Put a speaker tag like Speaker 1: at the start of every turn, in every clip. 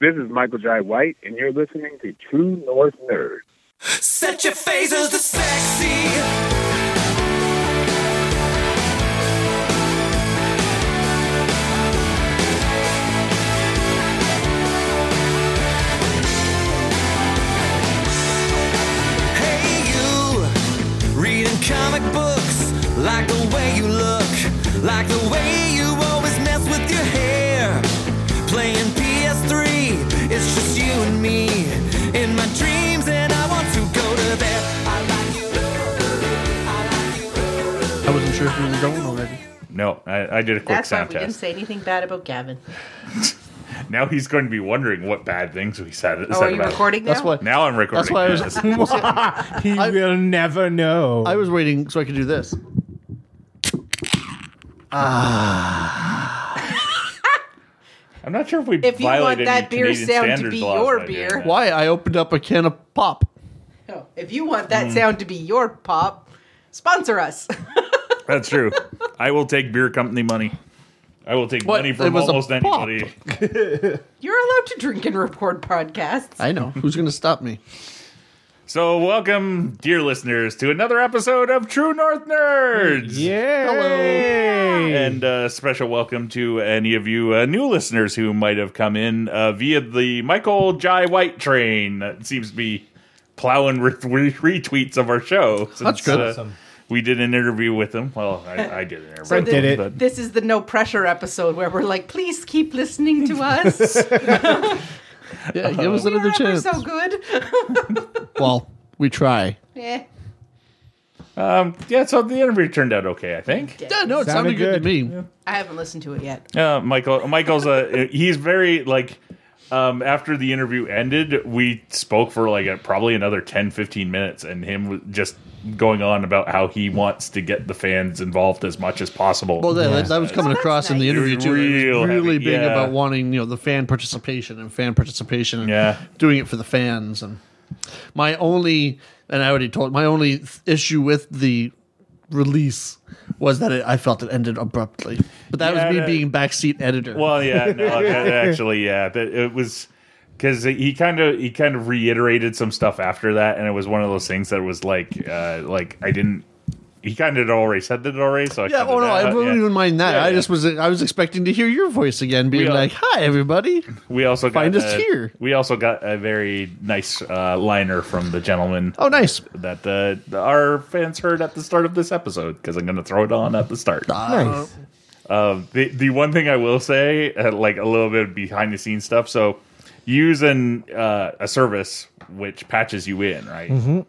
Speaker 1: This is Michael Jai White, and you're listening to True North Nerd.
Speaker 2: Set your phasers to sexy. Hey, you reading comic books. Like the way you look. Like the way you always mess with your hair. Playing PS3. It's just you and me in my dreams, and I want to go to there. I like you.
Speaker 3: I wasn't sure if we were going already.
Speaker 4: No, I, I did a quick
Speaker 5: That's why
Speaker 4: sound
Speaker 5: we didn't
Speaker 4: test.
Speaker 5: say anything bad about Gavin.
Speaker 4: Now he's going to be wondering what bad things we said,
Speaker 5: Oh,
Speaker 4: said
Speaker 5: are you
Speaker 4: about him.
Speaker 5: recording now?
Speaker 3: That's why.
Speaker 4: Now I'm recording.
Speaker 3: That's why I
Speaker 4: yes.
Speaker 3: was.
Speaker 6: He will never know.
Speaker 3: I was waiting so I could do this.
Speaker 4: I'm not sure if we
Speaker 5: If you want
Speaker 4: violated
Speaker 5: that
Speaker 4: any
Speaker 5: beer
Speaker 4: Canadian
Speaker 5: sound to
Speaker 4: standards
Speaker 5: be
Speaker 4: laws by
Speaker 5: your
Speaker 4: doing
Speaker 5: beer.
Speaker 4: that.
Speaker 3: Why I opened up a can of pop.
Speaker 5: No. If you want
Speaker 4: Hmm.
Speaker 5: that sound to be your pop, sponsor us.
Speaker 4: That's true. I will take beer company money. I will take
Speaker 3: What?
Speaker 4: money
Speaker 3: It
Speaker 4: from
Speaker 3: was a
Speaker 4: almost
Speaker 3: pop.
Speaker 4: anybody.
Speaker 5: You're allowed to drink and record podcasts.
Speaker 3: I know. Who's gonna stop me?
Speaker 4: So, welcome, dear listeners, to another episode of True North Nerds.
Speaker 6: Yay!
Speaker 4: And uh, special welcome to any of you uh, new listeners who might have come in uh, via the Michael Jai White train. That seems to be plowing re- re- retweets of our show. Since, uh,
Speaker 3: That's good.
Speaker 6: Awesome.
Speaker 4: We did an interview with him. Well, I, I did an interview.
Speaker 6: Brent
Speaker 4: with
Speaker 6: did
Speaker 4: him,
Speaker 6: it.
Speaker 4: but-
Speaker 5: This is the no pressure episode where we're like, please keep listening to us.
Speaker 3: Yeah, give us another
Speaker 5: We're ever
Speaker 3: chance.
Speaker 5: so good.
Speaker 3: Well, we try.
Speaker 5: Eh.
Speaker 4: Um, yeah, so the interview turned out okay, I think.
Speaker 3: Yeah, no, it sounded,
Speaker 6: Sounded
Speaker 3: good. to
Speaker 6: good.
Speaker 3: me.
Speaker 5: I haven't listened to it yet.
Speaker 4: Uh, Michael, Michael's a he's very like. Um, after the interview ended, we spoke for like a, probably another 10, 15 minutes, and him just going on about how he wants to get the fans involved as much as possible.
Speaker 3: Well, that, that was coming
Speaker 5: that's
Speaker 3: across in the
Speaker 5: nice.
Speaker 3: interview
Speaker 4: It was
Speaker 3: too.
Speaker 4: real
Speaker 3: it was really
Speaker 4: heavy,
Speaker 3: big
Speaker 4: yeah.
Speaker 3: about wanting you know the fan participation and fan participation and
Speaker 4: Yeah.
Speaker 3: doing it for the fans. And my only and I already told my only th- issue with the release was that it, I felt it ended abruptly. But that
Speaker 4: Yeah,
Speaker 3: was me
Speaker 4: that-
Speaker 3: being backseat editor.
Speaker 4: Well, yeah, no, that- actually, yeah, that it was because he kind of he kind of reiterated some stuff after that, and it was one of those things that was like, uh, like I didn't. He kind of already said that already, so I
Speaker 3: yeah.
Speaker 4: cut it
Speaker 3: Oh no, I
Speaker 4: out,
Speaker 3: wouldn't
Speaker 4: yeah.
Speaker 3: even mind that.
Speaker 4: Yeah,
Speaker 3: I
Speaker 4: yeah.
Speaker 3: just was I was expecting to hear your voice again, being
Speaker 4: We all-
Speaker 3: like, "Hi, everybody."
Speaker 4: We also
Speaker 3: Find
Speaker 4: got
Speaker 3: us
Speaker 4: a-
Speaker 3: here.
Speaker 4: We also got a very nice uh, liner from the gentleman
Speaker 3: Oh, nice.
Speaker 4: that uh, our fans heard at the start of this episode because I'm going to throw it on at the start.
Speaker 6: nice.
Speaker 4: Um, the the one thing I will say, uh, like a little bit of behind the scenes stuff. So, using uh, a service which patches you in, right?
Speaker 3: Mm-hmm.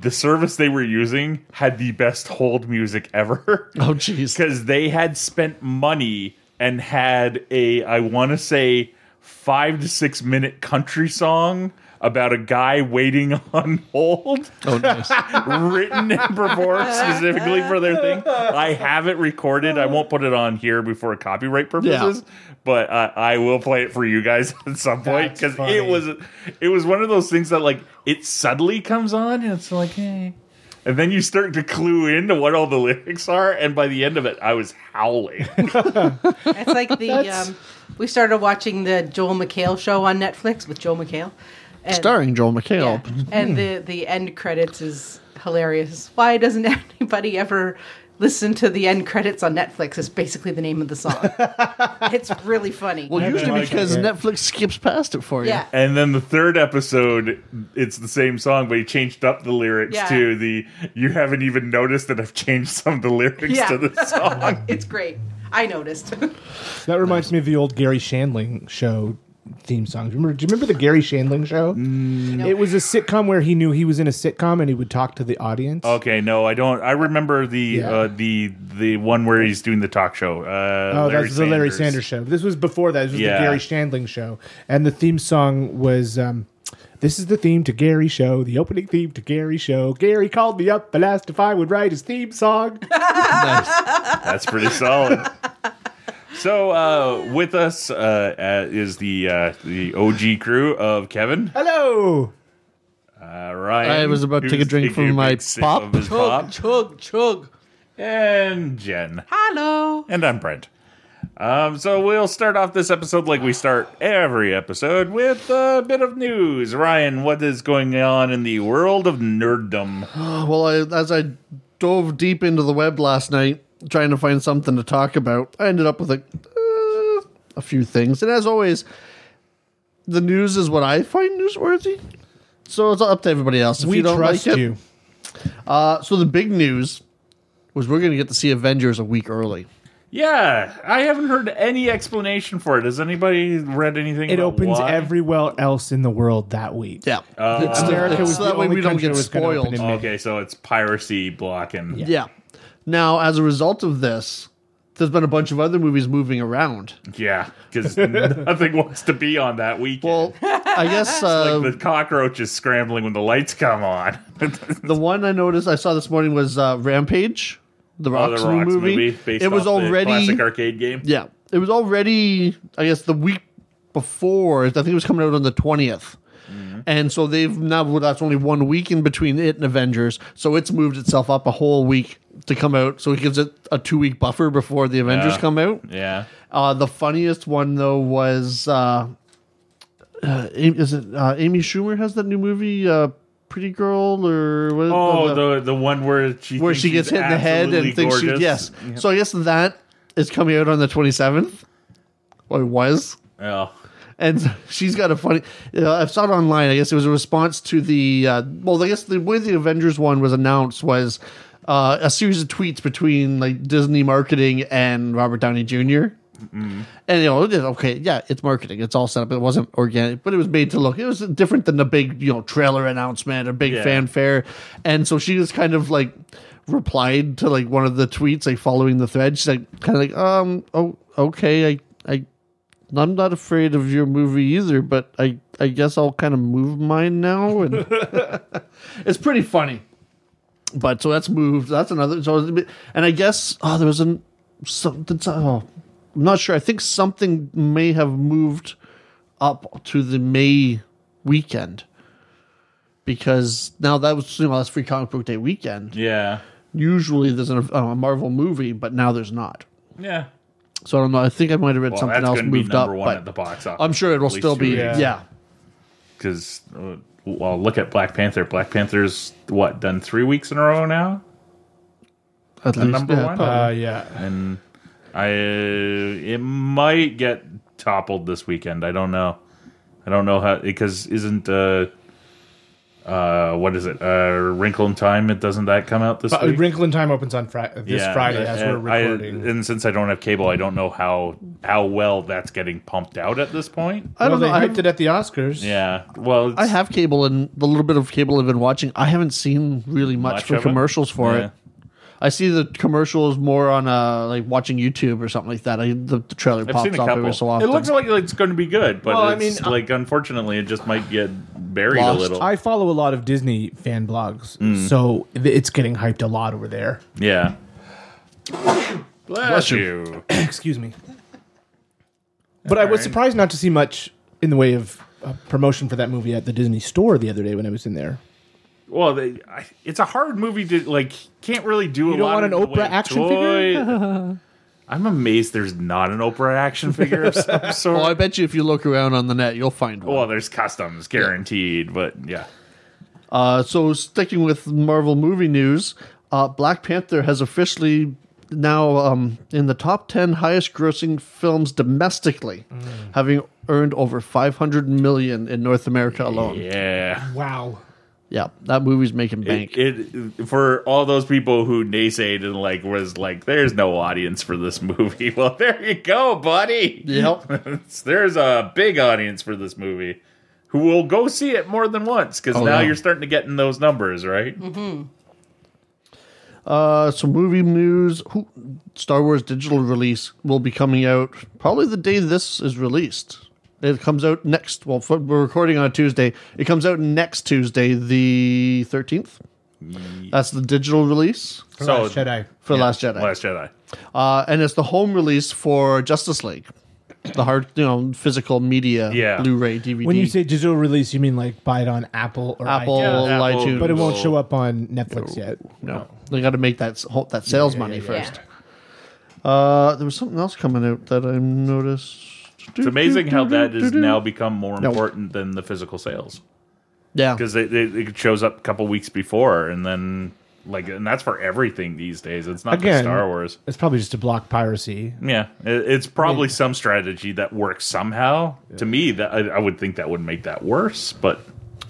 Speaker 4: The service they were using had the best hold music ever.
Speaker 3: Oh, jeez.
Speaker 4: because they had spent money and had a I want to say five to six minute country song about a guy waiting on hold
Speaker 3: Oh, nice.
Speaker 4: written and performed specifically for their thing. I have it recorded. I won't put it on here before copyright purposes, but uh, I will play it for you guys at some point
Speaker 6: That's
Speaker 4: because
Speaker 6: funny.
Speaker 4: it was it was one of those things that like it suddenly comes on and it's like hey. And then you start to clue into what all the lyrics are, and by the end of it, I was howling.
Speaker 5: It's like the um, we started watching the Joel McHale show on Netflix with Joel McHale. And,
Speaker 3: Starring Joel McHale.
Speaker 5: yeah.
Speaker 4: Hmm.
Speaker 5: and the the end credits is hilarious. Why doesn't anybody ever listen to the end credits on Netflix? Is basically the name of the song. it's really funny.
Speaker 3: Well, usually
Speaker 4: like it.
Speaker 3: because Netflix skips past it for you.
Speaker 5: yeah.
Speaker 4: And then the third episode, it's the same song, but he changed up the lyrics
Speaker 5: Yeah.
Speaker 4: to the "You haven't even noticed that I've changed some of the lyrics
Speaker 5: Yeah.
Speaker 4: to the song."
Speaker 5: It's great. I noticed.
Speaker 6: That reminds me of the old Gary Shandling show theme song. Do you remember, do you remember the Gary Shandling show? It was a sitcom where he knew he was in a sitcom and he would talk to the audience.
Speaker 4: Okay, no, I don't. I remember the
Speaker 6: Yeah.
Speaker 4: uh, the the one where he's doing the talk show. Uh,
Speaker 6: Oh, that's the Larry Sanders show. This was before that. This was
Speaker 4: Yeah.
Speaker 6: the Gary Shandling show, and the theme song was. Um, this is the theme to Gary Show, the opening theme to Gary Show. Gary called me up and asked if I would write his theme song.
Speaker 3: Nice.
Speaker 4: That's pretty solid. So uh, with us uh, uh, is the uh, the OG crew of Kevin.
Speaker 6: Hello!
Speaker 4: Uh, Ryan,
Speaker 3: I was about to take a
Speaker 4: who's
Speaker 3: drink
Speaker 4: taking
Speaker 3: from
Speaker 4: a
Speaker 3: my
Speaker 4: big sip
Speaker 3: pop.
Speaker 4: of his
Speaker 5: chug,
Speaker 4: pop,
Speaker 5: chug, chug.
Speaker 4: and Jen,
Speaker 5: Hello.
Speaker 4: and I'm Brent. Um, so we'll start off this episode like we start every episode with a bit of news. Ryan, what is going on in the world of nerddom?
Speaker 3: Well, I, as I dove deep into the web last night trying to find something to talk about, I ended up with a, uh, a few things. And as always, the news is what I find newsworthy. So it's up to everybody else. If
Speaker 6: we
Speaker 3: you don't
Speaker 6: trust
Speaker 3: like it,
Speaker 6: you.
Speaker 3: Uh, so the big news was we're going to get to see Avengers a week early.
Speaker 4: Yeah, I haven't heard any explanation for it. Has anybody read anything?
Speaker 6: It
Speaker 4: about
Speaker 6: opens
Speaker 4: why?
Speaker 6: everywhere else in the world that week.
Speaker 3: Yeah,
Speaker 4: It's
Speaker 6: America
Speaker 3: it's-
Speaker 6: was
Speaker 3: so
Speaker 6: Uh, the
Speaker 3: that way
Speaker 6: only
Speaker 3: we don't
Speaker 6: country
Speaker 3: get
Speaker 6: that was gonna open
Speaker 3: spoiled.
Speaker 6: in May.
Speaker 4: Okay, so it's piracy blocking.
Speaker 3: yeah. Now, as a result of this, there's been a bunch of other movies moving around.
Speaker 4: Yeah, because nothing wants to be on that weekend.
Speaker 3: Well, I guess uh,
Speaker 4: the cockroach is scrambling when the lights come on.
Speaker 3: the one I noticed I saw this morning was uh, Rampage, the
Speaker 4: Oh,
Speaker 3: Rock's,
Speaker 4: the Rocks
Speaker 3: movie.
Speaker 4: movie, based
Speaker 3: it was
Speaker 4: off the
Speaker 3: already
Speaker 4: classic arcade game.
Speaker 3: yeah, it was already I guess the week before. I think it was coming out on the 20th
Speaker 4: Mm-hmm.
Speaker 3: And so they've now well, that's only one week in between it and Avengers, so it's moved itself up a whole week to come out. So it gives it a two week buffer before the Avengers
Speaker 4: Yeah.
Speaker 3: come out.
Speaker 4: Yeah.
Speaker 3: Uh, the funniest one though was uh, uh, Amy- is it uh, Amy Schumer has that new movie uh, Pretty Girl or what is Uh,
Speaker 4: Oh, the the one where she
Speaker 3: where
Speaker 4: thinks
Speaker 3: she gets
Speaker 4: she's
Speaker 3: hit in the head
Speaker 4: absolutely
Speaker 3: and thinks she
Speaker 4: gorgeous.
Speaker 3: yes. So I guess that is coming out on the 27th. Or it was.
Speaker 4: Oh.
Speaker 3: And she's got a funny. Uh, I saw it online. I guess it was a response to the. Uh, well, I guess the way the Avengers one was announced was uh, a series of tweets between like Disney marketing and Robert Downey junior And you know, it is- okay, yeah, it's marketing. It's all set up. It wasn't organic, but it was made to look. It was different than the big, you know, trailer announcement or big
Speaker 4: Yeah.
Speaker 3: fanfare. And so she just kind of like replied to like one of the tweets, like following the thread. She's like, kind of like, um, oh, okay, I, I I'm not afraid of your movie either, but I, I guess I'll kind of move mine now. And it's pretty funny. But so that's moved. That's another. So and I guess oh, there was an something. Oh, I'm not sure. I think something may have moved up to the May weekend because now that was you know that's Free Comic Book Day weekend.
Speaker 4: Yeah.
Speaker 3: Usually there's an, uh, a Marvel movie, but now there's not.
Speaker 4: Yeah.
Speaker 3: So I don't know. I think I might have read
Speaker 4: Well,
Speaker 3: something
Speaker 4: that's
Speaker 3: else
Speaker 4: going to be
Speaker 3: moved up,
Speaker 4: number one
Speaker 3: but
Speaker 4: at the box office.
Speaker 3: I'm sure it'll still be
Speaker 6: weeks.
Speaker 3: yeah.
Speaker 4: because uh, well, look at Black Panther. Black Panther's what done three weeks in a row now,
Speaker 3: At least,
Speaker 4: number
Speaker 3: yeah,
Speaker 4: one?
Speaker 3: probably.
Speaker 6: Uh, yeah.
Speaker 4: and I it might get toppled this weekend. I don't know. I don't know how because isn't uh uh what is it uh Wrinkle in Time? It doesn't that come out this
Speaker 6: But uh,
Speaker 4: week?
Speaker 6: Wrinkle in Time opens on Fri this
Speaker 4: Yeah,
Speaker 6: Friday as we're
Speaker 4: and I-
Speaker 6: recording.
Speaker 4: and since I don't have cable, I don't know how how well that's getting pumped out at this point.
Speaker 3: I don't
Speaker 6: well,
Speaker 3: know.
Speaker 6: They
Speaker 3: I
Speaker 6: hyped
Speaker 3: have,
Speaker 6: it at the Oscars.
Speaker 4: Yeah, well, it's
Speaker 3: I have cable, and the little bit of cable I've been watching, I haven't seen really much,
Speaker 4: Much
Speaker 3: for
Speaker 4: of it?
Speaker 3: commercials for
Speaker 4: Yeah.
Speaker 3: it. I see the commercials more on uh, like watching YouTube or something like that. I, the, the trailer
Speaker 4: I've seen
Speaker 3: pops
Speaker 4: a
Speaker 3: up
Speaker 4: couple.
Speaker 3: every so often.
Speaker 4: It looks like it's going to be good, but
Speaker 6: Well, I
Speaker 4: it's
Speaker 6: mean,
Speaker 4: like unfortunately, it just might get buried
Speaker 3: Lost.
Speaker 4: a little.
Speaker 6: I follow a lot of Disney fan blogs,
Speaker 4: Mm.
Speaker 6: so th- it's getting hyped a lot over there.
Speaker 4: yeah. Bless, you.
Speaker 3: you.
Speaker 6: Excuse me. But I was
Speaker 4: Alright.
Speaker 6: surprised not to see much in the way of uh, promotion for that movie at the Disney store the other day when I was in there.
Speaker 4: Well, they, I, it's a hard movie to like. Can't really do a
Speaker 6: don't
Speaker 4: lot.
Speaker 6: want
Speaker 4: in
Speaker 6: an
Speaker 4: the way
Speaker 6: Oprah
Speaker 4: of
Speaker 6: action figure?
Speaker 4: toy. I'm amazed there's not an Oprah action figure of some sort.
Speaker 3: well, I bet you if you look around on the net, you'll find one.
Speaker 4: well, there's customs guaranteed, but yeah.
Speaker 3: Uh, so sticking with Marvel movie news, uh, Black Panther has officially now um, in the top ten highest-grossing films domestically,
Speaker 4: Mm.
Speaker 3: having earned over 500 million in North America alone.
Speaker 4: Yeah.
Speaker 6: Wow.
Speaker 3: Yeah, that movie's making bank.
Speaker 4: It, it for all those people who naysayed and like was like, "There's no audience for this movie." Well, there you go, buddy.
Speaker 3: yep.
Speaker 4: There's a big audience for this movie who will go see it more than once because
Speaker 3: Oh,
Speaker 4: now
Speaker 3: yeah. Mhm.
Speaker 4: you're starting to get in those numbers, right?
Speaker 3: Uh, so movie news: who, Star Wars digital release will be coming out probably the day this is released. It comes out next. Well, for, we're recording on a Tuesday. It comes out next Tuesday, the thirteenth. That's the digital release
Speaker 4: So-
Speaker 6: So Jedi.
Speaker 3: for Last Jedi,
Speaker 4: Last Jedi.
Speaker 3: Uh, and it's the home release for Justice League, the hard, you know, physical media,
Speaker 4: Yeah.
Speaker 3: Blu-ray, DVD.
Speaker 6: When you say digital release, you mean like buy it on Apple or
Speaker 3: Apple,
Speaker 6: iTunes?
Speaker 4: Yeah, Apple,
Speaker 3: iTunes,
Speaker 6: but it won't show up on Netflix yet.
Speaker 3: No, they got to make that s- ho- that sales money
Speaker 6: yeah,
Speaker 3: first. Uh, there was something else coming out that I noticed.
Speaker 4: It's amazing how that has now become more important than the physical sales
Speaker 3: Yeah.
Speaker 4: because it, it, it shows up a couple weeks before and then like and that's for everything these days. It's not
Speaker 6: Again.
Speaker 4: just Star Wars.
Speaker 6: It's probably just to block piracy.
Speaker 4: Yeah, it, it's probably some strategy that works somehow. To me, that I, I would think that would make that worse, but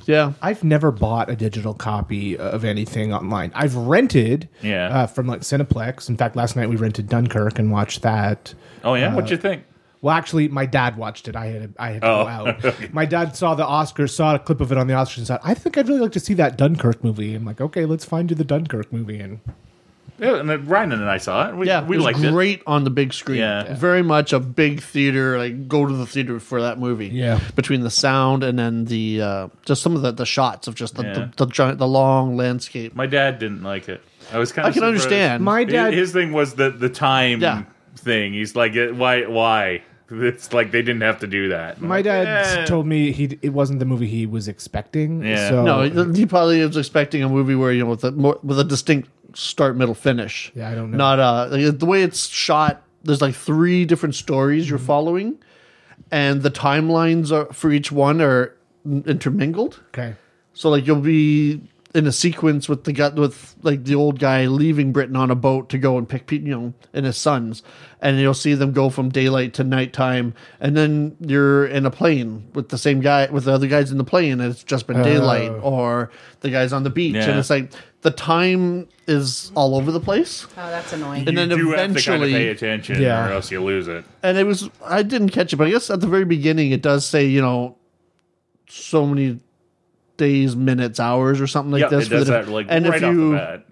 Speaker 3: Yeah.
Speaker 6: I've never bought a digital copy of anything online. I've rented
Speaker 4: Yeah.
Speaker 6: uh, from like Cineplex. In fact, last night we rented Dunkirk and watched that.
Speaker 4: oh yeah, what you
Speaker 3: Uh,
Speaker 4: think?
Speaker 6: Well, actually, my dad watched it. I had I had to
Speaker 4: Oh,
Speaker 6: go out. My dad saw the Oscars, saw a clip of it on the Oscars, and said, "I think I'd really like to see that Dunkirk movie." I'm like, "Okay, let's find you the Dunkirk movie." And
Speaker 4: Yeah, and then Ryan and I saw it. We,
Speaker 3: Yeah,
Speaker 4: we
Speaker 3: it was
Speaker 4: liked it.
Speaker 3: great on the big screen.
Speaker 4: Yeah.
Speaker 3: very much a big theater. Like go to the theater for that movie.
Speaker 6: Yeah.
Speaker 3: between the sound and then the uh, just some of the, the shots of just the,
Speaker 4: Yeah.
Speaker 3: the, the giant, the long landscape.
Speaker 4: My dad didn't like it. I was kind
Speaker 3: I
Speaker 4: of.
Speaker 3: can understand.
Speaker 6: my dad,
Speaker 4: His thing was the the time
Speaker 3: Yeah.
Speaker 4: thing. He's like, eh, why? Why? It's like they didn't have to do that. And I'm
Speaker 6: my
Speaker 4: like,
Speaker 6: dad
Speaker 4: eh.
Speaker 6: told me he it wasn't the movie he was expecting.
Speaker 4: Yeah.
Speaker 6: So,
Speaker 3: no, he probably was expecting a movie where you know with a more, with a distinct start, middle, finish.
Speaker 6: Yeah, I don't know.
Speaker 3: Not uh, like, the way it's shot. There's like three different stories
Speaker 6: Mm-hmm.
Speaker 3: you're following, and the timelines are for each one are intermingled.
Speaker 6: okay.
Speaker 3: So like you'll be in a sequence with the guy with like the old guy leaving Britain on a boat to go and pick Pete, you know, and his sons, and you'll see them go from daylight to nighttime, and then you're in a plane with the same guy with the other guys in the plane, and it's just been daylight, or the guys on the beach,
Speaker 4: Yeah.
Speaker 3: and it's like the time is all over the place.
Speaker 5: Oh, that's annoying.
Speaker 3: And
Speaker 4: You
Speaker 3: then
Speaker 4: do have to kind of
Speaker 3: eventually-
Speaker 4: pay attention,
Speaker 6: Yeah.
Speaker 4: or else you lose it.
Speaker 3: and it was I didn't catch it, but I guess at the very beginning it does say you know so many days, minutes, hours, or something like
Speaker 4: yeah,
Speaker 3: this.
Speaker 4: it
Speaker 3: for the
Speaker 4: does
Speaker 3: diff-
Speaker 4: that like
Speaker 3: and
Speaker 4: right
Speaker 3: if
Speaker 4: off
Speaker 3: you
Speaker 4: the bat.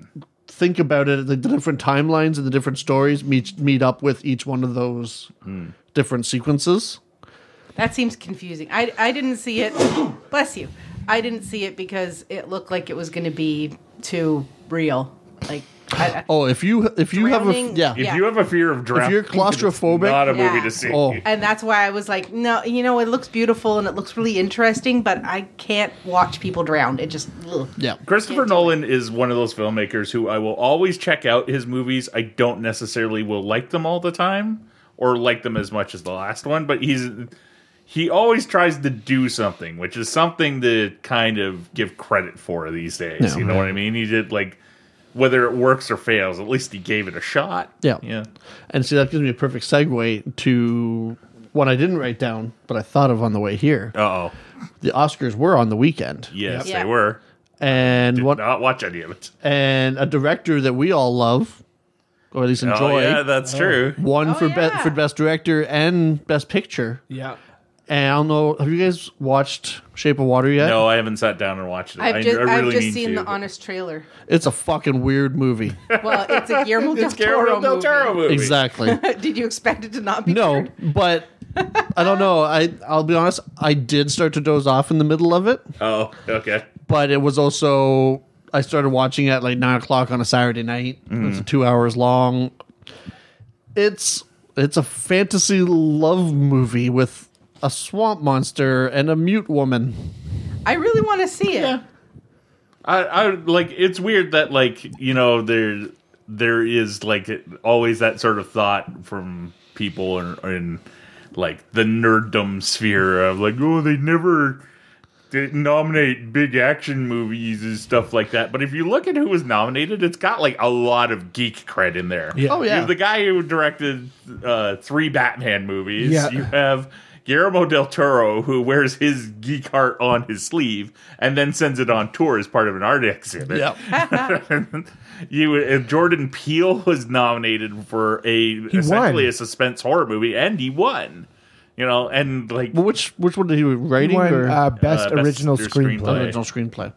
Speaker 3: think about it, like the different timelines and the different stories meet meet up with each one of those
Speaker 4: Hmm.
Speaker 3: different sequences.
Speaker 5: That seems confusing. I, I didn't see it. Bless you. I didn't see it because it looked like it was going to be too real. Like, I, I-
Speaker 3: Oh, if you if you have a
Speaker 5: Drowning-
Speaker 3: yeah,
Speaker 4: If
Speaker 5: Yeah.
Speaker 4: you have a fear of drowning,
Speaker 3: you're
Speaker 4: it's
Speaker 3: claustrophobic-
Speaker 4: not a
Speaker 5: Yeah.
Speaker 4: movie to see.
Speaker 3: Oh.
Speaker 5: and that's why I was like, no, you know, it looks beautiful and it looks really interesting, but I can't watch people drown. It just, ugh.
Speaker 3: yeah,
Speaker 4: Christopher Nolan is one of those filmmakers who I will always check out his movies. I don't necessarily will like them all the time or like them as much as the last one, but he's he always tries to do something, which is something to kind of give credit for these days.
Speaker 3: Yeah.
Speaker 4: you know what I mean? He did like whether it works or fails, at least he gave it a shot.
Speaker 3: Yeah.
Speaker 4: Yeah.
Speaker 3: and see that gives me a perfect segue to one I didn't write down, but I thought of on the way here.
Speaker 4: Uh oh.
Speaker 3: The Oscars were on the weekend,
Speaker 4: Yes,
Speaker 5: Yeah.
Speaker 4: they were.
Speaker 3: and
Speaker 4: What?
Speaker 3: what
Speaker 4: Not watch any of it.
Speaker 3: and a director that we all love, or at least
Speaker 4: Oh,
Speaker 3: enjoy,
Speaker 4: yeah, that's true.
Speaker 3: won
Speaker 5: Oh,
Speaker 3: for
Speaker 5: yeah.
Speaker 3: be- for best director and best picture.
Speaker 6: Yeah.
Speaker 3: And I don't know, have you guys watched Shape of Water yet?
Speaker 4: No, I haven't sat down and watched it.
Speaker 5: I've
Speaker 4: I-
Speaker 5: just,
Speaker 4: I really
Speaker 5: I've just
Speaker 4: need
Speaker 5: seen
Speaker 4: to,
Speaker 5: the
Speaker 4: but-
Speaker 5: honest trailer.
Speaker 3: It's a fucking weird movie.
Speaker 5: Well, it's a Guillermo del
Speaker 4: It's Guillermo
Speaker 5: Toro
Speaker 4: del Toro
Speaker 5: movie.
Speaker 4: movie.
Speaker 3: exactly.
Speaker 5: Did you expect it to not be
Speaker 3: No,
Speaker 5: weird?
Speaker 3: but I don't know. I I'll be honest. I did start to doze off in the middle of it,
Speaker 4: Oh, okay.
Speaker 3: but it was also I started watching it at like nine o'clock on a Saturday night.
Speaker 4: Mm.
Speaker 3: It's two hours long. It's it's a fantasy love movie with a swamp monster and a mute woman.
Speaker 5: I really want to see it.
Speaker 4: I, I like it's weird that like you know there there is like always that sort of thought from people in, in like the nerddom sphere of like oh they never did nominate big action movies and stuff like that but if you look at who was nominated it's got like a lot of geek cred in there
Speaker 6: Yeah.
Speaker 3: Oh
Speaker 4: You
Speaker 3: yeah,
Speaker 4: have the guy who directed uh, three Batman movies.
Speaker 6: Yeah.
Speaker 4: You have Guillermo del Toro, who wears his geek heart on his sleeve and then sends it on tour as part of an art exhibit.
Speaker 3: yeah.
Speaker 4: you and Jordan Peele was nominated for a essentially
Speaker 6: won.
Speaker 4: a suspense horror movie, and he won. You know, and like
Speaker 3: Which which one did he writing
Speaker 6: Won,
Speaker 3: or
Speaker 6: uh, best
Speaker 4: Uh, best
Speaker 6: original
Speaker 4: or
Speaker 6: screenplay.
Speaker 4: screenplay.
Speaker 3: original screenplay?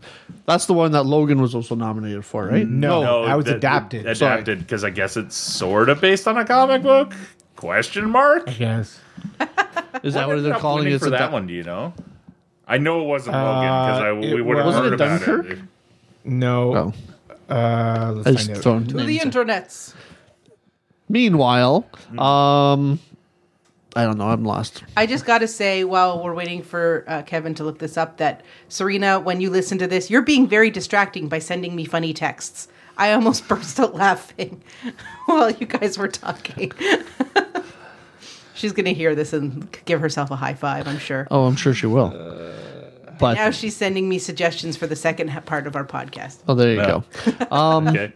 Speaker 3: That's the one that Logan was also nominated for, right?
Speaker 6: No, that was
Speaker 4: that-
Speaker 6: adapted.
Speaker 4: Adapted because I guess it's sort of based on a comic book. Question mark.
Speaker 6: Yes.
Speaker 3: Is that what
Speaker 4: ended
Speaker 3: they're
Speaker 4: up
Speaker 3: calling
Speaker 4: winning
Speaker 3: it?
Speaker 4: for that one? Do you know? I know it wasn't Logan
Speaker 6: Uh,
Speaker 4: because we
Speaker 6: it
Speaker 4: would have
Speaker 6: was-
Speaker 4: heard
Speaker 3: Wasn't it
Speaker 4: about
Speaker 3: Dunkirk?
Speaker 4: it.
Speaker 6: No.
Speaker 3: Oh,
Speaker 6: Uh,
Speaker 3: I
Speaker 6: let's
Speaker 3: just
Speaker 6: find out.
Speaker 3: thrown
Speaker 5: To
Speaker 3: names
Speaker 5: the
Speaker 3: out.
Speaker 5: internets.
Speaker 3: Meanwhile,
Speaker 5: Hmm.
Speaker 3: um, I don't know. I'm lost.
Speaker 5: I just got to say, while we're waiting for uh, Kevin to look this up, that Serena, when you listen to this, you're being very distracting by sending me funny texts. I almost burst out laughing while you guys were talking. She's going to hear this and give herself a high five, I'm sure.
Speaker 3: Oh, I'm sure she will.
Speaker 5: Uh,
Speaker 3: But
Speaker 5: Now she's sending me suggestions for the second ha- part of our podcast.
Speaker 3: oh, there you
Speaker 4: No.
Speaker 3: go.
Speaker 5: Um,
Speaker 4: okay.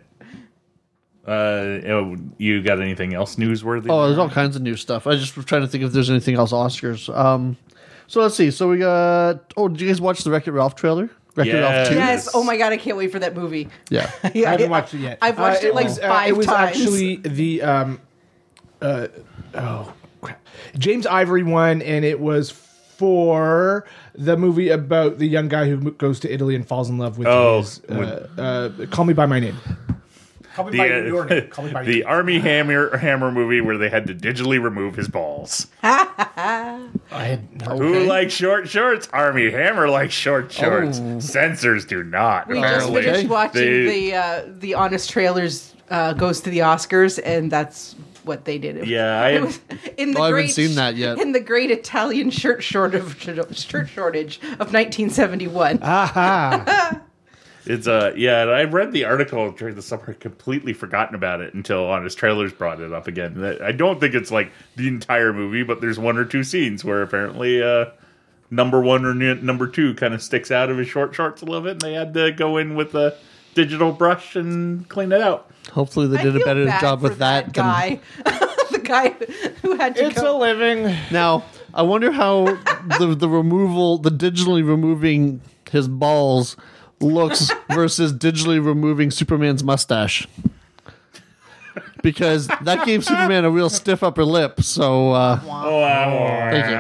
Speaker 4: Uh, oh, you got anything else newsworthy?
Speaker 3: Oh, there's all kinds of new stuff. I just was trying to think if there's anything else Oscars. Um, so let's see. So we got. Oh, did you guys watch the Wreck It Ralph trailer? Wreck It Ralph two.
Speaker 5: Yes.
Speaker 4: Yes.
Speaker 5: Oh my god, I can't wait for that movie.
Speaker 3: Yeah.
Speaker 5: Yeah,
Speaker 6: I haven't watched it yet.
Speaker 5: I've watched
Speaker 6: Uh,
Speaker 5: it, like
Speaker 6: was, uh,
Speaker 5: five
Speaker 6: It was
Speaker 5: times.
Speaker 6: actually the um, uh, oh crap, James Ivory one, and it was for the movie about the young guy who mo- goes to Italy and falls in love with.
Speaker 4: Oh,
Speaker 6: his, uh, uh, call me by my name. Call me
Speaker 4: the, uh, the Army Hammer Hammer movie where they had to digitally remove his balls.
Speaker 6: I had no
Speaker 4: Who likes short shorts? Army Hammer likes short shorts. Censors do not.
Speaker 5: Oh. We just
Speaker 4: apparently.
Speaker 5: finished watching
Speaker 4: They-
Speaker 5: the uh, the Honest Trailers uh, goes to the Oscars, and that's what they did. It-
Speaker 4: Yeah, I
Speaker 5: it
Speaker 4: had-
Speaker 5: was in the
Speaker 3: I haven't
Speaker 5: great,
Speaker 3: seen that yet.
Speaker 5: In the great Italian shirt short of shirt shortage of 1971.
Speaker 4: It's uh yeah, and I read the article during the summer, completely forgotten about it until Honest Trailers brought it up again. That- I don't think it's like the entire movie, but there's one or two scenes where apparently uh number one or nu- number two kind of sticks out of his short shorts a little bit, and they had to go in with a digital brush and clean it out.
Speaker 3: Hopefully they
Speaker 5: I
Speaker 3: did a
Speaker 5: feel
Speaker 3: better
Speaker 5: bad
Speaker 3: job
Speaker 5: for
Speaker 3: with that. than-
Speaker 5: guy. the guy who had to
Speaker 6: It's a
Speaker 5: go.
Speaker 6: living.
Speaker 3: now I wonder how the the removal, the digitally removing his balls looks versus digitally removing Superman's mustache. Because that gave Superman a real stiff upper lip. So uh,
Speaker 4: Oh,
Speaker 3: thank you.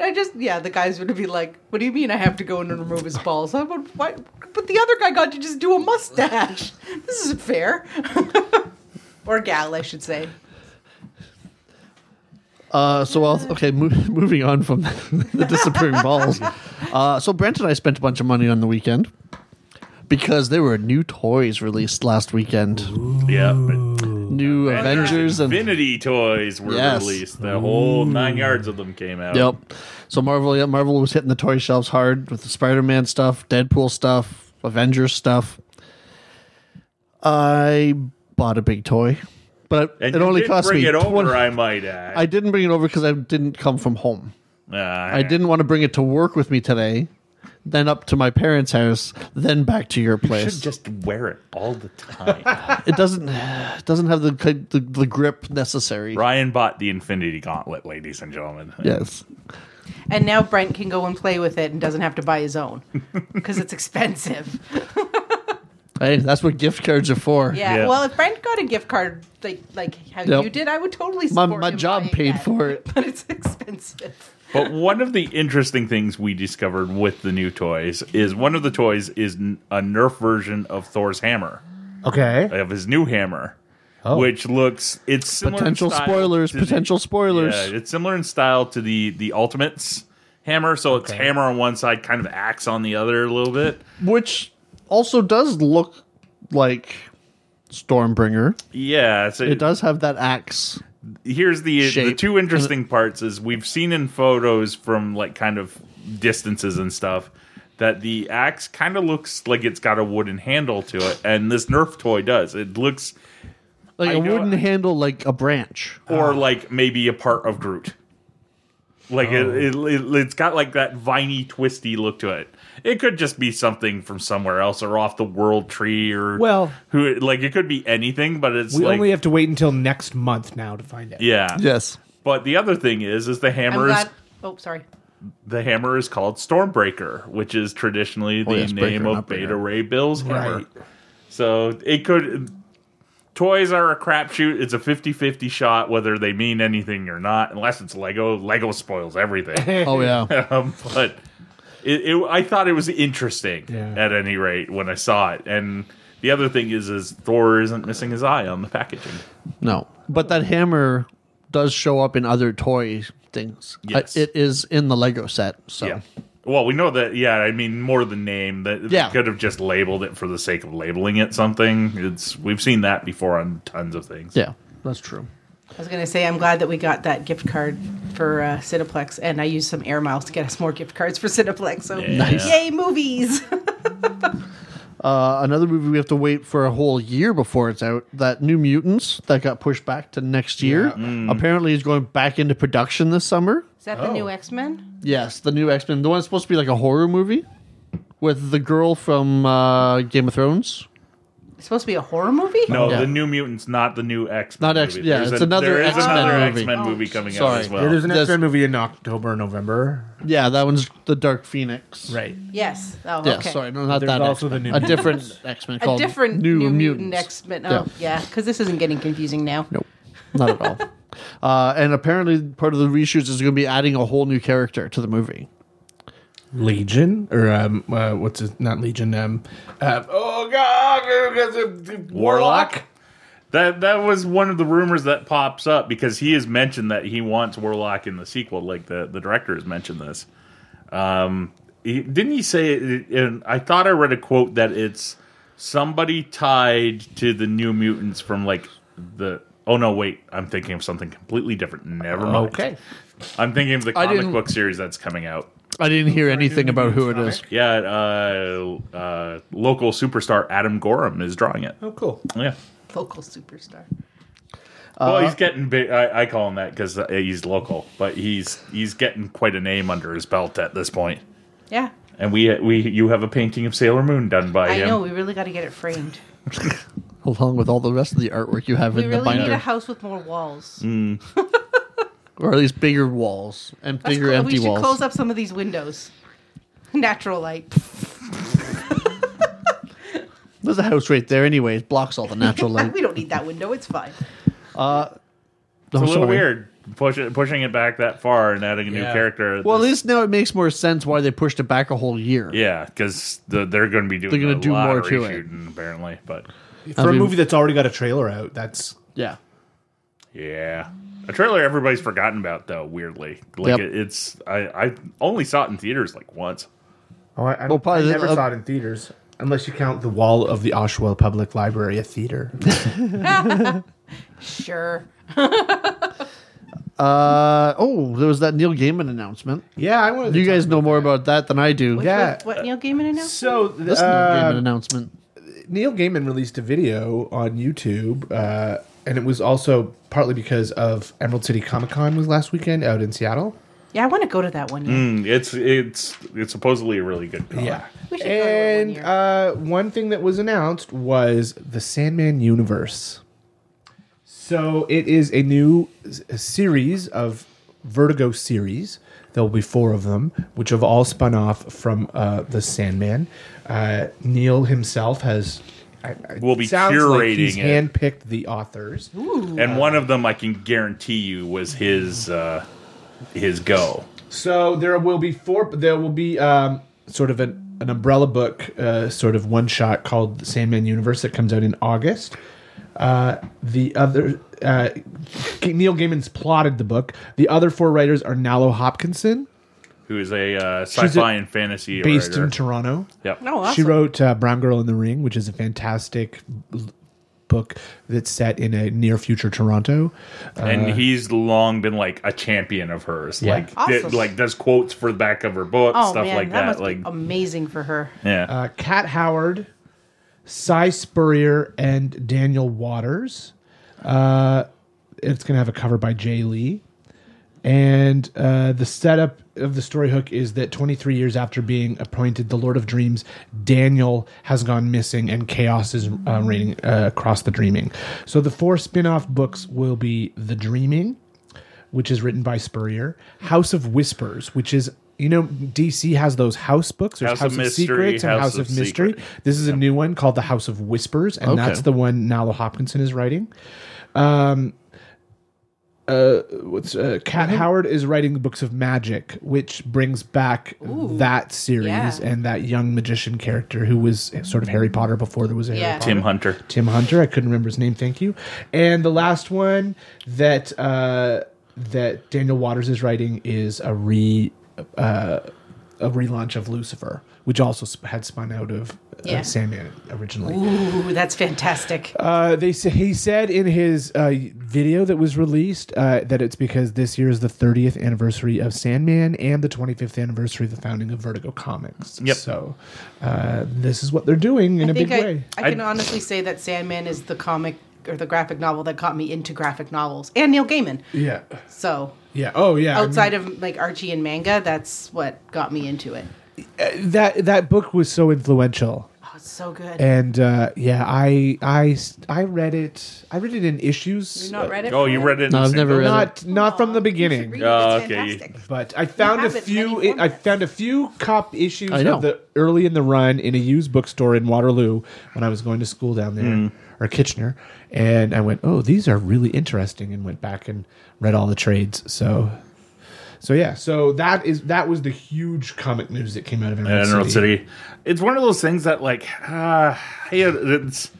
Speaker 5: I just yeah, the guys would be like, "What do you mean I have to go in and remove his balls?" I would, why, but the other guy got to just do a mustache. this isn't fair. or gal, I should say.
Speaker 3: Uh, so I'll, okay, mo- moving on from the disappearing balls. Uh, so Brent and I spent a bunch of money on the weekend because there were new toys released last weekend.
Speaker 4: Yeah, but
Speaker 3: New Avengers and
Speaker 4: Infinity toys were
Speaker 3: Yes.
Speaker 4: released. The whole nine yards of them came out.
Speaker 3: Yep. So Marvel, yeah, Marvel was hitting the toy shelves hard with the Spider-Man stuff, Deadpool stuff, Avengers stuff. I bought a big toy, but
Speaker 4: And
Speaker 3: it
Speaker 4: you
Speaker 3: only
Speaker 4: did
Speaker 3: cost
Speaker 4: bring
Speaker 3: me.
Speaker 4: it over.
Speaker 3: 20
Speaker 4: I might add.
Speaker 3: I didn't bring it over because I didn't come from home.
Speaker 4: Uh,
Speaker 3: I didn't want to bring it to work with me today, then up to my parents' house, then back to your
Speaker 4: You
Speaker 3: place.
Speaker 4: should just wear it all the time.
Speaker 3: it doesn't it doesn't have the the, the grip necessary.
Speaker 4: Ryan bought the Infinity Gauntlet, ladies and gentlemen.
Speaker 3: Yes.
Speaker 5: And now Brent can go and play with it and doesn't have to buy his own because it's expensive.
Speaker 3: Hey, that's what gift cards are for.
Speaker 5: Yeah.
Speaker 4: Yeah.
Speaker 5: Well, if Brent got a gift card like like how
Speaker 3: Yep.
Speaker 5: you did, I would totally
Speaker 3: My,
Speaker 5: support
Speaker 3: my
Speaker 5: him
Speaker 3: job
Speaker 5: buying
Speaker 3: paid
Speaker 5: that.
Speaker 3: for it.
Speaker 5: but it's expensive.
Speaker 4: But one of the interesting things we discovered with the new toys is one of the toys is n- a Nerf version of Thor's hammer,
Speaker 6: Okay.
Speaker 4: of his new hammer,
Speaker 6: Oh.
Speaker 4: which looks it's similar in
Speaker 3: Potential
Speaker 4: style
Speaker 3: spoilers.
Speaker 4: to the-
Speaker 3: Potential spoilers.
Speaker 4: Yeah, it's similar in style to the the Ultimates hammer, so it's hammer on one side, kind of axe on the other a little bit.
Speaker 3: which also does look like Stormbringer.
Speaker 4: Yeah, so
Speaker 3: It does have that axe.
Speaker 4: here's the the
Speaker 3: shape.
Speaker 4: two interesting parts is we've seen in photos from like kind of distances and stuff that the axe kind of looks like it's got a wooden handle to it and this nerf toy does it looks
Speaker 3: Like
Speaker 4: I
Speaker 3: a
Speaker 4: know-
Speaker 3: wooden handle, like a branch.
Speaker 4: or
Speaker 6: Oh.
Speaker 4: like maybe a part of groot like it, it,
Speaker 6: Oh.
Speaker 4: it, it's got like that viney twisty look to it it could just be something from somewhere else or off the world tree or
Speaker 6: Well-
Speaker 4: who like it could be anything but it's
Speaker 6: We
Speaker 4: like
Speaker 6: only have to wait until next month now to find out.
Speaker 4: yeah
Speaker 3: Yes.
Speaker 4: but the other thing is is the
Speaker 5: I'm
Speaker 4: hammer is
Speaker 5: glad. Oh, sorry.
Speaker 4: the hammer is called Stormbreaker, which is traditionally the
Speaker 3: yes,
Speaker 4: name
Speaker 3: Breaker,
Speaker 4: of
Speaker 3: not
Speaker 4: Beta
Speaker 3: Breaker.
Speaker 4: Ray Bill's hammer.
Speaker 6: Right.
Speaker 4: So it could. Toys are a crapshoot. It's a 50 50 shot whether they mean anything or not, unless it's Lego. Lego spoils everything.
Speaker 3: Oh yeah.
Speaker 4: um, but it, it, I thought it was interesting
Speaker 6: Yeah.
Speaker 4: at any rate when I saw it. And the other thing is, is Thor isn't missing his eye on the packaging.
Speaker 3: no, but that hammer does show up in other toy things. Uh,
Speaker 4: Yes.
Speaker 3: it is in the Lego set. So
Speaker 4: Yeah. Well, we know that. Yeah, I mean, more the name that
Speaker 3: Yeah.
Speaker 4: they could have just labeled it for the sake of labeling it something. It's we've seen that before on tons of things.
Speaker 3: Yeah, that's true.
Speaker 5: I was gonna say I'm glad that we got that gift card for uh, Cineplex, and I used some air miles to get us more gift cards for Cineplex. So
Speaker 4: Yeah. Nice.
Speaker 5: yay movies!
Speaker 3: Uh, another movie we have to wait for a whole year before it's out. That New Mutants that got pushed back to next year
Speaker 4: Mm.
Speaker 3: apparently is going back into production this summer.
Speaker 5: Is that the new X Men?
Speaker 3: Yes, the new X Men, the one that's supposed to be like a horror movie with the girl from uh, Game of Thrones.
Speaker 5: It's supposed to be a horror movie?
Speaker 4: No,
Speaker 3: Yeah.
Speaker 4: the New Mutants, not the new X.
Speaker 3: Not X- yeah, it's another
Speaker 4: There is
Speaker 3: X-Men
Speaker 4: another
Speaker 3: movie.
Speaker 4: X Men
Speaker 5: Oh,
Speaker 4: movie coming out
Speaker 3: sorry.
Speaker 4: as well.
Speaker 6: Yeah, there's an
Speaker 3: Does-
Speaker 6: X Men movie in October or November.
Speaker 3: Yeah, that one's the Dark Phoenix.
Speaker 6: Right.
Speaker 5: Yes. Oh,
Speaker 3: Yeah,
Speaker 5: okay.
Speaker 3: sorry, no, not
Speaker 6: There's
Speaker 3: that.
Speaker 6: also
Speaker 3: X-Men.
Speaker 6: the New
Speaker 3: a different X Men
Speaker 5: A
Speaker 3: called
Speaker 5: different New, Mutant X Men. Oh,
Speaker 3: Yeah.
Speaker 5: yeah, because this isn't getting confusing now.
Speaker 3: Nope, not at all. Uh, and apparently, part of the reshoots is going to be adding a whole new character to the movie.
Speaker 6: Legion or um, uh, what's it? Not Legion. Um, uh, oh God,
Speaker 4: Warlock? That that was one of the rumors that pops up because he has mentioned that he wants Warlock in the sequel. Like the the director has mentioned this. Um, he, didn't he say? It, and I thought I read a quote that it's somebody tied to the New Mutants from like the. Oh no, wait! I'm thinking of something completely different. Never mind.
Speaker 6: Okay.
Speaker 4: I'm thinking of the
Speaker 3: I
Speaker 4: comic
Speaker 3: didn't-
Speaker 4: book series that's coming out.
Speaker 3: I didn't hear anything about who it is.
Speaker 4: Yeah, uh, uh, local superstar Adam Gorham is drawing it.
Speaker 6: Oh, cool.
Speaker 4: Yeah.
Speaker 5: Local superstar.
Speaker 4: Well, he's getting big. I, I call him that because he's local, but he's he's getting quite a name under his belt at this point.
Speaker 5: Yeah.
Speaker 4: And we we you have a painting of Sailor Moon done by
Speaker 5: I
Speaker 4: him.
Speaker 5: know. We really got to get it framed.
Speaker 3: Along with all the rest of the artwork you have
Speaker 5: We
Speaker 3: in the
Speaker 5: really need a
Speaker 3: binder,
Speaker 5: house with more walls.
Speaker 3: or at least bigger walls and
Speaker 5: Let's
Speaker 3: bigger
Speaker 5: cl-
Speaker 3: empty
Speaker 5: we should
Speaker 3: walls.
Speaker 5: close up some of these windows. Natural light.
Speaker 3: There's a house right there, anyways. Blocks all the natural light.
Speaker 5: we don't need that window. It's fine.
Speaker 3: I'm
Speaker 4: It's a little
Speaker 3: sorry.
Speaker 4: weird push, it- pushing it back that far and adding a new
Speaker 6: Yeah.
Speaker 4: character.
Speaker 3: Well, at least now it makes more sense why they pushed it back a whole year.
Speaker 4: yeah, because the, they're going to be doing
Speaker 3: They're gonna
Speaker 4: a
Speaker 3: do
Speaker 4: lot
Speaker 3: more
Speaker 4: of
Speaker 3: to it.
Speaker 4: reshooting, apparently. But
Speaker 6: For
Speaker 3: I
Speaker 6: a
Speaker 3: mean-
Speaker 6: movie that's already got a trailer out, that's
Speaker 3: Yeah.
Speaker 4: yeah, a trailer everybody's forgotten about though. Weirdly, like
Speaker 3: Yep.
Speaker 4: it, it's I I only saw it in theaters like once.
Speaker 6: Oh, I, I,
Speaker 3: Well, probably
Speaker 6: I
Speaker 3: the-
Speaker 6: never
Speaker 3: uh,
Speaker 6: saw it in theaters, unless you count the wall of the Oshawa Public Library, a theater.
Speaker 5: Sure.
Speaker 3: Uh, oh, there was that Neil Gaiman announcement.
Speaker 6: yeah, I want
Speaker 3: You guys know more about that than I do.
Speaker 5: Which
Speaker 6: Yeah.
Speaker 5: was- what Neil Gaiman announced?
Speaker 6: So
Speaker 3: This Neil Gaiman
Speaker 6: uh,
Speaker 3: announcement.
Speaker 6: Neil Gaiman released a video on YouTube, uh, and it was also partly because of Emerald City Comic Con was last weekend out in Seattle.
Speaker 5: Yeah, I want to go to that one.
Speaker 4: Mm, It's it's it's supposedly a really good. Comic.
Speaker 5: We should go to one
Speaker 6: and
Speaker 5: year.
Speaker 6: uh, one thing that was announced was the Sandman universe. So it is a new s- a series of Vertigo series. There will be four of them, which have all spun off from uh, the Sandman. Uh, Neil himself has. I, I,
Speaker 4: Will be
Speaker 6: sounds
Speaker 4: curating
Speaker 6: he's
Speaker 4: it.
Speaker 6: handpicked the authors.
Speaker 4: and one of them I can guarantee you was his uh, his go.
Speaker 6: So there will be four. There will be um, sort of an, an umbrella book, uh, sort of one shot called the Sandman Universe that comes out in August. Uh, the other uh, Neil Gaiman's plotted the book. The other four writers are Nalo Hopkinson,
Speaker 4: Who is a uh, sci-fi and fantasy
Speaker 6: based
Speaker 4: writer.
Speaker 6: in Toronto.
Speaker 4: Yep.
Speaker 5: oh, awesome.
Speaker 6: She wrote uh, Brown Girl in the Ring, which is a fantastic l- book that's set in a near future Toronto.
Speaker 4: and he's long been like a champion of hers.
Speaker 6: Yeah.
Speaker 4: Like
Speaker 5: Awesome.
Speaker 4: did- like does quotes for the back of her book,
Speaker 5: oh,
Speaker 4: stuff
Speaker 5: man,
Speaker 4: like
Speaker 5: that.
Speaker 4: that.
Speaker 5: must
Speaker 4: Like
Speaker 5: be amazing for her.
Speaker 4: yeah.
Speaker 6: uh, Kat Howard, Cy Spurrier, and Daniel Waters. Uh, it's going to have a cover by Jay Lee. And uh, the setup of the story hook is that 23 years after being appointed the Lord of Dreams, Daniel has gone missing and chaos is uh, reigning uh, across the Dreaming. So the four spin off books will be The Dreaming, which is written by Spurrier, House of Whispers, which is. You know, DC has those house books. There's
Speaker 4: House
Speaker 6: House,
Speaker 4: of
Speaker 6: of,
Speaker 4: Mystery,
Speaker 6: Secrets and
Speaker 4: House
Speaker 6: House,
Speaker 4: of
Speaker 6: of, Mystery.
Speaker 4: Secret.
Speaker 6: This is a new one called The House of Whispers, and
Speaker 3: Okay.
Speaker 6: that's the one Nalo Hopkinson is writing. what's uh, Cat Howard is writing the books of magic, which brings back that series
Speaker 5: yeah.
Speaker 6: and that young magician character who was sort of Harry Potter before there was a
Speaker 5: Yeah.
Speaker 6: Harry Potter.
Speaker 4: Tim Hunter.
Speaker 6: Tim Hunter. I couldn't remember his name. Thank you. And the last one that uh, that Daniel Waters is writing is a re. Uh, a relaunch of Lucifer, which also sp- had spun out of uh,
Speaker 5: Yeah.
Speaker 6: Sandman originally.
Speaker 5: Ooh, that's fantastic.
Speaker 6: Uh, they say, he said in his uh, video that was released uh, that it's because this year is the 30th anniversary of Sandman and the 25th anniversary of the founding of Vertigo Comics.
Speaker 4: Yep.
Speaker 6: So uh, this is what they're doing in a
Speaker 5: I think
Speaker 6: big
Speaker 5: I,
Speaker 6: way.
Speaker 5: I can honestly say that Sandman is the comic or the graphic novel that got me into graphic novels and Neil Gaiman.
Speaker 6: Yeah.
Speaker 5: So
Speaker 6: Yeah. Oh, yeah. I mean-
Speaker 5: outside of like Archie and manga, that's what got me into it.
Speaker 6: that that book was so influential
Speaker 5: Oh, it's so good.
Speaker 6: and uh yeah i i i read it i read it in issues Uh,
Speaker 7: You've not read it?
Speaker 4: Oh, you read it? in
Speaker 3: No, I've
Speaker 4: the
Speaker 3: never
Speaker 4: same-
Speaker 3: read it.
Speaker 6: not not from the
Speaker 7: You should
Speaker 6: beginning
Speaker 7: read
Speaker 4: Oh,
Speaker 7: it. It's
Speaker 4: okay.
Speaker 7: fantastic.
Speaker 6: but i found a
Speaker 7: have it in
Speaker 6: few
Speaker 7: many
Speaker 6: i
Speaker 7: formats.
Speaker 6: found a few cop issues
Speaker 3: I know.
Speaker 6: of the early in the run in a used bookstore in waterloo when i was going to school down there
Speaker 4: Mm.
Speaker 6: or kitchener and i went oh these are really interesting and went back and read all the trades so so yeah so that is that was the huge comic news that came out of
Speaker 4: Yeah,
Speaker 6: emerald,
Speaker 4: Emerald City. It's one of those things that, like, uh, yeah, it's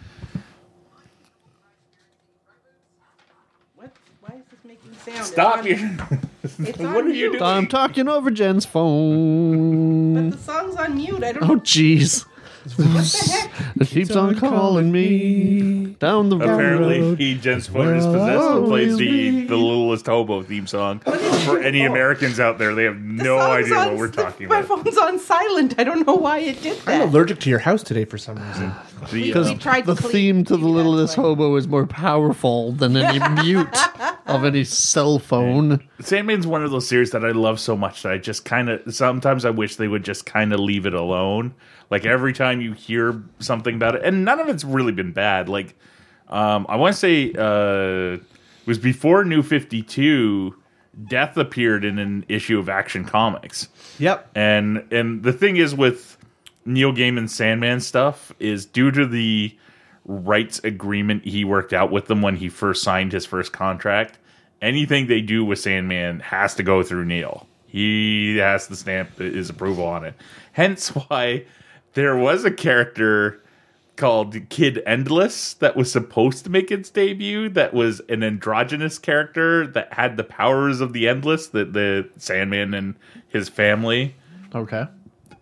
Speaker 5: what? Why is this making sound?
Speaker 4: stop
Speaker 5: It's
Speaker 4: you.
Speaker 5: on- It's on
Speaker 4: What are you
Speaker 5: mute,
Speaker 3: I'm talking over Jen's phone.
Speaker 5: But the song's on mute. I don't
Speaker 3: Oh,
Speaker 5: know.
Speaker 3: jeez. it keeps on calling me down the
Speaker 4: Apparently,
Speaker 3: road.
Speaker 4: he Jen's phone is possessed and plays the the Littlest Hobo theme song. For
Speaker 3: Oh.
Speaker 4: any Americans out there, they have
Speaker 5: The
Speaker 4: no
Speaker 5: song's
Speaker 4: idea what
Speaker 5: on-
Speaker 4: we're talking
Speaker 5: my
Speaker 4: about.
Speaker 5: My phone's on silent. I don't know why it did that.
Speaker 6: i'm allergic to your house today for some reason
Speaker 4: The,
Speaker 3: Because
Speaker 4: um,
Speaker 5: tried
Speaker 3: the
Speaker 5: to clean-
Speaker 3: theme to the
Speaker 5: clean that
Speaker 3: littlest
Speaker 5: way.
Speaker 3: hobo is more powerful than any mute of any cell phone.
Speaker 4: Sandman's uh, one of those series that I love so much that I just kind of sometimes I wish they would just kind of leave it alone. Like every time you hear something about it, and none of it's really been bad. Like um, I want to say uh, it was before New Fifty Two, Death appeared in an issue of Action Comics.
Speaker 6: yep
Speaker 4: And and the thing is with Neil Gaiman's Sandman stuff is due to the rights agreement he worked out with them when he first signed his first contract. Anything they do with Sandman has to go through Neil. He has to stamp his approval on it. Hence why there was a character called Kid Endless that was supposed to make its debut. That was an androgynous character that had the powers of the Endless, that the Sandman and his family
Speaker 3: Okay.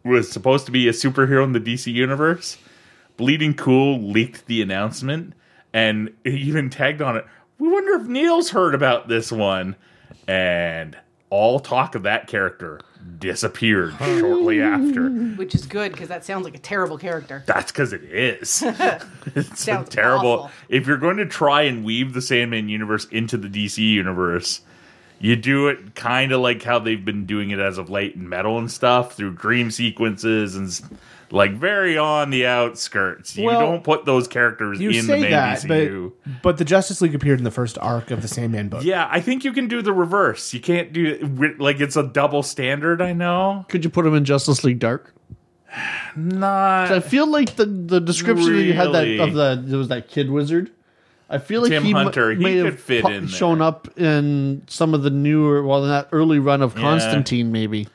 Speaker 4: was supposed to be a superhero in the DC universe. Bleeding Cool leaked the announcement and he even tagged on it. We wonder if Neil's heard about this one. And all talk of that character disappeared shortly after.
Speaker 5: Which is good because that sounds like a terrible character.
Speaker 4: That's because it is. it's a
Speaker 5: Sounds
Speaker 4: terrible.
Speaker 5: awful.
Speaker 4: If you're going to try and weave the Sandman universe into the DC universe, you do it kind of like how they've been doing it as of late in metal and stuff through dream sequences and s- like very on the outskirts. You
Speaker 6: Well,
Speaker 4: don't put those characters
Speaker 6: You
Speaker 4: in the
Speaker 6: say
Speaker 4: main
Speaker 6: that,
Speaker 4: DCU.
Speaker 6: but but the Justice League appeared in the first arc of the Sandman book.
Speaker 4: yeah, I think you can do the reverse. You can't do wi- like it's a double standard. I know.
Speaker 3: Could you put him in Justice League Dark? I
Speaker 4: Not
Speaker 3: feel like the, the description that you had that
Speaker 4: Really?
Speaker 3: of the there was that kid wizard. I feel like
Speaker 4: Tim
Speaker 3: he mu-
Speaker 4: Hunter, he
Speaker 3: may
Speaker 4: could
Speaker 3: have
Speaker 4: fit
Speaker 3: pu-
Speaker 4: in there.
Speaker 3: shown up in some of the newer, well, in that early run of Constantine, maybe,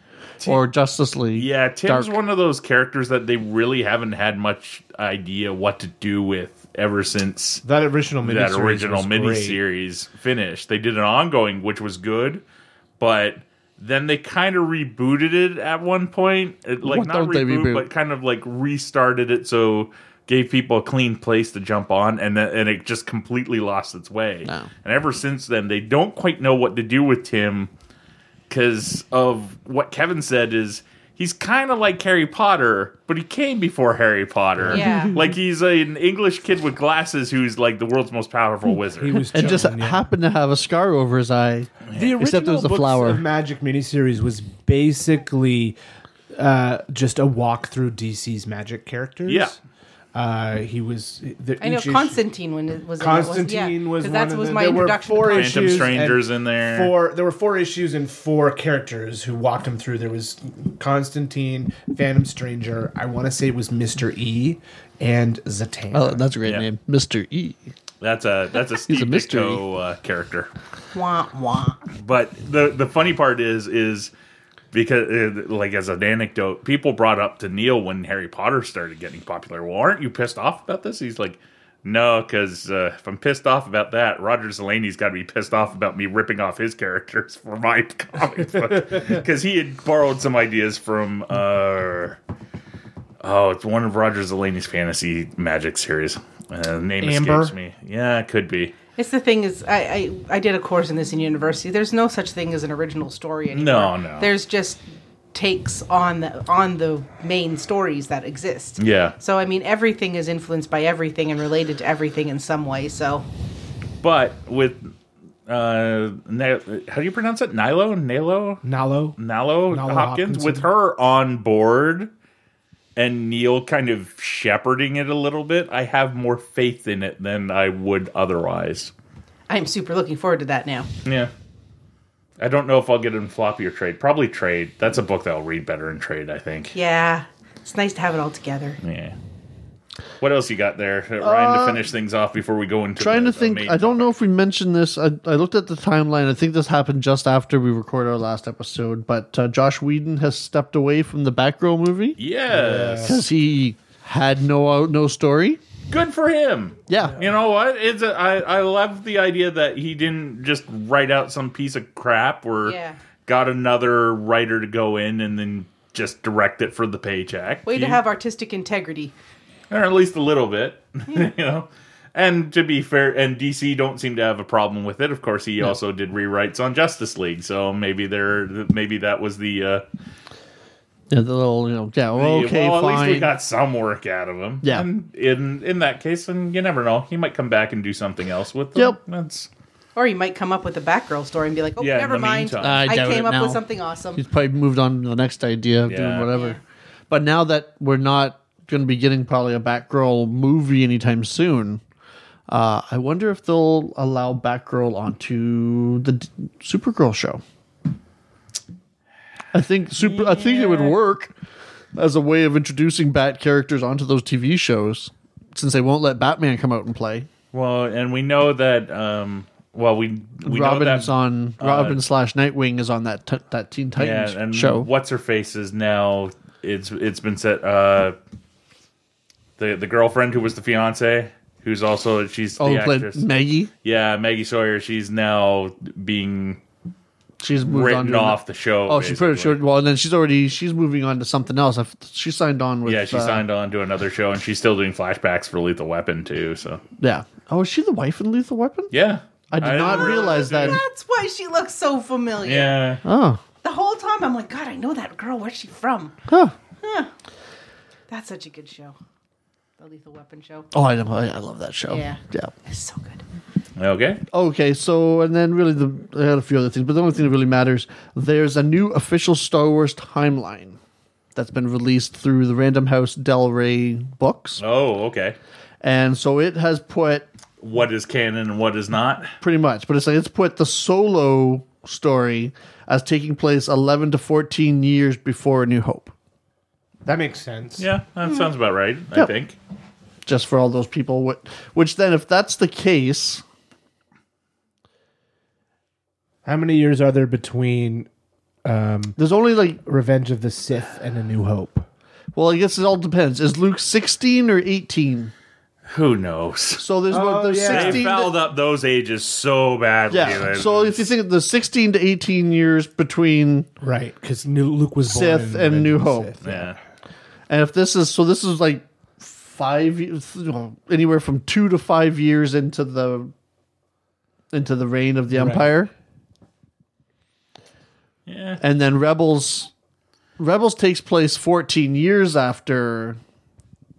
Speaker 3: or Justice League.
Speaker 4: yeah. Tim's
Speaker 3: Dark.
Speaker 4: one of those characters that they really haven't had much idea what to do with ever since
Speaker 6: That original mini
Speaker 4: that original miniseries finished. They did an ongoing, which was good, but then they kind of rebooted it at one point. It, like
Speaker 3: What
Speaker 4: not
Speaker 3: don't they
Speaker 4: reboot,
Speaker 3: reboot?
Speaker 4: but kind of like restarted it so gave people a clean place to jump on and then and it just completely lost its way.
Speaker 3: Oh.
Speaker 4: And ever since then they don't quite know what to do with Tim because of what Kevin said is he's kind of like Harry Potter, but he came before Harry Potter.
Speaker 5: Yeah.
Speaker 4: like he's an English kid with glasses who's like the world's most powerful wizard.
Speaker 6: He was
Speaker 3: and just
Speaker 6: chosen, yeah.
Speaker 3: happened to have a scar over his eye.
Speaker 6: the original
Speaker 3: Except it was the
Speaker 6: Books
Speaker 3: flower.
Speaker 6: of Magic miniseries was basically uh, just a walk through DC's Magic characters.
Speaker 4: Yeah.
Speaker 6: uh, he was. The,
Speaker 5: I know
Speaker 6: each issue-
Speaker 5: Constantine when was
Speaker 6: Constantine
Speaker 5: in it, wasn't- yeah,
Speaker 6: was
Speaker 5: 'cause
Speaker 6: one
Speaker 5: that's
Speaker 6: of
Speaker 5: was
Speaker 6: the-
Speaker 5: my
Speaker 6: there were
Speaker 5: introduction.
Speaker 6: four
Speaker 5: to Constantine.
Speaker 4: Phantom
Speaker 6: issues
Speaker 4: Strangers
Speaker 6: and
Speaker 4: in there.
Speaker 6: Four. There were four issues and four characters who walked him through. There was Constantine, Phantom Stranger. I want to say it was Mister E and Zatanna.
Speaker 3: Oh, that's a great
Speaker 4: Yeah.
Speaker 3: name, Mister E.
Speaker 4: That's a that's a Steve
Speaker 3: a mystery.
Speaker 4: Ditko uh, character.
Speaker 5: Wah, wah.
Speaker 4: But the the funny part is is because uh, like as an anecdote, people brought up to Neil when Harry Potter started getting popular. Well, aren't you pissed off about this? He's like, No, because uh, if I'm pissed off about that, Roger Zelani's got to be pissed off about me ripping off his characters for my comic book because he had borrowed some ideas from. Uh, oh, it's one of Roger Zelani's fantasy magic series. Uh, the name
Speaker 6: Amber?
Speaker 4: escapes me. Yeah, it could be.
Speaker 5: It's the thing is, I, I I did a course in this in university. There's no such thing as an original story anymore.
Speaker 4: No, no.
Speaker 5: There's just takes on the on the main stories that exist.
Speaker 4: Yeah.
Speaker 5: So I mean, everything is influenced by everything and related to everything in some way. So
Speaker 4: But with uh, Na- how do you pronounce it? Nilo, Nalo,
Speaker 6: Nalo.
Speaker 4: Nalo,
Speaker 6: Nalo
Speaker 4: Hopkins
Speaker 6: Hopkinson.
Speaker 4: with her on board and Neil kind of shepherding it a little bit. I have more faith in it than I would otherwise.
Speaker 5: I'm super looking forward to that now.
Speaker 4: Yeah. I don't know if I'll get it in floppy or trade. Probably trade. That's a book that I'll read better in trade, I think.
Speaker 5: Yeah, it's nice to have it all together.
Speaker 4: Yeah. What else you got there, Uh, Ryan, to finish things off before we go
Speaker 3: Uh,
Speaker 4: into
Speaker 3: Trying to
Speaker 4: the- the
Speaker 3: think.
Speaker 4: main-
Speaker 3: I don't know if we mentioned this. I, I looked at the timeline. I think this happened just after we recorded our last episode. But uh, Josh Whedon has stepped away from the Batgirl movie
Speaker 4: Yes.
Speaker 3: because he had no
Speaker 4: uh,
Speaker 3: out, no story.
Speaker 4: Good for him.
Speaker 3: Yeah.
Speaker 4: You know what? It's a, I, I love the idea that he didn't just write out some piece of crap or
Speaker 5: Yeah.
Speaker 4: got another writer to go in and then just direct it for the paycheck.
Speaker 5: Way to
Speaker 4: He-
Speaker 5: have artistic integrity.
Speaker 4: or at least a little bit,
Speaker 5: Hmm.
Speaker 4: you know. And to be fair, and DC don't seem to have a problem with it. Of course, he also did rewrites on Justice League, so maybe there, maybe that was the. Uh,
Speaker 3: Yeah, the little you know. Yeah.
Speaker 4: the-
Speaker 3: okay.
Speaker 4: well, at least we
Speaker 3: fine.
Speaker 4: got some work out of him.
Speaker 3: Yeah.
Speaker 4: And in in that case, and you never know, he might come back and do something else with. Them.
Speaker 3: Yep.
Speaker 4: That's
Speaker 5: Or you might come up with a Batgirl story and be like, oh,
Speaker 4: Yeah, in
Speaker 5: never
Speaker 4: the
Speaker 5: mind.
Speaker 4: meantime.
Speaker 3: I
Speaker 5: I,
Speaker 3: doubt
Speaker 5: came
Speaker 3: it
Speaker 5: up
Speaker 3: now.
Speaker 5: with something awesome.
Speaker 3: He's probably moved on to the next idea,
Speaker 4: Yeah.
Speaker 3: doing whatever. But now that we're not going to be getting probably a Batgirl movie anytime soon, uh, I wonder if they'll allow Batgirl onto the D- Supergirl show. I think super. I think it would work as a way of introducing Bat characters onto those TV shows, since they won't let Batman come out and play.
Speaker 4: well, and we know that. um Well, we we know
Speaker 3: Robin's
Speaker 4: that uh,
Speaker 3: on Robin slash Nightwing is on that t- that Teen Titans
Speaker 4: Yeah, and
Speaker 3: show.
Speaker 4: what's her face is now it's it's been set uh the the girlfriend who was the fiance who's also she's
Speaker 3: oh,
Speaker 4: the
Speaker 3: played
Speaker 4: actress.
Speaker 3: Maggie.
Speaker 4: yeah, Maggie Sawyer, she's now being
Speaker 3: She's moved on
Speaker 4: written
Speaker 3: to
Speaker 4: off the show.
Speaker 3: Oh, she pretty
Speaker 4: basically.
Speaker 3: sure. Well, and then she's already she's moving on to something else. I f- She signed on with.
Speaker 4: Yeah, she
Speaker 3: uh,
Speaker 4: signed on to another show and she's still doing flashbacks for Lethal Weapon too, so.
Speaker 3: Yeah. Oh, is she the wife in Lethal Weapon?
Speaker 4: Yeah.
Speaker 3: I did not
Speaker 4: didn't
Speaker 3: realize that.
Speaker 5: That's why she looks so familiar.
Speaker 4: Yeah.
Speaker 3: Oh,
Speaker 5: The whole time I'm like, God, I know that girl. Where's she from?
Speaker 3: huh.
Speaker 5: That's such a good show. The Lethal Weapon show.
Speaker 3: Oh, I, know. I I love that show.
Speaker 5: Yeah.
Speaker 3: Yeah.
Speaker 5: It's so good.
Speaker 4: Okay.
Speaker 3: Okay, so and then really the I had a few other things, but the only thing that really matters there's a new official Star Wars timeline that's been released through the Random House Del Rey books,
Speaker 4: Oh, okay.
Speaker 3: and so it has put
Speaker 4: What is canon and what is not?
Speaker 3: pretty much but it's like it's put the solo story as taking place 11 to 14 years before a new hope
Speaker 6: That makes sense.
Speaker 4: Yeah, that sounds about right, I
Speaker 3: Hmm. Yep.
Speaker 4: think.
Speaker 3: just for all those people wh- which then if that's the case
Speaker 6: How many years are there between
Speaker 3: there's only like
Speaker 6: Revenge of the Sith and A New Hope?
Speaker 3: well i guess it all depends is luke 16 or 18
Speaker 4: Who knows?
Speaker 3: so there's about there's
Speaker 6: yeah. They
Speaker 4: They
Speaker 3: 16 to-
Speaker 4: fouled up those ages so badly.
Speaker 3: yeah
Speaker 4: that-
Speaker 3: so if you think the 16 to 18 years between
Speaker 6: Right, because Luke was born
Speaker 3: Sith
Speaker 6: in
Speaker 3: and
Speaker 6: Revenge
Speaker 3: New
Speaker 6: of the
Speaker 3: Hope.
Speaker 6: Sith.
Speaker 4: yeah.
Speaker 3: and if this is so this is like five years well, anywhere from two to five years into the into the reign of the empire
Speaker 4: Yeah.
Speaker 3: and then rebels rebels takes place 14 years after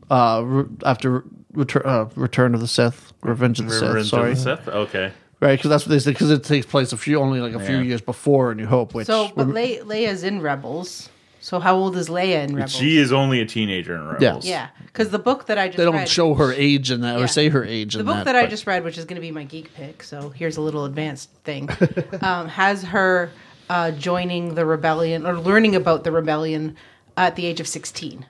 Speaker 3: uh re- after return uh, return of the sith revenge of the
Speaker 4: River
Speaker 3: sith
Speaker 4: into
Speaker 3: sorry
Speaker 4: the Sith? Okay.
Speaker 3: right because that's what they said because it takes place a few only like a few
Speaker 4: Yeah.
Speaker 3: years before a new hope which
Speaker 5: So, but Le- Leia's in Rebels. So, how old is Leia in Rebels?
Speaker 4: She is only a teenager in Rebels.
Speaker 5: yeah, because the book that I just
Speaker 3: they don't
Speaker 5: read,
Speaker 3: show her age in that
Speaker 5: Yeah.
Speaker 3: or say her age
Speaker 5: the
Speaker 3: in
Speaker 5: book
Speaker 3: that,
Speaker 5: that, I
Speaker 3: but-
Speaker 5: just read, which is going to be my geek pick, so here's a little advanced thing, um, has her uh, joining the rebellion or learning about the rebellion at the age of 16.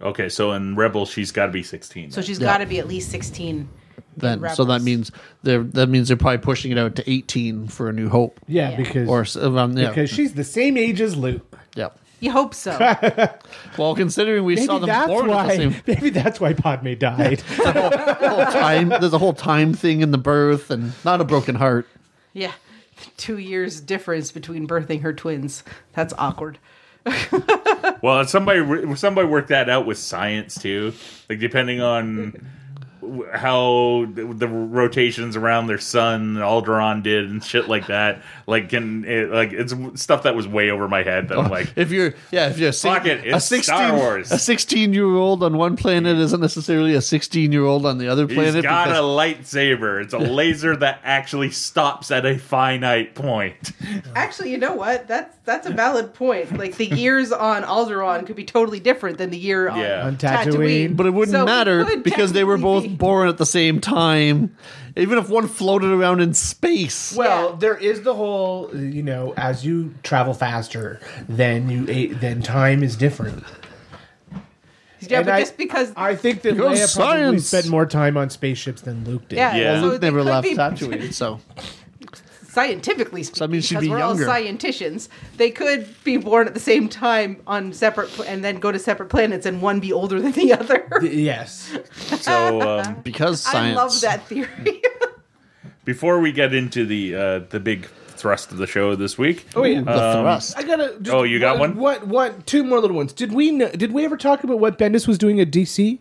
Speaker 4: Okay, so in Rebels, she's got to be 16.
Speaker 5: So she's got to be at least 16.
Speaker 3: then so that
Speaker 5: Rebels.
Speaker 3: means they're that means they're probably pushing it out to 18 for a new hope
Speaker 6: Yeah,
Speaker 5: Yeah.
Speaker 6: because
Speaker 3: or s- around yeah
Speaker 6: because she's the same age as Luke.
Speaker 3: yeah
Speaker 5: You hope so.
Speaker 3: Well, considering we saw
Speaker 6: Maybe
Speaker 3: them
Speaker 6: that's
Speaker 3: born at the same
Speaker 6: why. Maybe that's why Padme died.
Speaker 3: whole time, there's a whole time thing in the birth, and not a broken heart.
Speaker 5: yeah. Two years difference between birthing her twins. That's awkward.
Speaker 4: Well, and somebody re- somebody worked that out with science too. Like depending on w- how the, the rotations around their sun Alderaan did and shit like that. Like can it, like it's stuff that was way over my head
Speaker 3: Oh,
Speaker 4: that I'm like
Speaker 3: If you're, yeah, if you're a,
Speaker 4: Fuck it, it's Star Wars.
Speaker 3: a 16 year old on one planet isn't necessarily a 16 year old on the other planet.
Speaker 4: He's got a
Speaker 3: because-
Speaker 4: lightsaber. It's a laser that actually stops at a finite point.
Speaker 5: Actually, you know what? That's that's a valid point. Like the years on Alderaan could be totally different than the year on
Speaker 4: Yeah.
Speaker 6: On Tatooine.
Speaker 5: Tatooine.
Speaker 3: but it wouldn't
Speaker 5: So we
Speaker 3: matter
Speaker 5: could
Speaker 3: because they were both
Speaker 5: technically be-
Speaker 3: born at the same time. Even if one floated around in space,
Speaker 6: Well,
Speaker 5: Yeah.
Speaker 6: there is the whole you know, as you travel faster, then you ate, then time is different.
Speaker 5: Yeah,
Speaker 6: And
Speaker 5: but
Speaker 6: I-
Speaker 5: just because
Speaker 6: I think that
Speaker 3: Your
Speaker 6: Leia probably
Speaker 3: science.
Speaker 6: spent more time on spaceships than Luke did.
Speaker 5: yeah,
Speaker 4: Yeah.
Speaker 5: so
Speaker 3: Luke
Speaker 5: they
Speaker 3: never
Speaker 5: could
Speaker 3: left
Speaker 5: be-
Speaker 3: Tatooine, so
Speaker 5: scientifically speaking,
Speaker 3: that means she'd
Speaker 5: because
Speaker 3: be
Speaker 5: we're
Speaker 3: younger.
Speaker 5: all scienticians, they could be born at the same time on separate pl- and then go to separate planets and one be older than the other.
Speaker 6: Yes.
Speaker 4: So um,
Speaker 3: because
Speaker 5: I
Speaker 3: science.
Speaker 5: love that theory.
Speaker 4: before we get into the uh, the big thrust of the show this week,
Speaker 6: Oh yeah.
Speaker 3: The
Speaker 4: Um,
Speaker 3: thrust.
Speaker 6: I gotta. Just,
Speaker 4: Oh, you got one?
Speaker 6: What? What? Two more little ones. Did we? Know, did we ever talk about what Bendis was doing at DC?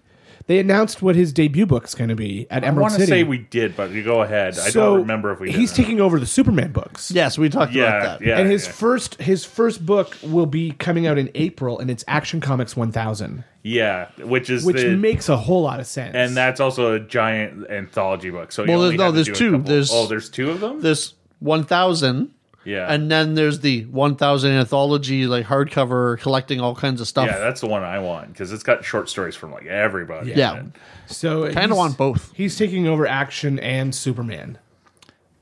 Speaker 6: They announced what his debut book's going to be at
Speaker 4: I
Speaker 6: Emerald
Speaker 4: want to
Speaker 6: City.
Speaker 4: say we did, but you go ahead. I
Speaker 6: So,
Speaker 4: don't remember if we. did
Speaker 6: He's
Speaker 4: or not.
Speaker 6: taking over the Superman books.
Speaker 3: Yes, we talked
Speaker 4: Yeah,
Speaker 3: about that.
Speaker 4: yeah.
Speaker 6: and his
Speaker 4: yeah.
Speaker 6: first his first book will be coming out in April, and it's Action Comics 1000,
Speaker 4: Yeah, which is
Speaker 6: which
Speaker 4: the,
Speaker 6: makes a whole lot of sense.
Speaker 4: and that's also a giant anthology book. So you
Speaker 3: Well, there's-
Speaker 4: only
Speaker 3: no,
Speaker 4: have to
Speaker 3: there's
Speaker 4: do a
Speaker 3: two.
Speaker 4: couple-
Speaker 3: There's-
Speaker 4: oh, there's two of them.
Speaker 3: This 1000
Speaker 4: yeah,
Speaker 3: And then there's the 1000 anthology, like hardcover, collecting all kinds of stuff.
Speaker 4: yeah, that's the one I want because it's got short stories from like everybody.
Speaker 3: Yeah.
Speaker 6: so
Speaker 3: Kinda
Speaker 6: he's-
Speaker 3: want both.
Speaker 6: He's taking over Action and Superman.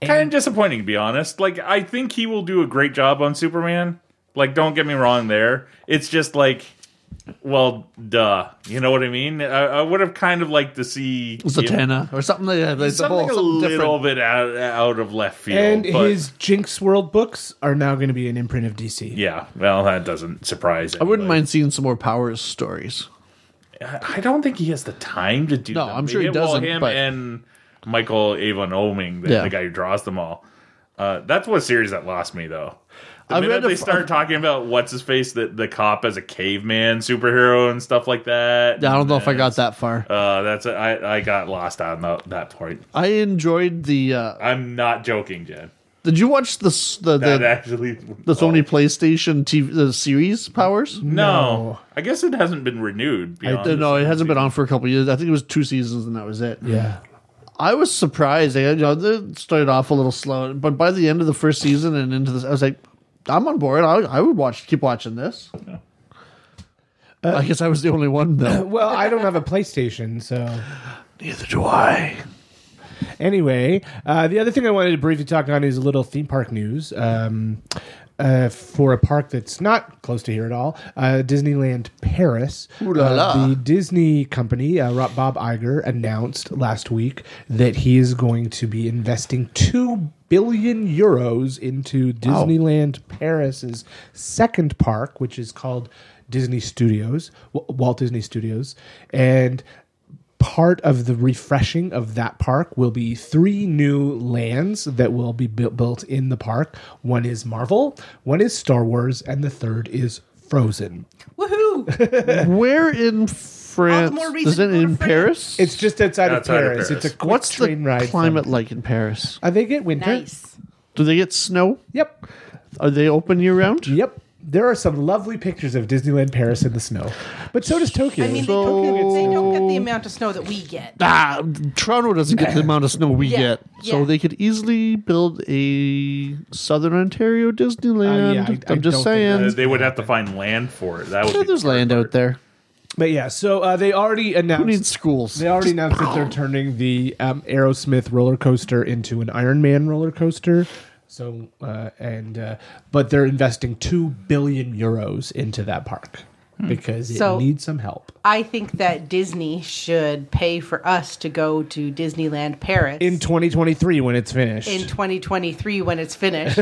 Speaker 4: kind of disappointing to be honest. Like I think he will do a great job on Superman. Like, don't get me wrong. There, it's just like. Well, duh. You know what I mean? I, I would have kind of liked to see
Speaker 3: Zatanna or something like that. Like, something
Speaker 4: something a
Speaker 3: something
Speaker 4: little
Speaker 3: different.
Speaker 4: bit out, out of left field.
Speaker 6: And
Speaker 4: but
Speaker 6: his Jinx World books are now going to be an imprint of DC.
Speaker 4: yeah, well, that doesn't surprise.
Speaker 3: I wouldn't mind seeing some more powers stories.
Speaker 4: I don't think he has the time to do.
Speaker 3: No,
Speaker 4: them.
Speaker 3: I'm sure he
Speaker 4: Well,
Speaker 3: doesn't,
Speaker 4: him
Speaker 3: but-
Speaker 4: and Michael Avon Oming, the,
Speaker 3: Yeah.
Speaker 4: the guy who draws them all. Uh, that's what series that lost me though. The
Speaker 3: I've
Speaker 4: minute
Speaker 3: read a
Speaker 4: they
Speaker 3: f-
Speaker 4: start talking about what's his face, the, the cop as a caveman superhero and stuff like that.
Speaker 3: Yeah, I don't know if I got that far.
Speaker 4: Uh, that's I I got lost on tho- that point.
Speaker 3: I enjoyed the. Uh,
Speaker 4: I'm not joking, Jen.
Speaker 3: did you watch the s- the the,
Speaker 4: That actually
Speaker 3: the Sony PlayStation TV the series powers?
Speaker 4: Mm-hmm. No.
Speaker 6: No.
Speaker 4: I guess it hasn't been renewed. beyond
Speaker 3: Uh, No,
Speaker 4: this
Speaker 3: it hasn't been
Speaker 4: season.
Speaker 3: on for a couple years. I think it was two seasons and that was it.
Speaker 6: Yeah.
Speaker 3: I was surprised. I, you know, it started off a little slow, but by the end of the first season and into this, I was like, I'm on board. I, I would watch, keep watching this. Uh, I guess I was the only one though.
Speaker 6: Well, I don't have a PlayStation, so
Speaker 3: uh, Neither do I.
Speaker 6: anyway, uh, the other thing I wanted to briefly talk on is a little theme park news. Um, uh, for a park that's not close to here at all, uh, Disneyland Paris.
Speaker 3: Ooh la
Speaker 6: Uh,
Speaker 3: la.
Speaker 6: the Disney company, uh, Rob- Bob Iger, announced last week that he is going to be investing two billion euros into Disneyland Paris's second park, which is called Disney Studios, Wa- Walt Disney Studios, and part of the refreshing of that park will be three new lands that will be built, built in the park. One is Marvel, one is Star Wars, and the third is Frozen.
Speaker 5: Woohoo!
Speaker 3: Where in France?
Speaker 5: more reason
Speaker 3: Is it
Speaker 5: to go to
Speaker 3: in
Speaker 5: France.
Speaker 3: Paris?
Speaker 6: It's just outside,
Speaker 4: Outside
Speaker 6: of,
Speaker 4: of
Speaker 6: Paris.
Speaker 4: Paris.
Speaker 6: It's a quick
Speaker 3: What's the
Speaker 6: train ride. from-
Speaker 3: climate like in Paris?
Speaker 6: Uh, they get winter.
Speaker 5: nice.
Speaker 3: Do they get snow?
Speaker 6: Yep.
Speaker 3: Are they open year round?
Speaker 6: Yep. There are some lovely pictures of Disneyland Paris in the snow, but so does Tokyo.
Speaker 5: I mean,
Speaker 3: So-
Speaker 5: they, don't get, they don't get the amount of snow that we get.
Speaker 3: Ah, Toronto doesn't get the amount of snow we
Speaker 5: Yeah,
Speaker 3: get, so
Speaker 5: yeah.
Speaker 3: they could easily buld a Southern Ontario Disneyland. I,
Speaker 6: I- I
Speaker 3: am
Speaker 6: don't
Speaker 3: just
Speaker 6: think
Speaker 3: saying.
Speaker 4: Uh, They would have to find land for it. That would
Speaker 3: Sure,
Speaker 4: be
Speaker 3: there's
Speaker 4: the hard
Speaker 3: land
Speaker 4: part.
Speaker 3: out there.
Speaker 6: but yeah, so uh, they already announced
Speaker 3: Who needs schools?
Speaker 6: They already announced that they're turning the um, Aerosmith roller coaster into an Iron Man roller coaster. So uh, and uh, but they're investing two billion euros into that park
Speaker 3: Hmm.
Speaker 6: because it
Speaker 5: So-
Speaker 6: needs some help
Speaker 5: I think that Disney should pay for us to go to Disneyland Paris
Speaker 6: in 2023 when it's finished.
Speaker 5: in 2023 when it's finished.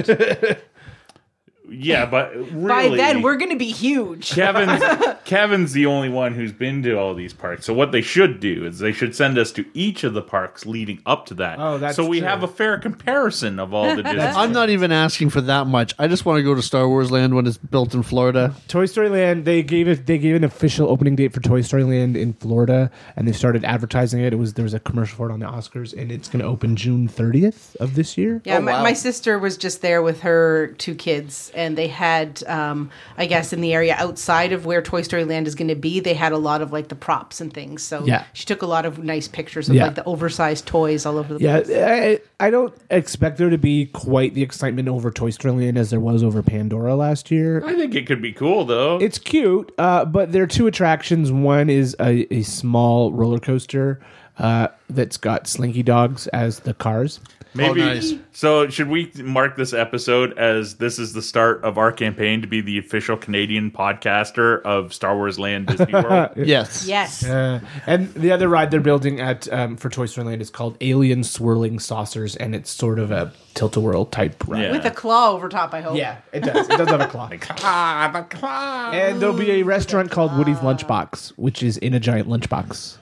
Speaker 4: yeah, but really,
Speaker 5: By then, we're going to be huge.
Speaker 4: Kevin's Kevin's the only one who's been to all these parks. So what they should do is they should send us to each of the parks leading up to that.
Speaker 6: Oh, that's
Speaker 4: so we
Speaker 6: true.
Speaker 4: have a fair comparison of all the Disney.
Speaker 3: I'm not even asking for that much. I just want to go to Star Wars Land when it's built in Florida.
Speaker 6: Toy Story Land, they gave it they gave an official opening date for Toy Story Land in Florida and they started advertising it. It was there was a commercial for it on the Oscars and it's gonna open June thirtieth of this year.
Speaker 5: Yeah,
Speaker 3: Oh,
Speaker 5: my,
Speaker 3: wow.
Speaker 5: my sister was just there with her two kids, and they had, um, I guess, in the area outside of where Toy Story Land is going to be, they had a lot of like the props and things. So
Speaker 6: Yeah.
Speaker 5: she took a lot of nice pictures of
Speaker 6: Yeah.
Speaker 5: like the oversized toys all over the
Speaker 6: Yeah,
Speaker 5: place.
Speaker 6: I, I don't expect there to be quite the excitement over Toy Story Land as there was over Pandora last year.
Speaker 4: I think it could be cool though.
Speaker 6: It's cute, uh, but there are two attractions. One is a, a small roller coaster uh, that's got Slinky Dogs as the cars.
Speaker 4: Maybe
Speaker 3: Oh, nice.
Speaker 4: so. Should we mark this episode as this is the start of our campaign to be the official Canadian podcaster of Star Wars Land Disney World?
Speaker 3: Yes.
Speaker 5: Yes.
Speaker 6: Uh, and the other ride they're building at um, for Toy Story Land is called Alien Swirling Saucers, and it's sort of a tilt a whirl type ride.
Speaker 5: With a claw over top, I hope.
Speaker 6: Yeah, it does. It does have a clock. "Ah, And there'll be a restaurant called Woody's Lunchbox, which is in a giant lunchbox.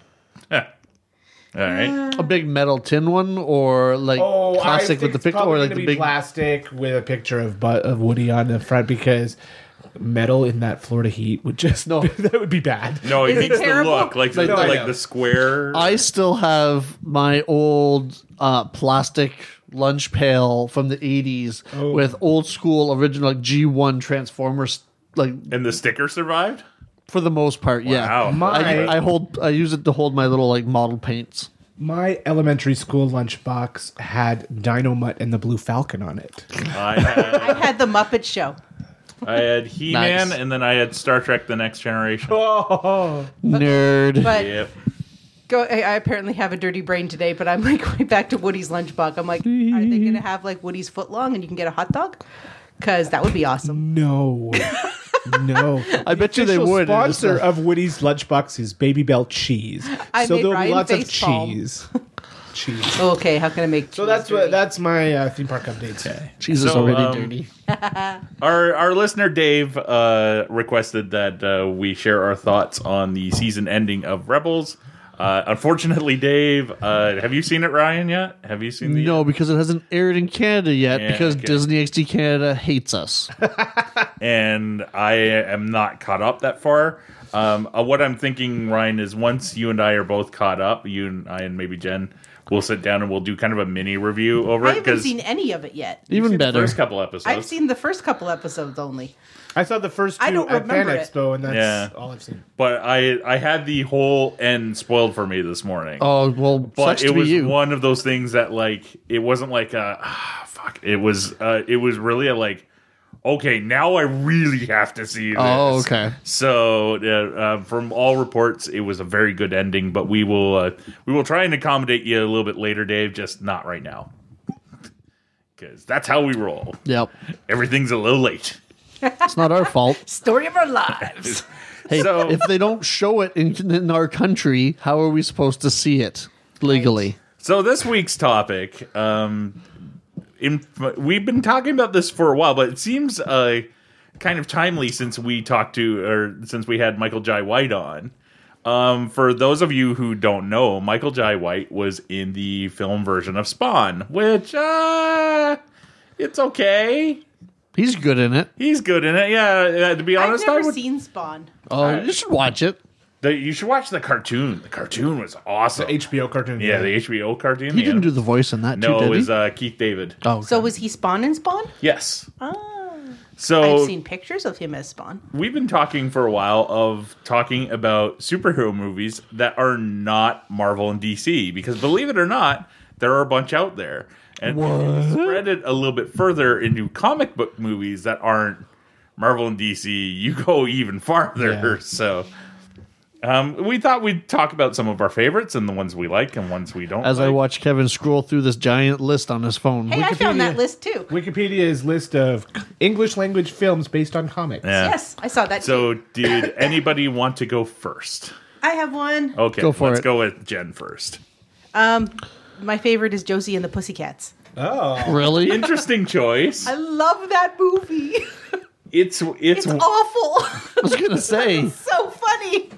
Speaker 4: all right.
Speaker 3: A big metal tin one or like
Speaker 6: Oh,
Speaker 3: plastic with the picture or like the big
Speaker 6: plastic with a picture of but of Woody on the front because metal in that Florida heat would just no that would be bad.
Speaker 4: No, it
Speaker 5: Is it
Speaker 4: needs the
Speaker 5: terrible?
Speaker 4: look like the,
Speaker 6: No, I know.
Speaker 4: like the square.
Speaker 3: I still have my old uh, plastic lunch pail from the 80s
Speaker 6: Oh.
Speaker 3: with old school original like G1 Transformers like
Speaker 4: and the sticker survived.
Speaker 3: for the most part
Speaker 4: Wow.
Speaker 3: yeah
Speaker 6: My-
Speaker 3: I, I hold I use it to hold my little like model paints
Speaker 6: My elementary school lunchbox had Dino Mutt and the Blue Falcon on it.
Speaker 4: I had,
Speaker 5: I had the Muppet Show.
Speaker 4: I had He Man,
Speaker 3: Nice.
Speaker 4: and then I had Star Trek: The Next Generation.
Speaker 5: Oh.
Speaker 3: nerd
Speaker 5: But
Speaker 4: Yep.
Speaker 5: go, I, I apparently have a dirty brain today, but I'm like going back to Woody's lunchbox. I'm like, are they going to have like Woody's footlong and you can get a hot dog? Because that would be awesome.
Speaker 6: No. no.
Speaker 3: I bet you they
Speaker 6: Official
Speaker 3: would It was
Speaker 6: Sponsor
Speaker 3: the-
Speaker 6: of Woody's Lunchbox is Baby Bell Cheese.
Speaker 5: I
Speaker 6: so
Speaker 5: made
Speaker 6: there'll
Speaker 5: Ryan
Speaker 6: be lots of
Speaker 5: face palm.
Speaker 6: cheese. cheese.
Speaker 5: Okay, how can I make
Speaker 6: So that's what that's my uh, theme park update today.
Speaker 3: Jesus
Speaker 4: So,
Speaker 3: already
Speaker 4: um,
Speaker 3: dirty
Speaker 4: Our our listener Dave uh, requested that uh, we share our thoughts on the season ending of Rebels. Uh, unfortunately, Dave, uh, have you seen it, Ryan? Yet? Have you seen the? uh,
Speaker 3: no because it hasn't aired in Canada yet
Speaker 4: Yeah,
Speaker 3: because
Speaker 4: okay.
Speaker 3: Disney XD Canada hates us
Speaker 4: and I am not caught up that far. Um, uh, what I'm thinking, Ryan, is once you and I are both caught up, you and I and maybe Jen, we'll sit down and we'll do kind of a mini review over it
Speaker 5: I haven't seen any of it yet.
Speaker 3: even
Speaker 4: the
Speaker 3: better
Speaker 4: first couple episodes.
Speaker 5: I've seen the first couple episodes only.
Speaker 6: I saw the first two
Speaker 5: I don't
Speaker 6: at Fan
Speaker 5: remember it.
Speaker 6: Expo, and that's
Speaker 4: Yeah.
Speaker 6: all I've seen.
Speaker 4: but I I had the whole end spoiled for me this morning.
Speaker 3: oh well
Speaker 4: but
Speaker 3: sucks to
Speaker 4: it
Speaker 3: be
Speaker 4: was
Speaker 3: you
Speaker 4: one of those things that like it wasn't like a ah, fuck. It was uh, it was really a like okay now I really have to see this.
Speaker 3: Oh, okay.
Speaker 4: So uh, uh, from all reports, it was a very good ending. But we will uh, we will try and accommodate you a little bit later, Dave. Just not right now. Because that's how we roll.
Speaker 3: yep
Speaker 4: Everything's a little late.
Speaker 3: it's not our fault
Speaker 5: Story of our lives.
Speaker 3: Hey,
Speaker 4: So-
Speaker 3: if they don't show it in, in our country, how are we supposed to see it legally?
Speaker 4: So this week's topic, um, in, we've been talking about this for a while, but it seems uh, kind of timely since we talked to or since we had Michael Jai White on. Um, for those of you who don't know, Michael Jai White was in the film version of Spawn, which uh, it's okay.
Speaker 3: He's good in it.
Speaker 4: He's good in it. Yeah, uh, to be
Speaker 5: I've
Speaker 4: honest, I
Speaker 5: never
Speaker 4: would.
Speaker 5: seen Spawn.
Speaker 3: Oh, you should watch it.
Speaker 4: the, you should watch the cartoon. The cartoon was awesome.
Speaker 6: HBO cartoon.
Speaker 4: yeah, the HBO
Speaker 3: He
Speaker 4: cartoon. the
Speaker 3: didn't
Speaker 4: anim-
Speaker 3: do the voice in that
Speaker 4: no,
Speaker 3: too,
Speaker 4: it
Speaker 3: did he?
Speaker 4: was uh, Keith David.
Speaker 3: oh,
Speaker 5: So
Speaker 3: okay.
Speaker 5: was he Spawn in Spawn?
Speaker 4: Yes.
Speaker 5: Oh.
Speaker 4: So
Speaker 5: I've seen pictures of him as Spawn.
Speaker 4: we've been talking for a while of talking about superhero movies that are not Marvel and DC because believe it or not, there are a bunch out there. And if you spread it a little bit further into comic book movies that aren't Marvel and DC, you go even farther.
Speaker 6: Yeah.
Speaker 4: So um, we thought we'd talk about some of our favorites and the ones we like and ones we don't.
Speaker 3: as I
Speaker 4: like.
Speaker 3: watch Kevin scroll through this giant list on his phone.
Speaker 5: Hey, I
Speaker 6: Wikipedia.
Speaker 5: found that list too.
Speaker 6: Wikipedia's list of English language films based on comics.
Speaker 4: Yeah.
Speaker 5: Yes, I saw that. too.
Speaker 4: So did anybody want to go first?
Speaker 5: I have one.
Speaker 4: Okay,
Speaker 3: Go for
Speaker 4: let's
Speaker 3: it.
Speaker 4: go with Jen first.
Speaker 5: Um, my favorite is Josie and the Pussycats.
Speaker 7: Oh,
Speaker 3: Really?
Speaker 4: Interesting choice.
Speaker 5: I love that movie.
Speaker 4: It's it's.
Speaker 5: It's awful.
Speaker 3: I was gonna say.
Speaker 4: Hmm.
Speaker 5: so funny.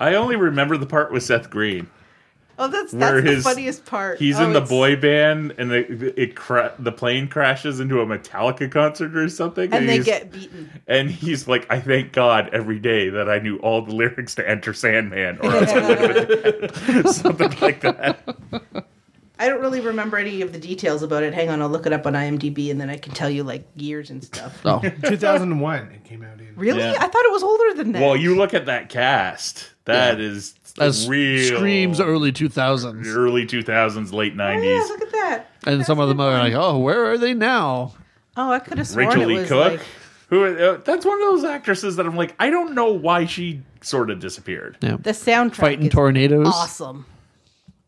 Speaker 4: I only remember the part with Seth Green.
Speaker 5: Oh, that's
Speaker 4: Where
Speaker 5: that's
Speaker 4: his-
Speaker 5: the funniest part.
Speaker 4: He's
Speaker 5: Oh,
Speaker 4: in the
Speaker 5: it's-
Speaker 4: boy band, and the it cra- the plane crashes into a Metallica concert or something.
Speaker 5: and they
Speaker 4: he's-
Speaker 5: get beaten.
Speaker 4: and he's like, I thank God every day that I knew all the lyrics to Enter Sandman, or else I would have something like that.
Speaker 5: I don't really remember any of the details about it. Hang on, I'll look it up on IMDb and then I can tell you like years and stuff.
Speaker 3: No.
Speaker 6: 2001 it came out in.
Speaker 5: Really?
Speaker 4: Yeah.
Speaker 5: I thought it was older than that.
Speaker 4: Well, you look at that cast. That
Speaker 3: Yeah.
Speaker 4: is
Speaker 3: That
Speaker 4: real
Speaker 3: screams early 2000s.
Speaker 4: early two thousands, late
Speaker 5: Oh,
Speaker 4: nineties.
Speaker 5: yeah, look at that.
Speaker 3: And some of them are like, oh, where are they now?
Speaker 5: Oh, I could have sworn
Speaker 4: Rachel
Speaker 5: it
Speaker 4: Lee
Speaker 5: was
Speaker 4: Cook.
Speaker 5: like
Speaker 4: who uh, that's one of those actresses that I'm like, I don't know why she sort of disappeared.
Speaker 5: the soundtrack.
Speaker 3: Fighting
Speaker 5: is
Speaker 3: tornadoes.
Speaker 5: Awesome.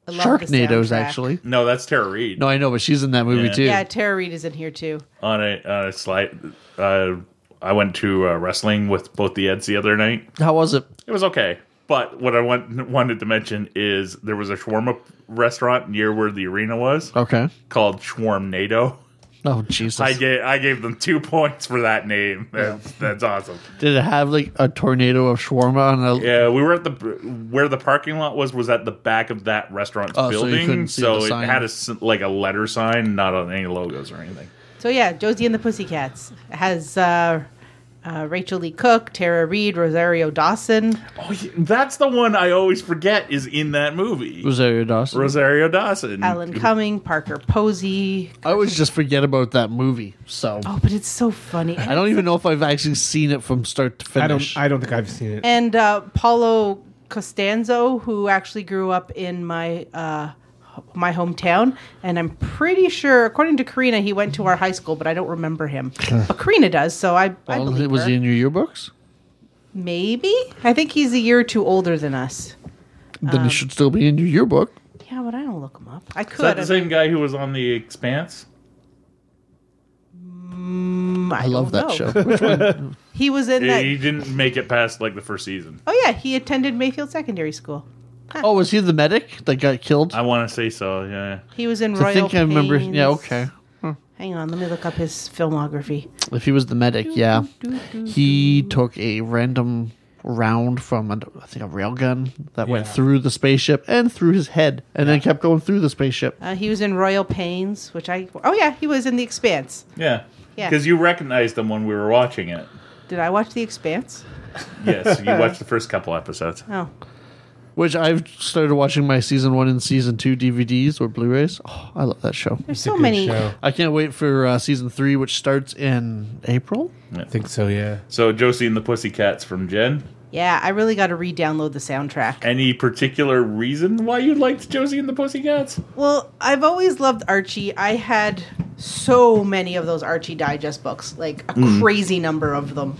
Speaker 5: I love the
Speaker 3: Sharknadoes,
Speaker 5: soundtrack.
Speaker 3: actually.
Speaker 4: No, that's Tara Reid
Speaker 3: No, I know, but she's in that movie
Speaker 4: Yeah.
Speaker 3: too.
Speaker 5: Yeah, Tara Reid is in here too.
Speaker 4: on a on a slide. Uh, I went to uh, wrestling with both the Eds the other night.
Speaker 3: How was it?
Speaker 4: It was okay. But what I want, wanted to mention is there was a shawarma restaurant near where the arena was
Speaker 3: Okay.
Speaker 4: called Schwarm NATO.
Speaker 3: Oh Jesus!
Speaker 4: I gave I gave them two points for that name. That's, that's awesome.
Speaker 3: Did it have like a tornado of shawarma on a?
Speaker 4: Yeah, we were at the where the parking lot was was at the back of that restaurant's
Speaker 3: Oh, so you
Speaker 4: building,
Speaker 3: couldn't see
Speaker 4: so,
Speaker 3: the
Speaker 4: it
Speaker 3: sign.
Speaker 4: had a s- like a letter sign, not on any logos or anything.
Speaker 5: So yeah, Josie and the Pussycats has uh, uh, Rachel Lee Cook, Tara Reid, Rosario Dawson.
Speaker 4: Oh, yeah, that's the one I always forget is in that movie.
Speaker 3: Rosario Dawson.
Speaker 4: Rosario Dawson.
Speaker 3: Mm-hmm.
Speaker 5: Alan Cumming, Parker Posey.
Speaker 3: I always just forget about that movie, so
Speaker 5: Oh, but it's so funny.
Speaker 3: I don't even know if I've actually seen it from start to
Speaker 6: I
Speaker 3: finish.
Speaker 6: don't. I don't think I've seen it.
Speaker 5: And uh, Paulo Costanzo, who actually grew up in my uh, my hometown, and I'm pretty sure, according to Karina, he went to our high school, but I don't remember him. but Karina does, so I, I
Speaker 3: Well,
Speaker 5: believe
Speaker 3: was
Speaker 5: her.
Speaker 3: he in your yearbooks?
Speaker 5: Maybe I think he's a year or two older than us.
Speaker 3: Then
Speaker 5: Um,
Speaker 3: he should still be in your yearbook.
Speaker 5: Yeah, but I don't look him up. I
Speaker 4: Is that
Speaker 5: could.
Speaker 4: the same guy who was on The Expanse?
Speaker 3: I love that
Speaker 5: um, know.
Speaker 3: show. Which one?
Speaker 5: He was in that.
Speaker 4: He didn't make it past like the first season.
Speaker 5: Oh yeah, he attended Mayfield Secondary School.
Speaker 3: oh, was he the medic that got killed?
Speaker 4: I want to say so. Yeah.
Speaker 5: He was in
Speaker 3: I
Speaker 5: Royal.
Speaker 3: think I remember.
Speaker 5: Pains.
Speaker 3: Yeah, okay.
Speaker 5: Hang on, let me look up his filmography.
Speaker 3: If he was the medic, yeah, he took a random round from a, I think a railgun that went
Speaker 6: Yeah.
Speaker 3: through the spaceship and through his head, and then kept going through the spaceship.
Speaker 5: Uh, he was in Royal Pains, which I. Oh yeah, he was in The Expanse.
Speaker 4: Yeah.
Speaker 5: Yeah.
Speaker 4: Because you recognized them when we were watching it.
Speaker 5: Did I watch The Expanse?
Speaker 4: Yes, you watched the first couple episodes.
Speaker 5: Oh,
Speaker 3: Which I've started watching my season one and season two DVDs or Blu-rays. Oh, I love that show.
Speaker 5: there's so many.
Speaker 3: I can't wait for uh, season three, which starts in April.
Speaker 6: I think so. Yeah.
Speaker 4: So Josie and the Pussycats from Jen.
Speaker 5: Yeah, I really got to re-download the soundtrack.
Speaker 4: Any particular reason why you liked Josie and the Pussycats?
Speaker 5: Well, I've always loved Archie. I had so many of those Archie Digest books, like a crazy number of them.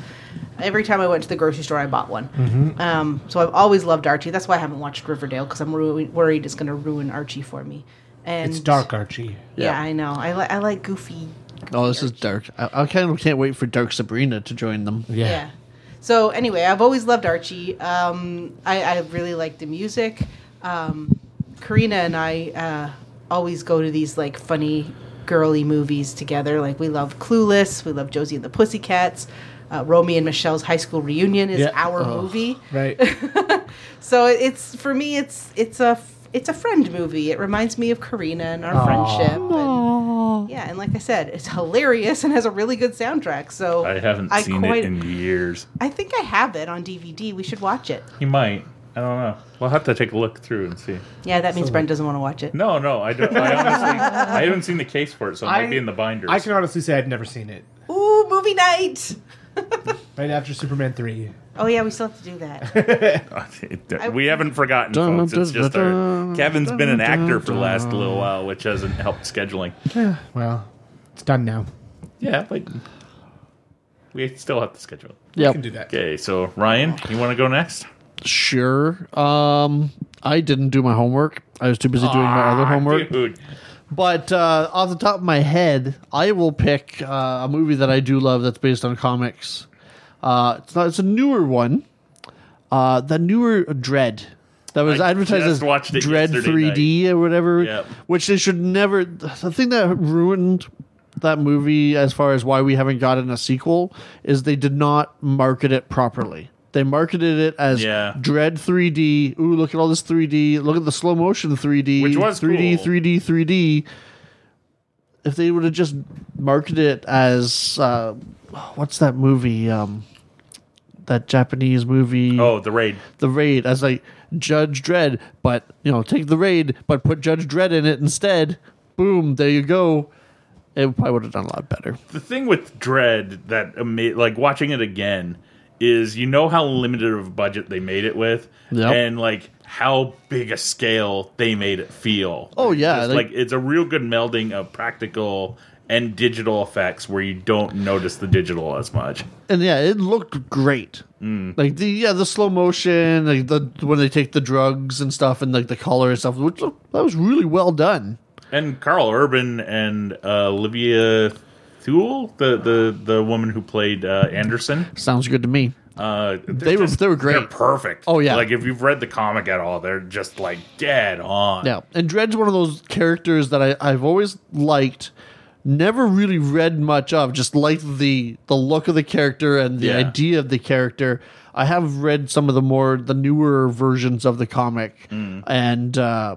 Speaker 5: Every time I went to the grocery store, I bought one. Um, so I've always loved Archie. That's why I haven't watched Riverdale because I'm ru- worried it's going to ruin Archie for me. And
Speaker 6: It's dark, Archie.
Speaker 5: Yeah,
Speaker 3: Yeah.
Speaker 5: I know. I, li- I like goofy.
Speaker 3: Oh, this is dark. I, I kind of can't wait for Dark Sabrina to join them.
Speaker 5: Yeah. So anyway, I've always loved Archie. Um, I, I really like the music. Um, Karina and I uh, always go to these like funny girly movies together. Like we love Clueless. We love Josie and the Pussycats. Uh, Romy and Michelle's high school reunion is
Speaker 6: Yeah.
Speaker 5: our movie.
Speaker 6: Right.
Speaker 5: So it's for me, it's it's a f- it's a friend movie. It reminds me of Karina and our friendship. And, yeah, and like I said, it's hilarious and has a really good soundtrack. So
Speaker 4: I haven't seen it in years.
Speaker 5: I think I have it on DVD. We should watch it.
Speaker 4: You might. I don't know. We'll have to take a look through and see.
Speaker 5: Yeah, that means Brent doesn't want to watch it.
Speaker 4: No, no, I don't. I honestly, I haven't seen the case for it, so it might be in the binders.
Speaker 6: I can honestly say I've never seen it.
Speaker 5: Ooh, movie night.
Speaker 6: Right after Superman three.
Speaker 5: Oh yeah, we still have to do that.
Speaker 4: we haven't forgotten,
Speaker 3: Dun,
Speaker 4: folks. It's
Speaker 3: dun,
Speaker 4: just
Speaker 3: dun,
Speaker 4: our Kevin's been an
Speaker 3: dun,
Speaker 4: actor
Speaker 3: dun,
Speaker 4: for the last little while, which hasn't helped scheduling.
Speaker 6: Well, it's done now.
Speaker 4: Yeah, but we still have to schedule.
Speaker 3: Yep.
Speaker 6: Can do that.
Speaker 4: Okay, so Ryan, you want to go next?
Speaker 3: Sure. Um, I didn't do my homework. I was too busy doing my
Speaker 6: Ah,
Speaker 3: other homework.
Speaker 4: Dude,
Speaker 3: But uh, off the top of my head, I will pick uh, a movie that I do love that's based on comics. Uh, it's not. It's a newer one. Uh, the newer Dread. that was
Speaker 4: I
Speaker 3: advertised as
Speaker 4: just watched it
Speaker 3: Dread
Speaker 4: yesterday
Speaker 3: 3D or whatever,
Speaker 4: Yep.
Speaker 3: which they should never. The thing that ruined that movie, as far as why we haven't gotten a sequel, is they did not market it properly. They marketed it as
Speaker 4: Yeah.
Speaker 3: Dread 3D. Ooh, look at all this 3D. Look at the slow motion 3D.
Speaker 4: Which was
Speaker 3: 3D,
Speaker 4: cool.
Speaker 3: 3D, 3D. If they would have just marketed it as uh, what's that movie? Um, that Japanese movie
Speaker 4: Oh, the raid.
Speaker 3: the raid as like Judge Dredd, but you know, take the raid, but put Judge Dredd in it instead. Boom, there you go. It probably would have done a lot better.
Speaker 4: The thing with Dread that ama- like watching it again is you know how limited of a budget they made it with,
Speaker 3: Yep.
Speaker 4: and like how big a scale they made it feel.
Speaker 3: Oh, yeah,
Speaker 4: Just,
Speaker 3: like-
Speaker 4: like it's a real good melding of practical and digital effects where you don't notice the digital as much.
Speaker 3: And yeah, it looked great.
Speaker 4: Mm.
Speaker 3: Like the yeah, the slow motion, like the when they take the drugs and stuff, and like the color and stuff, which look- that was really well done.
Speaker 4: And Carl Urban and uh, Olivia Thule, the, the the woman who played uh, Anderson,
Speaker 3: Sounds good to me.
Speaker 4: uh,
Speaker 3: They were- they were great.
Speaker 4: They're perfect.
Speaker 3: Oh, yeah.
Speaker 4: like if you've read the comic at all, they're just like dead on.
Speaker 3: Yeah, and Dred's one of those characters that I, I've always liked, never really read much of. Just like the the look of the character and the
Speaker 4: Yeah.
Speaker 3: idea of the character. I have read some of the more the newer versions of the comic,
Speaker 4: Mm.
Speaker 3: and uh,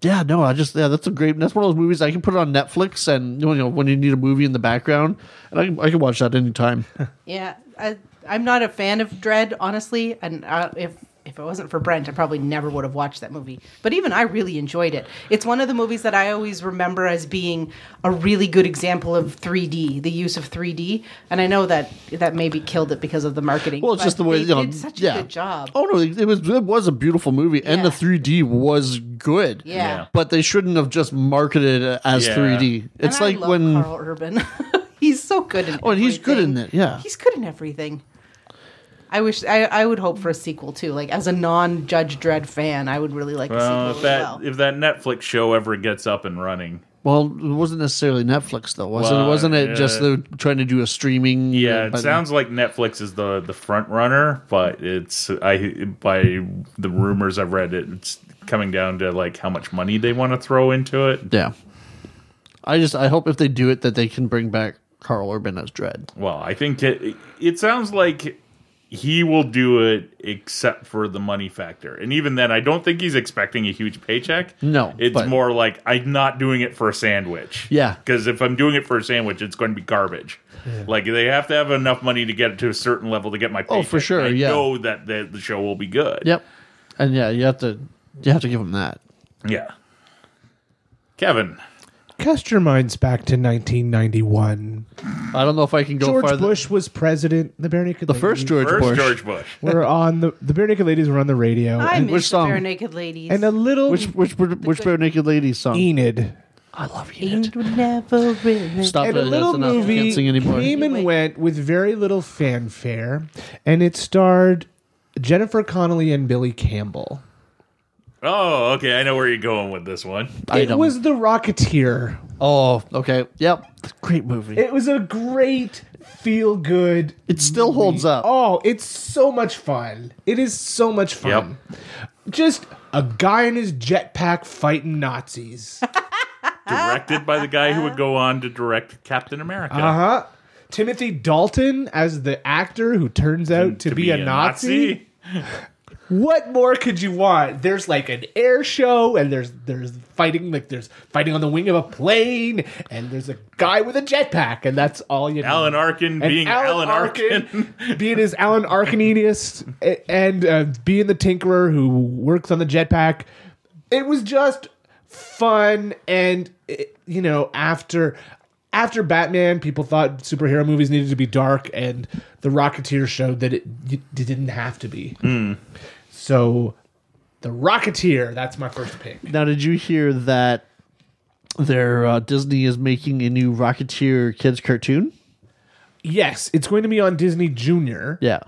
Speaker 3: yeah, no, I just yeah, that's a great. That's one of those movies I can put it on Netflix, and you know when you need a movie in the background, and I can, I can watch that anytime.
Speaker 5: Yeah, I, I'm not a fan of Dread, honestly. And uh, if if it wasn't for Brent, I probably never would have watched that movie. But even I really enjoyed it. It's one of the movies that I always remember as being a really good example of 3D, the use of 3D. And I know that that maybe killed it because of the marketing.
Speaker 3: Well, it's
Speaker 5: but
Speaker 3: just the way
Speaker 5: they
Speaker 3: you know.
Speaker 5: did such
Speaker 3: yeah.
Speaker 5: a good job.
Speaker 3: Oh no, it was it was a beautiful movie, and the
Speaker 5: Yeah.
Speaker 3: 3D was good.
Speaker 5: Yeah. Yeah.
Speaker 3: but they shouldn't have just marketed it as
Speaker 4: Yeah.
Speaker 3: 3D.
Speaker 5: And
Speaker 3: It's
Speaker 5: I
Speaker 3: like
Speaker 5: love
Speaker 3: when
Speaker 5: Carl Urban, he's so good in.
Speaker 3: Oh, and he's good in
Speaker 5: everything.
Speaker 3: it, yeah.
Speaker 5: he's good in everything. I wish I, I would hope for a sequel too. Like as a non Judge Dredd fan, I would really like
Speaker 4: Well,
Speaker 5: a
Speaker 4: if
Speaker 5: sequel
Speaker 4: that
Speaker 5: as well.
Speaker 4: if that Netflix show ever gets up and running,
Speaker 3: well, it wasn't necessarily Netflix though, was it?
Speaker 4: Well,
Speaker 3: Wasn't it just
Speaker 4: yeah.
Speaker 3: they were trying to do a streaming?
Speaker 4: yeah, it
Speaker 3: but-
Speaker 4: sounds like Netflix is the the front runner, but it's I by the rumors I've read, it's coming down to like how much money they want to throw into it.
Speaker 3: Yeah, I just I hope if they do it that they can bring back Carl Urban as Dread.
Speaker 4: Well, I think it it sounds like he will do it except for the money factor. And even then I don't think he's expecting a huge paycheck.
Speaker 3: No,
Speaker 4: It's
Speaker 3: but-
Speaker 4: more like I'm not doing it for a sandwich.
Speaker 3: Yeah.
Speaker 4: Cuz if I'm doing it for a sandwich, it's going to be garbage. Like they have to have enough money to get it to a certain level to get my paycheck.
Speaker 3: Oh, for sure,
Speaker 4: I
Speaker 3: yeah.
Speaker 4: know that the, the show will be good.
Speaker 3: Yep, and yeah, you have to you have to give him that.
Speaker 4: Yeah. Kevin.
Speaker 6: Cast your minds back to 1991.
Speaker 3: I don't know if I can go
Speaker 6: George
Speaker 3: farther.
Speaker 6: Bush was president. The Bare Naked
Speaker 3: the first George
Speaker 4: First
Speaker 3: Bush.
Speaker 4: George Bush.
Speaker 6: were on the the Bare Naked Ladies were on the radio,
Speaker 5: I
Speaker 6: and,
Speaker 5: miss
Speaker 3: which
Speaker 5: the Bare
Speaker 3: song?
Speaker 5: Naked Ladies.
Speaker 6: and a little
Speaker 3: which which which bare naked lady song?
Speaker 6: Enid.
Speaker 3: I love
Speaker 5: It would never really-
Speaker 3: Stop
Speaker 6: And
Speaker 3: it.
Speaker 6: a little
Speaker 3: That's enough. You
Speaker 6: movie
Speaker 3: can't sing anymore.
Speaker 6: came and went with very little fanfare, and it starred Jennifer Connelly and Billy Campbell.
Speaker 4: Oh, okay. I know where you're going with this one.
Speaker 3: I
Speaker 6: It
Speaker 3: don't-
Speaker 6: was The Rocketeer.
Speaker 3: Oh, okay. Yep. Great movie. It,
Speaker 6: It was a great feel good.
Speaker 3: still holds up.
Speaker 6: Oh, it's so much fun. It is so much fun. Just a guy in his jetpack fighting Nazis.
Speaker 4: Directed by the guy who would go on to direct Captain America.
Speaker 6: Uh huh. Timothy Dalton as the actor who turns out to, be, a, Nazi. What more could you want? There's like an air show, and there's there's fighting like there's fighting on the wing of a plane, and there's a guy with a jetpack, and that's all you.
Speaker 4: Alan
Speaker 6: need.
Speaker 4: Arkin
Speaker 6: And
Speaker 4: being Alan, Arkin.
Speaker 6: being his Alan Arkinist, a- and uh, being the tinkerer who works on the jetpack. It was just fun, and it, you know, after after Batman, people thought superhero movies needed to be dark, and the Rocketeer showed that it, it didn't have to be.
Speaker 4: Hmm.
Speaker 6: So, the Rocketeer. That's my first pick.
Speaker 3: Now, did you hear that their uh, Disney is making a new Rocketeer kids cartoon?
Speaker 6: Yes, it's going to be on Disney Junior.
Speaker 3: Yeah.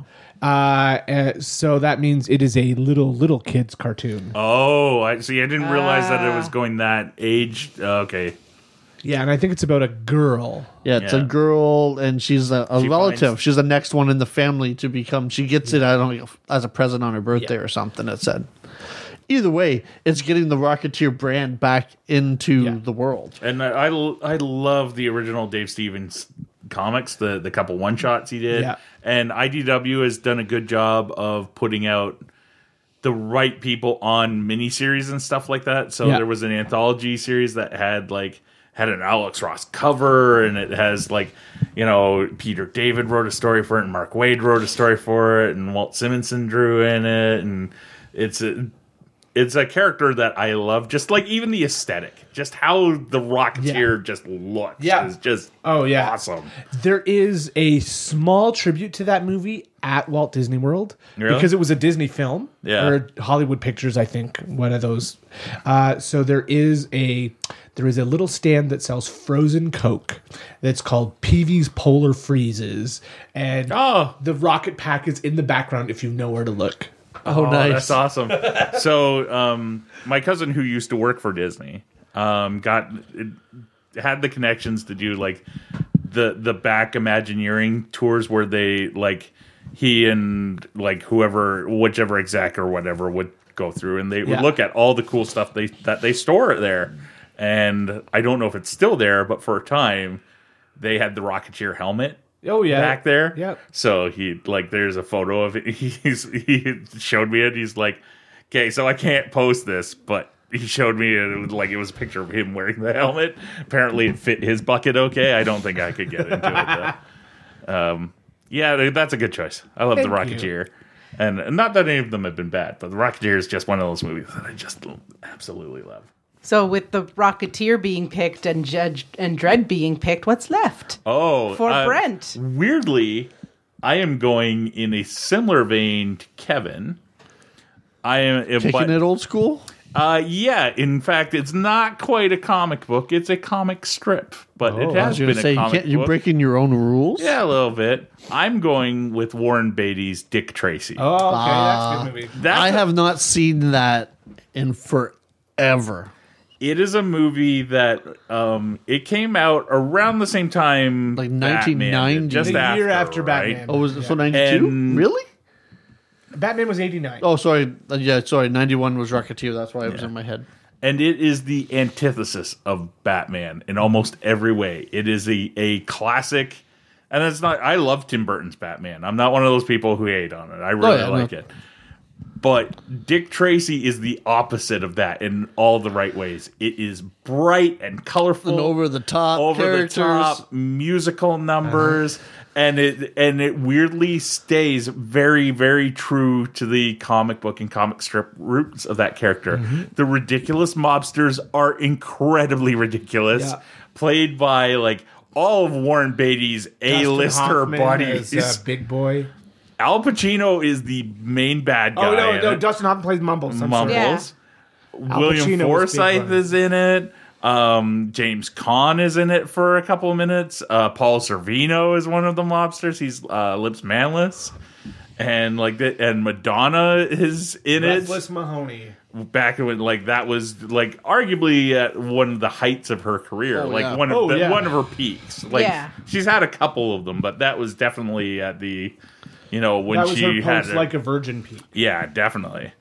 Speaker 6: Uh, uh, so that means it is a little little kids cartoon. Ah.
Speaker 4: Oh, I see. I didn't realize that it was going that age. Okay.
Speaker 6: Yeah, and I think it's about a girl.
Speaker 3: Yeah, it's
Speaker 4: Yeah.
Speaker 3: a girl, and she's a, a
Speaker 4: She
Speaker 3: relative.
Speaker 4: finds-
Speaker 3: she's the next one in the family to become. She gets it, I don't know, as a present on her birthday or something. It said. Either way, it's getting the Rocketeer brand back into
Speaker 6: Yeah.
Speaker 3: the world.
Speaker 4: And I, I, l- I love the original Dave Stevens comics, the the couple one shots he did.
Speaker 6: Yeah.
Speaker 4: And IDW has done a good job of putting out the right people on miniseries and stuff like that. So
Speaker 6: Yeah.
Speaker 4: there was an anthology series that had like had an Alex Ross cover and it has like you know Peter David wrote a story for it and Mark Wade wrote a story for it and Walt Simonson drew in it and it's a it's a character that I love. Just like even the aesthetic, just how the Rocketeer just looks
Speaker 6: Yeah.
Speaker 4: is just
Speaker 6: Oh, yeah.
Speaker 4: awesome.
Speaker 6: There is a small tribute to that movie at Walt Disney World
Speaker 4: Really?
Speaker 6: because it was a Disney film
Speaker 4: Yeah.
Speaker 6: or Hollywood Pictures, I think, one of those. Uh, so there is a there is a little stand that sells frozen Coke that's called Peavy's Polar Freezes, and
Speaker 4: Oh.
Speaker 6: the rocket pack is in the background if you know where to look.
Speaker 3: Oh,
Speaker 4: Oh,
Speaker 3: nice!
Speaker 4: that's awesome. so, um, my cousin who used to work for Disney um, got had the connections to do like the the back Imagineering tours where they like he and like whoever whichever exec or whatever would go through and they would
Speaker 6: Yeah.
Speaker 4: look at all the cool stuff they that they store there. And I don't know if it's still there, but for a time they had the Rocketeer helmet
Speaker 6: Oh yeah,
Speaker 4: back there.
Speaker 6: Yep.
Speaker 4: So he like there's a photo of it. He's he showed me it. He's like, okay, so I can't post this, but he showed me it. it was, like it was a picture of him wearing the helmet. Apparently, it fit his bucket. Okay, I don't think I could get into it. Though. Um, yeah, th- that's a good choice. I love the
Speaker 6: Thank you.
Speaker 4: Rocketeer. And and not that any of them have been bad, but The Rocketeer is just one of those movies that I just l- absolutely love.
Speaker 5: So with the Rocketeer being picked and Judge and Dread being picked, what's left?
Speaker 4: Oh,
Speaker 5: For
Speaker 4: uh,
Speaker 5: Brent.
Speaker 4: Weirdly, I am going in a similar vein to Kevin. I am
Speaker 3: Kicking
Speaker 4: but,
Speaker 3: it old school.
Speaker 4: Uh, yeah, in fact, it's not quite a comic book; it's a comic strip, but it
Speaker 3: Oh, I
Speaker 4: has
Speaker 3: was going
Speaker 4: been
Speaker 3: to say
Speaker 4: a
Speaker 3: you
Speaker 4: comic
Speaker 3: can't, you're
Speaker 4: book.
Speaker 3: breaking your own rules.
Speaker 4: yeah, a little bit. I'm going with Warren Beatty's Dick Tracy.
Speaker 6: Oh, okay, that's a good movie.
Speaker 4: That's
Speaker 3: I
Speaker 4: a-
Speaker 3: have not seen that in forever.
Speaker 4: It is a movie that um it came out around the same time,
Speaker 3: Like
Speaker 4: Batman did,
Speaker 3: 1990.
Speaker 4: just
Speaker 6: The year after
Speaker 4: right?
Speaker 6: Batman.
Speaker 3: Oh, was it so ninety two?
Speaker 4: And-
Speaker 3: Really?
Speaker 6: Batman was eighty nine.
Speaker 3: Oh, sorry. Uh, Yeah, sorry. Ninety one was Rocketeer. That's why it was in my head.
Speaker 4: and it is the antithesis of Batman in almost every way. It is a, a classic, and that's not. I love Tim Burton's Batman. I'm not one of those people who hate on it. I really
Speaker 3: Oh, yeah, no.
Speaker 4: like it. But Dick Tracy is the opposite of that in all the right ways. It is bright and colorful,
Speaker 3: And over the top
Speaker 4: over
Speaker 3: characters.
Speaker 4: the top musical numbers
Speaker 6: Uh-huh.
Speaker 4: and it and it weirdly stays very very true to the comic book and comic strip roots of that character
Speaker 6: Mm-hmm.
Speaker 4: the ridiculous mobsters are incredibly ridiculous
Speaker 6: Yeah.
Speaker 4: played by like all of Warren Beatty's A-lister buddies.
Speaker 6: big boy.
Speaker 4: Al Pacino is the main bad guy.
Speaker 6: Oh no,
Speaker 4: in
Speaker 6: no,
Speaker 4: it.
Speaker 6: Dustin Hoffman plays Mumbles. I'm sorry.
Speaker 5: Yeah.
Speaker 4: Mumbles.
Speaker 6: Pacino was
Speaker 4: William
Speaker 6: Big
Speaker 4: Forsythe
Speaker 6: Brother.
Speaker 4: is in it. Um, James Caan is in it for a couple of minutes. Uh, Paul Servino is one of the mobsters. He's uh, Lips Manless. And like the, and Madonna is in
Speaker 6: Breathless Mahoney.
Speaker 4: it back when like that was like arguably at one of the heights of her career,
Speaker 3: Oh,
Speaker 4: like
Speaker 3: yeah.
Speaker 4: one of
Speaker 6: Oh,
Speaker 4: the,
Speaker 6: yeah.
Speaker 4: one of her peaks. Like
Speaker 5: Yeah.
Speaker 4: she's had a couple of them, but that was definitely at the you know when
Speaker 6: That was
Speaker 4: she
Speaker 6: her
Speaker 4: had
Speaker 6: post
Speaker 4: a-
Speaker 6: like a virgin peak.
Speaker 4: yeah, definitely.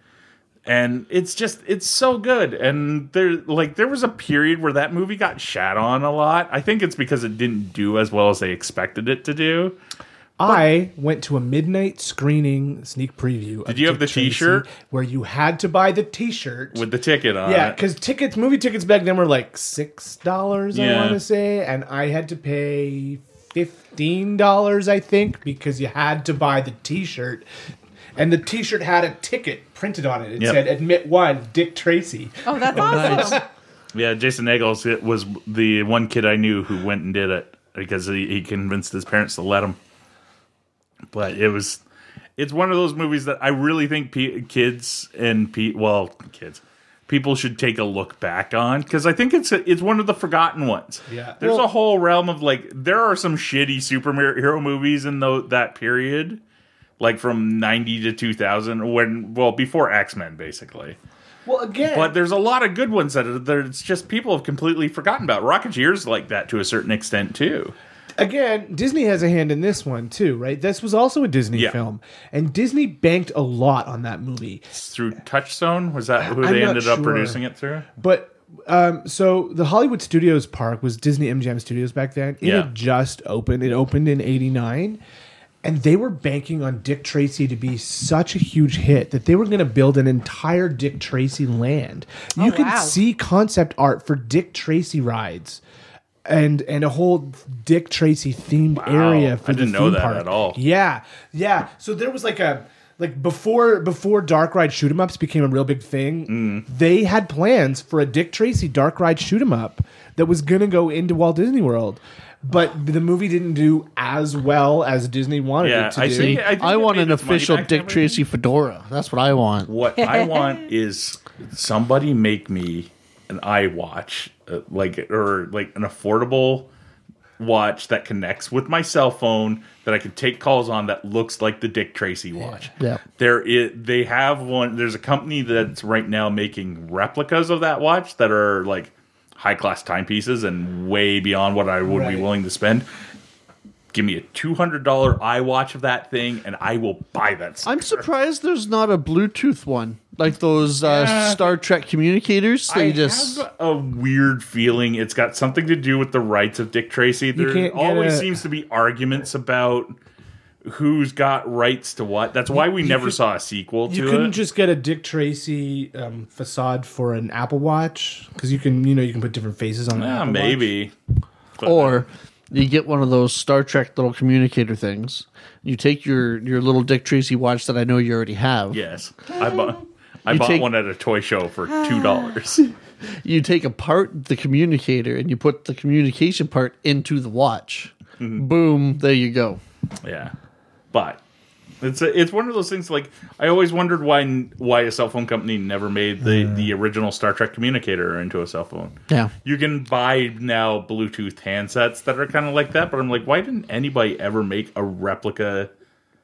Speaker 4: And it's just it's so good. And there like there was a period where that movie got shat on a lot. I think it's because it didn't do as well as they expected it to do.
Speaker 6: I went to a midnight screening sneak preview. Did
Speaker 4: you have the t-shirt?
Speaker 6: where you had to buy the T-shirt?
Speaker 4: With the ticket on
Speaker 6: yeah,
Speaker 4: it.
Speaker 6: because tickets, movie tickets back then were like six dollars. I
Speaker 4: Yeah.
Speaker 6: want to say, and I had to pay fifteen dollars, I think, because you had to buy the T-shirt, and the T-shirt had a ticket printed on it. It
Speaker 4: Yep.
Speaker 6: said "Admit One, Dick Tracy."
Speaker 5: Oh, that's awesome.
Speaker 4: Yeah, Jason Eggles it was the one kid I knew who went and did it because he, he convinced his parents to let him. But it was it's one of those movies that I really think pe- kids and pe- well kids people should take a look back on because I think it's a, it's one of the forgotten ones.
Speaker 6: Yeah.
Speaker 4: there's
Speaker 6: Well-
Speaker 4: a whole realm of like there are some shitty superhero movies in tho- that period, like from ninety to two thousand when well before X Men basically.
Speaker 6: Well, again,
Speaker 4: But there's a lot of good ones that are, that it's just people have completely forgotten about. Rocketeer's like that to a certain extent too.
Speaker 6: again, Disney has a hand in this one too, right? This was also a Disney
Speaker 4: Yeah.
Speaker 6: film, and Disney banked a lot on that movie.
Speaker 4: It's through Touchstone was that who
Speaker 6: I'm
Speaker 4: they
Speaker 6: not
Speaker 4: ended up
Speaker 6: sure.
Speaker 4: producing it through?
Speaker 6: But um, so the Hollywood Studios Park was Disney MGM Studios back then. It
Speaker 4: Yeah.
Speaker 6: had just opened. It opened in '89, and they were banking on Dick Tracy to be such a huge hit that they were going to build an entire Dick Tracy land.
Speaker 5: Oh,
Speaker 6: You can
Speaker 5: wow.
Speaker 6: see concept art for Dick Tracy rides. And and a whole Dick Tracy themed area for
Speaker 4: I
Speaker 6: the
Speaker 4: didn't know
Speaker 6: theme
Speaker 4: that
Speaker 6: park.
Speaker 4: at all.
Speaker 6: Yeah, yeah. So there was like a like before before Dark Ride shoot 'em ups became a real big thing.
Speaker 4: Mm.
Speaker 6: They had plans for a Dick Tracy Dark Ride shoot 'em up that was gonna go into Walt Disney World, but the movie didn't do as well as Disney wanted
Speaker 4: Yeah,
Speaker 6: it to
Speaker 4: I
Speaker 6: do.
Speaker 4: see.
Speaker 3: I,
Speaker 4: think it
Speaker 3: want
Speaker 4: made
Speaker 3: an
Speaker 4: its money
Speaker 3: official
Speaker 4: back and
Speaker 3: Dick
Speaker 4: everything.
Speaker 3: Tracy fedora. That's what I want.
Speaker 4: What I want is somebody make me an iWatch, uh, like or like an affordable watch that connects with my cell phone that I can take calls on that looks like the Dick Tracy watch.
Speaker 3: Yeah.
Speaker 4: There is they have one there's a company that's right now making replicas of that watch that are like high class timepieces and way beyond what I would
Speaker 6: Right.
Speaker 4: be willing to spend. Give me a $200 iWatch of that thing and I will buy that. sucker.
Speaker 3: I'm surprised there's not a Bluetooth one like those uh,
Speaker 4: Yeah.
Speaker 3: Star Trek communicators. They
Speaker 4: I
Speaker 3: just
Speaker 4: have a weird feeling it's got something to do with the rights of Dick Tracy. There
Speaker 6: can't get
Speaker 4: always
Speaker 6: a-
Speaker 4: seems to be arguments about who's got rights to what. That's why we never saw a sequel to
Speaker 6: You couldn't
Speaker 4: it.
Speaker 6: just get a Dick Tracy um, facade for an Apple Watch because you can, you know, you can put different faces on. an
Speaker 4: yeah,
Speaker 6: Apple Watch.
Speaker 4: Ah, maybe. But- uh,
Speaker 3: or you get one of those Star Trek little communicator things. You take your your little Dick Tracy watch that I know you already have.
Speaker 4: yes, I bought. I
Speaker 3: You
Speaker 4: bought
Speaker 3: take-
Speaker 4: one at a toy show for
Speaker 6: Ah.
Speaker 4: two dollars.
Speaker 3: You take apart the communicator and you put the communication part into the watch. Boom! There you go.
Speaker 4: yeah, but it's a, it's one of those things. Like I always wondered why why a cell phone company never made the the original Star Trek communicator into a cell phone.
Speaker 3: Yeah.
Speaker 4: you can buy now Bluetooth handsets that are kind of like that, but I'm like, why didn't anybody ever make a replica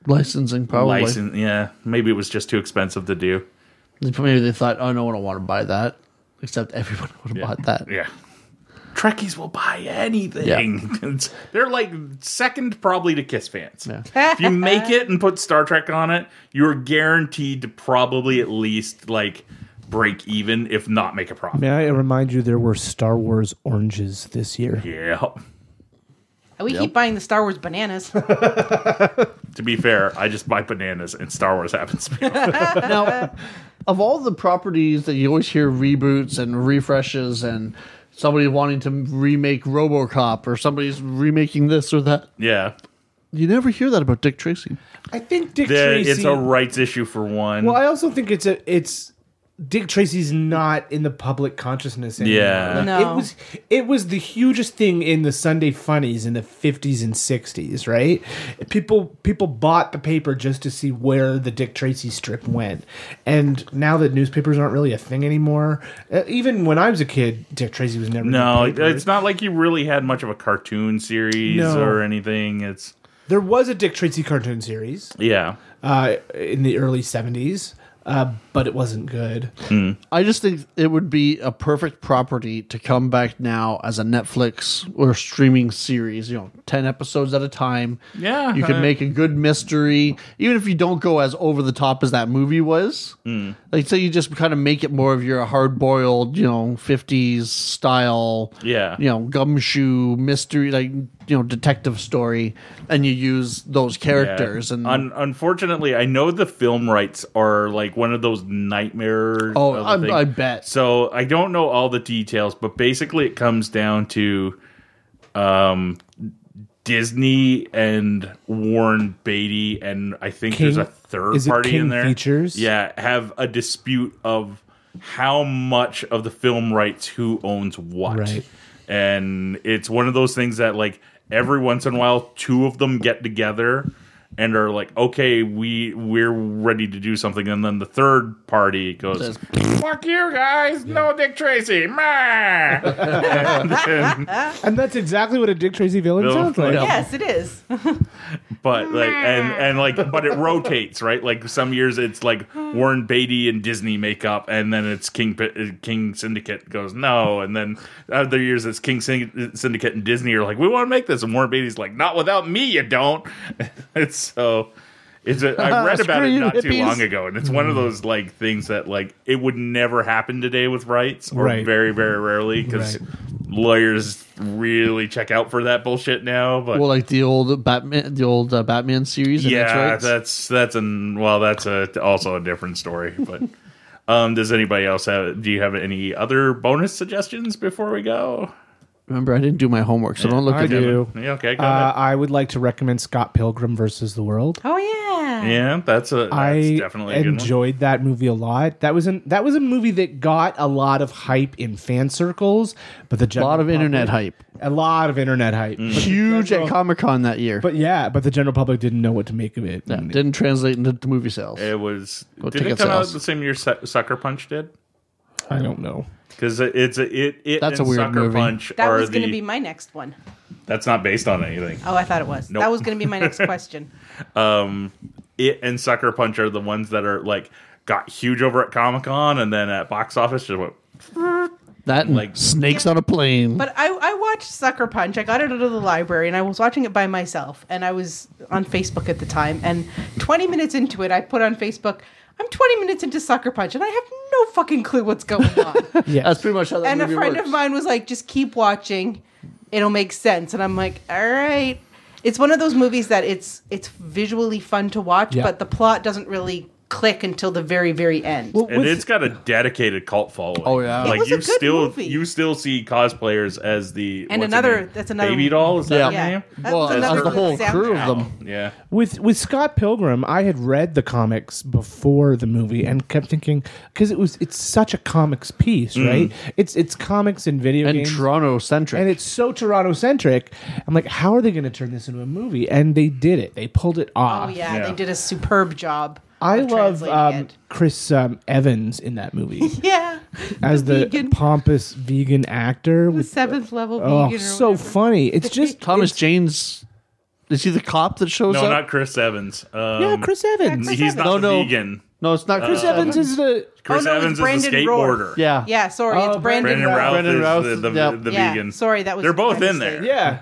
Speaker 3: Licensing probably.
Speaker 4: license? Yeah, maybe it was just too expensive to do.
Speaker 3: Maybe they thought, oh, no one will want to buy that. Except everyone would have bought that.
Speaker 4: Yeah. Trekkies will buy anything. It's- They're like second probably to Kiss fans. if you make it and put Star Trek on it, you're guaranteed to probably at least like break even, if not make a profit.
Speaker 6: May I remind you, there were Star Wars oranges this year.
Speaker 4: yeah.
Speaker 5: And we keep buying the Star Wars bananas.
Speaker 4: To be fair, I just buy bananas and Star Wars happens to be
Speaker 3: now, of all the properties that you always hear reboots and refreshes and somebody wanting to remake RoboCop or somebody's remaking this or that,
Speaker 4: Yeah.
Speaker 3: you never hear that about Dick Tracy.
Speaker 6: I think Dick
Speaker 4: The-
Speaker 6: Tracy.
Speaker 4: it's a rights issue for one.
Speaker 6: Well, I also think it's a it's Dick Tracy's not in the public consciousness anymore.
Speaker 4: Yeah.
Speaker 6: Like,
Speaker 5: No.
Speaker 6: it was it was the hugest thing in the Sunday funnies in the fifties and sixties, right? People people bought the paper just to see where the Dick Tracy strip went, and now that newspapers aren't really a thing anymore, uh, even when I was a kid, Dick Tracy was never in the
Speaker 4: no,
Speaker 6: paper.
Speaker 4: it's not like you really had much of a cartoon series
Speaker 6: No.
Speaker 4: or anything. It's
Speaker 6: There was a Dick Tracy cartoon series
Speaker 4: yeah,
Speaker 6: uh, in the early seventies. Uh, but it wasn't good.
Speaker 4: Hmm.
Speaker 3: I just think it would be a perfect property to come back now as a Netflix or streaming series, you know, 10 episodes at a time.
Speaker 4: Yeah.
Speaker 3: You can make a good mystery, even if you don't go as over the top as that movie was.
Speaker 4: Hmm.
Speaker 3: Like, say you just kind of make it more of your hard boiled, you know, 50s style,
Speaker 4: Yeah.
Speaker 3: you know, gumshoe mystery, like, you know, detective story, and you use those characters.
Speaker 4: Yeah.
Speaker 3: And
Speaker 4: Un- unfortunately, I know the film rights are like one of those nightmares.
Speaker 3: Oh,
Speaker 4: of a
Speaker 3: I'm-
Speaker 4: thing.
Speaker 3: I bet.
Speaker 4: So I don't know all the details, but basically, it comes down to um, Disney and Warren Beatty, and I think there's
Speaker 6: King-
Speaker 4: a third
Speaker 6: is it
Speaker 4: party in
Speaker 6: King
Speaker 4: there.
Speaker 6: Features?
Speaker 4: yeah, have a dispute of how much of the film rights who owns what
Speaker 6: Right.
Speaker 4: and it's one of those things that like every once in a while two of them get together and are like okay we we're ready to do something and then the third party goes
Speaker 3: Says,
Speaker 4: fuck you guys no dick tracy Meh."
Speaker 6: And that's exactly what a Dick Tracy villain
Speaker 4: Villain.
Speaker 6: sounds like.
Speaker 3: Yeah.
Speaker 5: yes, it is.
Speaker 4: But like and and like but it rotates, right? Like some years it's like Warren Beatty and Disney make up, and then it's King Pi- uh, King Syndicate goes no, and then other years it's King Syn- uh, Syndicate and Disney are like we want to make this, and Warren Beatty's like not without me, you don't. it's so. It's a, I read about
Speaker 3: Screw
Speaker 4: it
Speaker 3: you,
Speaker 4: not too
Speaker 3: hippies.
Speaker 4: long ago, and it's one of those like things that like it would never happen today with rights, or
Speaker 6: Right.
Speaker 4: very very rarely because
Speaker 6: Right.
Speaker 4: lawyers really check out for that bullshit now. But
Speaker 3: Well, like the old Batman, the old uh, Batman series. and its
Speaker 4: yeah,
Speaker 3: rights.
Speaker 4: that's that's an well, that's a also a different story. But um, does anybody else have? Do you have any other bonus suggestions before we go?
Speaker 3: remember I didn't do my homework, so don't look
Speaker 6: I
Speaker 3: at me.
Speaker 6: do.
Speaker 4: Yeah, okay, go
Speaker 6: Uh, I would like to recommend Scott Pilgrim versus the World.
Speaker 5: Oh yeah.
Speaker 4: ahead. Yeah, that's a that's
Speaker 6: I
Speaker 4: definitely a good one.
Speaker 6: enjoyed that movie a lot. That was an that was a movie that got a lot of hype in fan circles, but the
Speaker 3: A lot of internet hype,
Speaker 6: a lot of internet hype.
Speaker 4: Mm.
Speaker 6: But-
Speaker 3: huge at Comic Con that year, but
Speaker 6: But yeah, but the general public didn't know what to make of it. And
Speaker 3: didn't translate into to movie sales.
Speaker 4: Hmm. It was
Speaker 3: Go
Speaker 4: did it
Speaker 3: ticket
Speaker 4: come out
Speaker 3: sales.
Speaker 4: the same year Su- Sucker Punch did?
Speaker 6: I don't know.
Speaker 4: Because it's a, it it
Speaker 3: That's a
Speaker 4: and
Speaker 3: weird
Speaker 4: Sucker
Speaker 3: movie.
Speaker 4: Punch
Speaker 5: That
Speaker 4: are
Speaker 5: was going
Speaker 4: the
Speaker 5: to be my next one.
Speaker 4: that's not based on anything.
Speaker 5: Oh, I thought it was. That was going to be my next question.
Speaker 4: um, it and Sucker Punch are the ones that are like got huge over at Comic Con and then at box office just went.
Speaker 3: that and
Speaker 4: like-
Speaker 3: snakes on a plane.
Speaker 5: But I, I watched Sucker Punch. I got it out of the library and I was watching it by myself. And I was on Facebook at the time. And 20 minutes into it, I put on Facebook, I'm 20 minutes into Sucker Punch and I have no fucking clue what's going on.
Speaker 6: Yeah,
Speaker 3: that's pretty much how that
Speaker 5: and a
Speaker 3: movie
Speaker 5: friend
Speaker 3: works.
Speaker 5: of mine was like, just keep watching, it'll make sense. And I'm like, all right. It's one of those movies that it's it's visually fun to watch,
Speaker 6: Yeah.
Speaker 5: but the plot doesn't really click until the very, very end.
Speaker 4: And it's got a dedicated cult following.
Speaker 3: Oh, yeah. It
Speaker 4: like
Speaker 5: was a
Speaker 4: you
Speaker 5: good
Speaker 4: still
Speaker 5: movie.
Speaker 4: you still see cosplayers as the
Speaker 5: And
Speaker 4: what's her
Speaker 5: another-
Speaker 4: name?
Speaker 5: that's another-
Speaker 4: baby doll. Is that
Speaker 5: Yeah.
Speaker 4: her name?
Speaker 5: That
Speaker 3: well,
Speaker 5: was
Speaker 3: as
Speaker 5: another
Speaker 3: the whole
Speaker 5: good
Speaker 3: crew of
Speaker 5: soundtrack.
Speaker 3: them.
Speaker 4: Yeah,
Speaker 6: with with Scott Pilgrim, I had read the comics before the movie and kept thinking because it was it's such a comics piece,
Speaker 4: Mm.
Speaker 6: right? It's it's comics and video
Speaker 3: and
Speaker 6: games.
Speaker 3: Toronto centric.
Speaker 6: and it's so Toronto centric. I'm like, how are they going to turn this into a movie? And they did it. They pulled it
Speaker 5: Oh
Speaker 6: off.
Speaker 5: yeah,
Speaker 4: Yeah.
Speaker 5: they did a superb job.
Speaker 6: I
Speaker 5: of
Speaker 6: love
Speaker 5: translating
Speaker 6: um,
Speaker 5: it.
Speaker 6: Chris um, Evans in that movie
Speaker 5: Yeah,
Speaker 6: as the
Speaker 5: vegan-
Speaker 6: pompous vegan actor.
Speaker 5: the
Speaker 6: With,
Speaker 5: seventh level
Speaker 6: oh,
Speaker 5: vegan. or
Speaker 6: so
Speaker 5: whatever.
Speaker 6: funny! It's just
Speaker 3: Thomas Jane's. Is he the cop that shows
Speaker 4: no,
Speaker 3: up?
Speaker 4: not Chris Evans. Um,
Speaker 6: yeah, Chris Evans.
Speaker 5: Chris
Speaker 4: he's not
Speaker 3: No,
Speaker 4: the
Speaker 3: no.
Speaker 4: vegan.
Speaker 3: no, it's
Speaker 4: Uh,
Speaker 3: not
Speaker 6: Chris Evans is the
Speaker 4: Chris
Speaker 5: no, Oh, it's
Speaker 4: Evans is the
Speaker 5: Brandon Routh.
Speaker 4: skateboarder.
Speaker 3: Yeah.
Speaker 5: Yeah, sorry,
Speaker 6: Oh,
Speaker 5: it's Brandon,
Speaker 4: Brandon
Speaker 5: Routh.
Speaker 4: Routh
Speaker 3: Brandon
Speaker 4: is
Speaker 3: Routh,
Speaker 4: the, the,
Speaker 3: yeah.
Speaker 4: the
Speaker 5: Yeah,
Speaker 4: vegan.
Speaker 5: sorry, that was
Speaker 4: They're both
Speaker 5: my
Speaker 4: in there.
Speaker 5: mistake.
Speaker 6: yeah.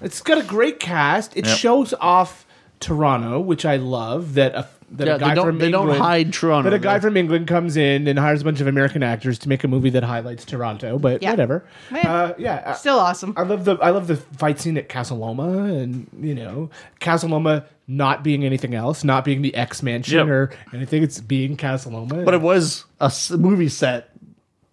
Speaker 6: It's got a great cast. It
Speaker 4: Yep.
Speaker 6: shows off Toronto, which I love. That a that
Speaker 3: Yeah,
Speaker 6: a guy
Speaker 3: they don't-
Speaker 6: from
Speaker 3: they don't
Speaker 6: England-
Speaker 3: hide Toronto,
Speaker 6: That a guy
Speaker 3: though.
Speaker 6: from England comes in and hires a bunch of American actors to make a movie that highlights Toronto. But
Speaker 5: Yeah.
Speaker 6: whatever.
Speaker 5: Eh.
Speaker 6: Uh, yeah. I-
Speaker 5: Still awesome.
Speaker 6: I love the I love the fight scene at Casa Loma, and you know Casa Loma not being anything else, not being the X Mansion
Speaker 4: Yep.
Speaker 6: or anything. It's being Casa Loma.
Speaker 3: But it was a s- movie set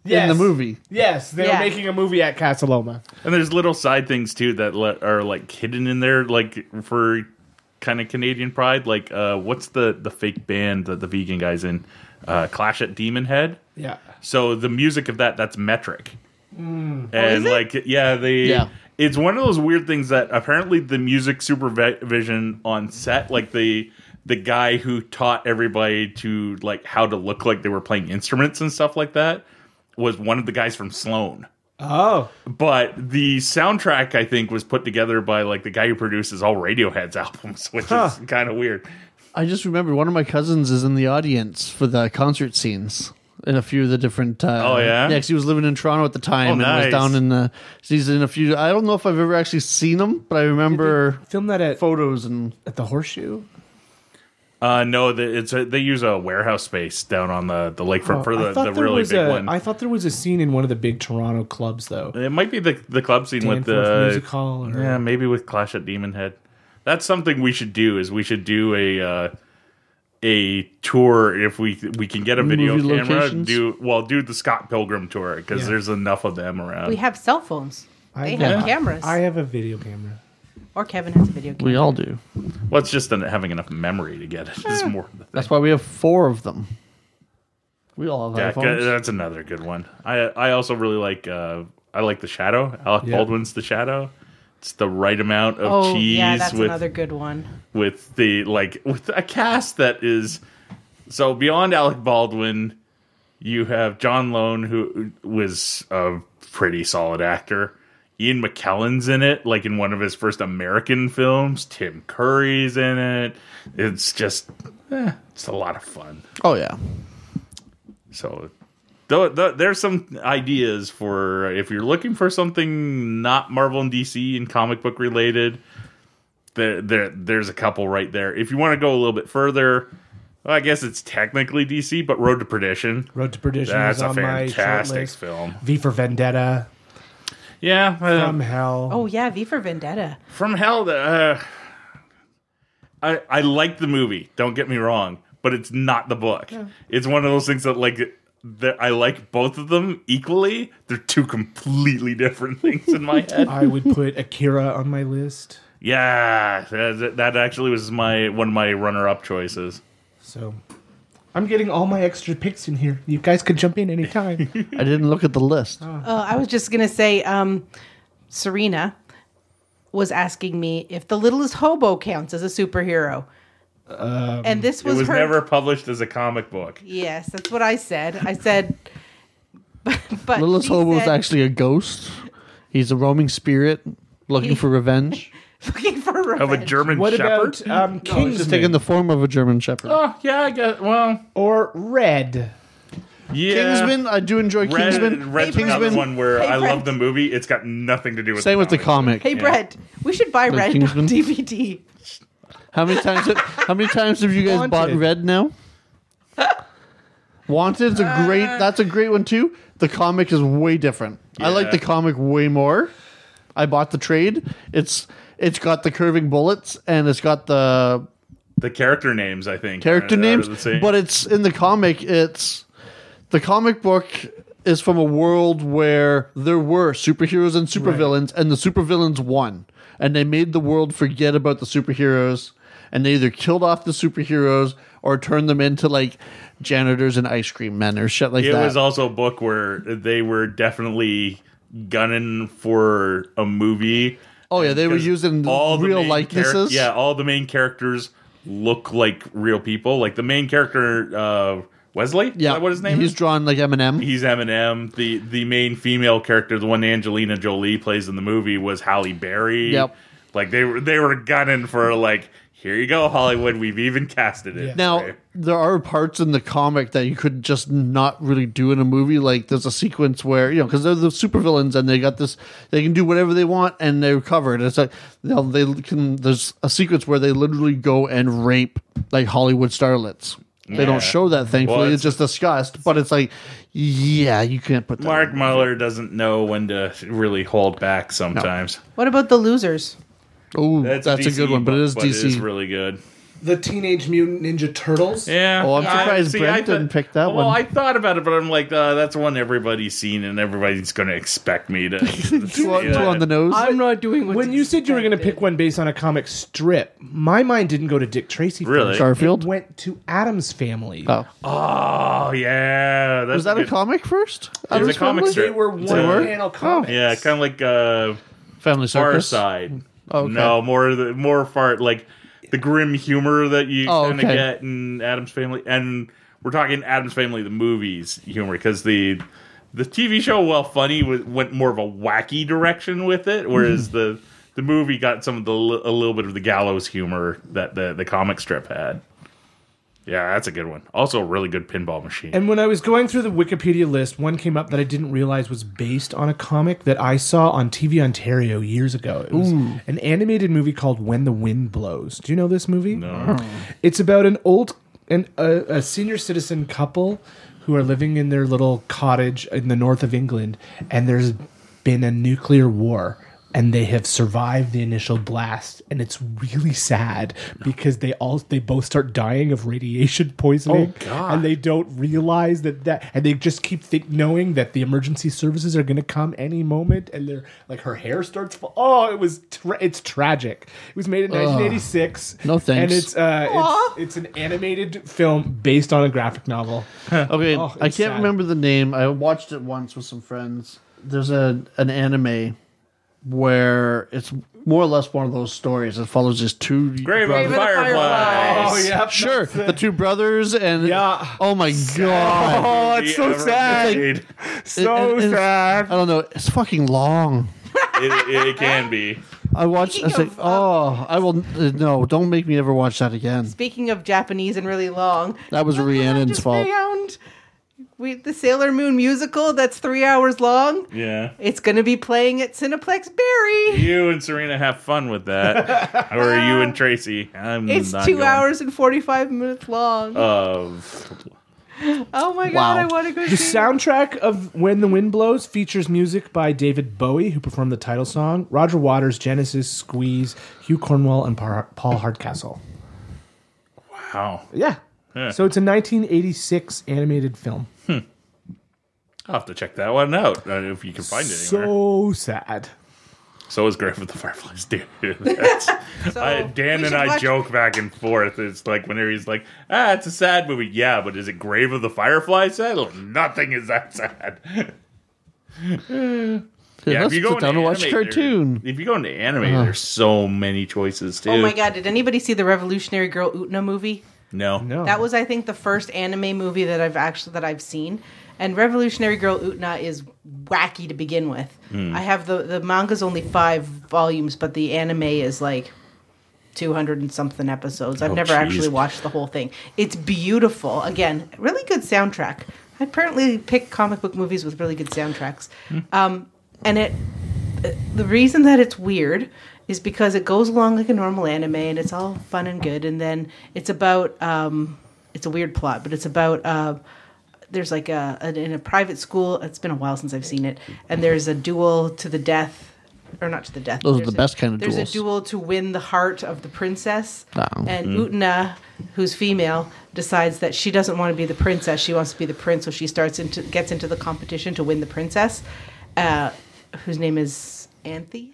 Speaker 3: in the movie.
Speaker 6: yes, they
Speaker 5: Yeah.
Speaker 6: were making a movie at Casa Loma.
Speaker 4: And there's little side things too that let, are like hidden in there, like for kind of Canadian pride. Like, uh, what's the the fake band that the vegan guys in? Uh, Clash at Demon Head.
Speaker 6: Yeah,
Speaker 4: So the music of that that's metric,
Speaker 6: Oh,
Speaker 4: and like yeah, they
Speaker 3: Yeah.
Speaker 4: It's one of those weird things that apparently the music supervision on set, like the the guy who taught everybody to like how to look like they were playing instruments and stuff like that, was one of the guys from Sloan
Speaker 6: oh,
Speaker 4: but the soundtrack I think was put together by like the guy who produces all Radiohead's albums, which is kind of weird.
Speaker 3: I just remembered one of my cousins is in the audience for the concert scenes in a few of the different. Uh,
Speaker 4: Oh, yeah?
Speaker 3: yeah, 'cause he was living in Toronto at the time
Speaker 4: Oh,
Speaker 3: and
Speaker 4: nice.
Speaker 3: was down in the. He's in a few. I don't know if I've ever actually seen him, but I remember
Speaker 6: film that at
Speaker 3: photos and
Speaker 6: at the Horseshoe.
Speaker 4: Uh, no, the, it's a, they use a warehouse space down on the the lakefront
Speaker 6: Oh,
Speaker 4: for the, the really
Speaker 6: was
Speaker 4: big
Speaker 6: a,
Speaker 4: one.
Speaker 6: I thought there was a scene in one of the big Toronto clubs, though.
Speaker 4: it might be the the club scene with the
Speaker 6: Danforth Music Hall or-
Speaker 4: yeah, maybe with Clash at Demon Head. That's something we should do. Is we should do a uh, a tour if we we can get a video
Speaker 3: Movie
Speaker 4: camera.
Speaker 3: locations?
Speaker 4: Do well, do the Scott Pilgrim tour because there's enough of them around.
Speaker 5: We have cell phones. They
Speaker 6: I-
Speaker 5: have cameras.
Speaker 6: I have a video camera.
Speaker 5: or Kevin has a video camera.
Speaker 3: we all do.
Speaker 4: well, it's just not having enough memory to get it is more. the thing.
Speaker 3: That's why we have four of them. We all
Speaker 4: Yeah,
Speaker 3: have
Speaker 4: good-
Speaker 3: iPhones.
Speaker 4: that's another good one. I I also really like uh I like the shadow. Alec
Speaker 6: Yeah.
Speaker 4: Baldwin's the shadow. It's the right amount of
Speaker 5: Oh
Speaker 4: cheese
Speaker 5: yeah, that's
Speaker 4: with
Speaker 5: another good one.
Speaker 4: with the like with a cast that is so beyond Alec Baldwin, you have John Lone who was a pretty solid actor. Ian McKellen's in it, like in one of his first American films. Tim Curry's in it. It's just, eh, it's a lot of fun.
Speaker 3: Oh yeah.
Speaker 4: So, th- th- there's some ideas for if you're looking for something not Marvel and DC and comic book related. There, there, there's a couple right there. If you want to go a little bit further, well, I guess it's technically DC, but Road to Perdition.
Speaker 6: Road to Perdition
Speaker 4: That's
Speaker 6: is
Speaker 4: a
Speaker 6: on my short
Speaker 4: fantastic
Speaker 6: list.
Speaker 4: film.
Speaker 6: V for Vendetta,
Speaker 4: Yeah, uh,
Speaker 6: From Hell.
Speaker 5: Oh yeah, V for Vendetta.
Speaker 4: From Hell. Uh, I I like the movie. Don't get me wrong, but it's not the book. It's one of those things that like that I like both of them equally. They're two completely different things in my head.
Speaker 6: I would put Akira on my list.
Speaker 4: yeah, that, that actually was my one of my runner-up choices.
Speaker 6: So I'm getting all my extra picks in here. You guys can jump in anytime.
Speaker 3: I didn't look at the list.
Speaker 5: Uh, I was just gonna say, um, Serena was asking me if the littlest hobo counts as a superhero, and this
Speaker 4: Um, It
Speaker 5: was,
Speaker 4: was
Speaker 5: her.
Speaker 4: never published as a comic book.
Speaker 5: yes, that's what I said. I said, but, but
Speaker 3: Littlest
Speaker 5: she
Speaker 3: Hobo is
Speaker 5: said-
Speaker 3: actually a ghost. He's a roaming spirit looking for revenge.
Speaker 5: looking for revenge.
Speaker 4: Of a German
Speaker 6: what
Speaker 4: Shepherd.
Speaker 6: about um,
Speaker 3: Oh, He's just taken
Speaker 6: Kingsman
Speaker 3: the form of a German Shepherd.
Speaker 4: oh yeah, I guess. Well,
Speaker 6: or Red?
Speaker 4: yeah.
Speaker 3: Kingsman, I do enjoy
Speaker 4: Red,
Speaker 3: Kingsman.
Speaker 4: Red's another
Speaker 3: Kingsman.
Speaker 4: one where
Speaker 5: Hey,
Speaker 4: I
Speaker 5: Brent.
Speaker 4: love the movie. It's got nothing to do with
Speaker 3: Same with the comic.
Speaker 4: comic.
Speaker 5: Hey Brett, we should buy Red
Speaker 3: Kingsman.
Speaker 5: on DVD.
Speaker 3: How many times? Have, how many times have you guys bought
Speaker 6: Wanted.
Speaker 3: Red now? Wanted is a great. That's a great one too. The comic is way different. I like
Speaker 4: Yeah.
Speaker 3: the comic way more. I bought the trade. It's it's got the curving bullets and it's got the
Speaker 4: the character names. I think
Speaker 3: character
Speaker 4: are- are
Speaker 3: names,
Speaker 4: the same.
Speaker 3: but it's in the comic. It's the comic book is from a world where there were superheroes and supervillains, and the supervillains won, and they made the world forget about the superheroes, and they either killed off the superheroes or turned them into like janitors and ice cream men or shit like
Speaker 4: it
Speaker 3: that.
Speaker 4: was also a book where they were definitely gunning for a movie.
Speaker 3: oh yeah, they were
Speaker 4: 'Cause
Speaker 3: using real
Speaker 4: main
Speaker 3: likenesses.
Speaker 4: charac- yeah, all the main characters look like real people. Like the main character, uh, Wesley. Is
Speaker 3: yeah.
Speaker 4: that what his name
Speaker 3: He's
Speaker 4: is?
Speaker 3: drawn like Eminem.
Speaker 4: He's Eminem. The the main female character, the one Angelina Jolie plays in the movie, was Halle Berry.
Speaker 3: Yep.
Speaker 4: Like they were they were gunning for like here you go Hollywood. We've even casted it.
Speaker 3: Now
Speaker 4: Right.
Speaker 3: there are parts in the comic that you could just not really do in a movie. Like there's a sequence where you know because they're the supervillains and they got this, they can do whatever they want and they're covered. It's like you know, they can. There's a sequence where they literally go and rape like Hollywood starlets. They
Speaker 4: Yeah.
Speaker 3: don't show that thankfully.
Speaker 4: Well,
Speaker 3: it's, just
Speaker 4: it's-
Speaker 3: discussed, but it's like, yeah, you can't put that.
Speaker 4: Mark
Speaker 3: in.
Speaker 4: Muller doesn't know when to really hold back sometimes.
Speaker 5: What about the losers?
Speaker 3: Oh, that's, a,
Speaker 4: DC
Speaker 3: good one, but it
Speaker 4: book,
Speaker 3: is DC.
Speaker 4: It is really good.
Speaker 6: The Teenage Mutant Ninja Turtles.
Speaker 4: Yeah.
Speaker 3: Oh, I'm surprised Brent
Speaker 4: thought-
Speaker 3: didn't pick that
Speaker 4: well,
Speaker 3: one.
Speaker 4: I thought about it, but I'm like, uh, that's one everybody's seen, and everybody's going to expect me to. to see
Speaker 3: Two on- two
Speaker 4: that.
Speaker 3: on the nose.
Speaker 5: I'm not doing what
Speaker 6: When you said you were going to pick one based on a comic strip, my mind didn't go to Dick Tracy.
Speaker 4: Really?
Speaker 6: first.
Speaker 3: Garfield?
Speaker 6: It went to Adam's Family.
Speaker 3: oh,
Speaker 4: Oh yeah, that's
Speaker 3: was that a
Speaker 4: good-
Speaker 3: comic first?
Speaker 4: It was
Speaker 3: Adam's
Speaker 4: a comic
Speaker 3: Family?
Speaker 6: They
Speaker 4: strip.
Speaker 6: were
Speaker 4: It's
Speaker 6: one
Speaker 4: a-
Speaker 6: panel comics.
Speaker 4: Yeah, kind of like uh,
Speaker 3: Family
Speaker 4: Far
Speaker 3: Circus. Oh,
Speaker 4: Side.
Speaker 3: Okay.
Speaker 4: No, more the more far like the grim humor that you
Speaker 3: Oh,
Speaker 4: kind of
Speaker 3: okay.
Speaker 4: get in Adam's Family, and we're talking Adam's Family the movies humor because the the TV show, while funny, wa- went more of a wacky direction with it, whereas
Speaker 3: Hmm.
Speaker 4: the the movie got some of the li- a little bit of the gallows humor that the the comic strip had. Yeah, that's a good one. Also, a really good pinball machine.
Speaker 6: And when I was going through the Wikipedia list, one came up that I didn't realize was based on a comic that I saw on TV Ontario years ago. It was an animated movie called When the Wind Blows. Do you know this movie? No. It's about an old an a, a senior citizen couple who are living in their little cottage in the north of England and there's been a nuclear war and they have survived the initial blast and it's really sad because they all they both start dying of radiation poisoning
Speaker 3: Oh,
Speaker 6: and they don't realize that that and they just keep think, knowing that the emergency services are going to come any moment and they're like her hair starts fall. oh it was tra- it's tragic it was made in 1986
Speaker 3: No thanks.
Speaker 6: and it's uh
Speaker 5: Aw.
Speaker 6: it's, it's an animated film based on a graphic novel
Speaker 3: Okay,
Speaker 6: Oh,
Speaker 3: I
Speaker 6: it's
Speaker 3: can't
Speaker 6: sad.
Speaker 3: remember the name. I watched it once with some friends. There's a an anime where it's more or less one of those stories. It follows these two
Speaker 4: Grave of
Speaker 5: Grave
Speaker 4: the
Speaker 5: of the
Speaker 4: Fireflies.
Speaker 5: Fireflies.
Speaker 6: yeah
Speaker 3: sure the two brothers and
Speaker 6: Yeah.
Speaker 3: Oh my god!
Speaker 6: oh it's so
Speaker 4: Ever
Speaker 6: sad
Speaker 4: made.
Speaker 6: so
Speaker 3: It- it- it's-
Speaker 6: sad
Speaker 3: I don't know. It's fucking long.
Speaker 4: it, it can be.
Speaker 3: I watched. I was
Speaker 5: Speaking
Speaker 3: like,
Speaker 5: of,
Speaker 3: oh, I will. uh, No, don't make me ever watch that again.
Speaker 5: Speaking of Japanese and really long,
Speaker 3: That was Rhiannon's
Speaker 5: I just
Speaker 3: fault.
Speaker 5: Found we, the Sailor Moon musical that's three hours long.
Speaker 4: Yeah.
Speaker 5: It's going to be playing at Cineplex Barry.
Speaker 4: You and Serena have fun with that, or you and Tracy. I'm
Speaker 5: It's
Speaker 4: not
Speaker 5: two
Speaker 4: going. Uh,
Speaker 5: hours and forty-five minutes long.
Speaker 4: of
Speaker 5: oh my
Speaker 3: wow.
Speaker 5: god, I want to go.
Speaker 6: The
Speaker 5: see it.
Speaker 6: soundtrack of When the Wind Blows features music by David Bowie, who performed the title song, Roger Waters, Genesis, Squeeze, Hugh Cornwell, and Par- Paul Hardcastle.
Speaker 4: wow.
Speaker 6: Yeah.
Speaker 4: Yeah.
Speaker 6: So it's a 1986 animated film.
Speaker 4: I'll have to check that one out uh, if you can find it anywhere.
Speaker 6: So sad.
Speaker 4: So is Grave of the Fireflies, dude. That's,
Speaker 5: So,
Speaker 4: I, Dan
Speaker 5: we
Speaker 4: and
Speaker 5: should
Speaker 4: I
Speaker 5: watch-
Speaker 4: joke back and forth. It's like whenever he's like, "Ah, it's a sad movie." Yeah, but is it Grave of the Fireflies sad? Well, Nothing is that sad.
Speaker 3: Yeah,
Speaker 4: Yeah,
Speaker 3: let's sit
Speaker 4: into
Speaker 3: down and watch a
Speaker 4: anime,
Speaker 3: cartoon. Uh-huh.
Speaker 4: there- if you go into anime, there's so many choices too.
Speaker 5: Oh my god, did anybody see the Revolutionary Girl Utna movie?
Speaker 4: No,
Speaker 6: No.
Speaker 5: That was, I think, the first anime movie that I've actually that I've seen. And Revolutionary Girl Utna is wacky to begin with.
Speaker 4: Hmm.
Speaker 5: I have the the manga's only five volumes, but the anime is like two hundred and something episodes. I've
Speaker 4: Oh,
Speaker 5: never
Speaker 4: jeez.
Speaker 5: actually watched the whole thing. It's beautiful. Again, really good soundtrack. I apparently pick comic book movies with really good soundtracks.
Speaker 4: Hmm.
Speaker 5: Um, and it the reason that it's weird is because it goes along like a normal anime and it's all fun and good and then it's about um it's a weird plot but it's about uh there's like a an, in a private school it's been a while since i've seen it and there's a duel to the death or not to the death
Speaker 3: Those are
Speaker 5: there's
Speaker 3: the
Speaker 5: a-
Speaker 3: best kind of
Speaker 5: there's
Speaker 3: duels.
Speaker 5: a duel to win the heart of the princess
Speaker 3: Oh.
Speaker 5: and utna who's female decides that she doesn't want to be the princess she wants to be the prince so she starts into gets into the competition to win the princess uh, whose name is anthe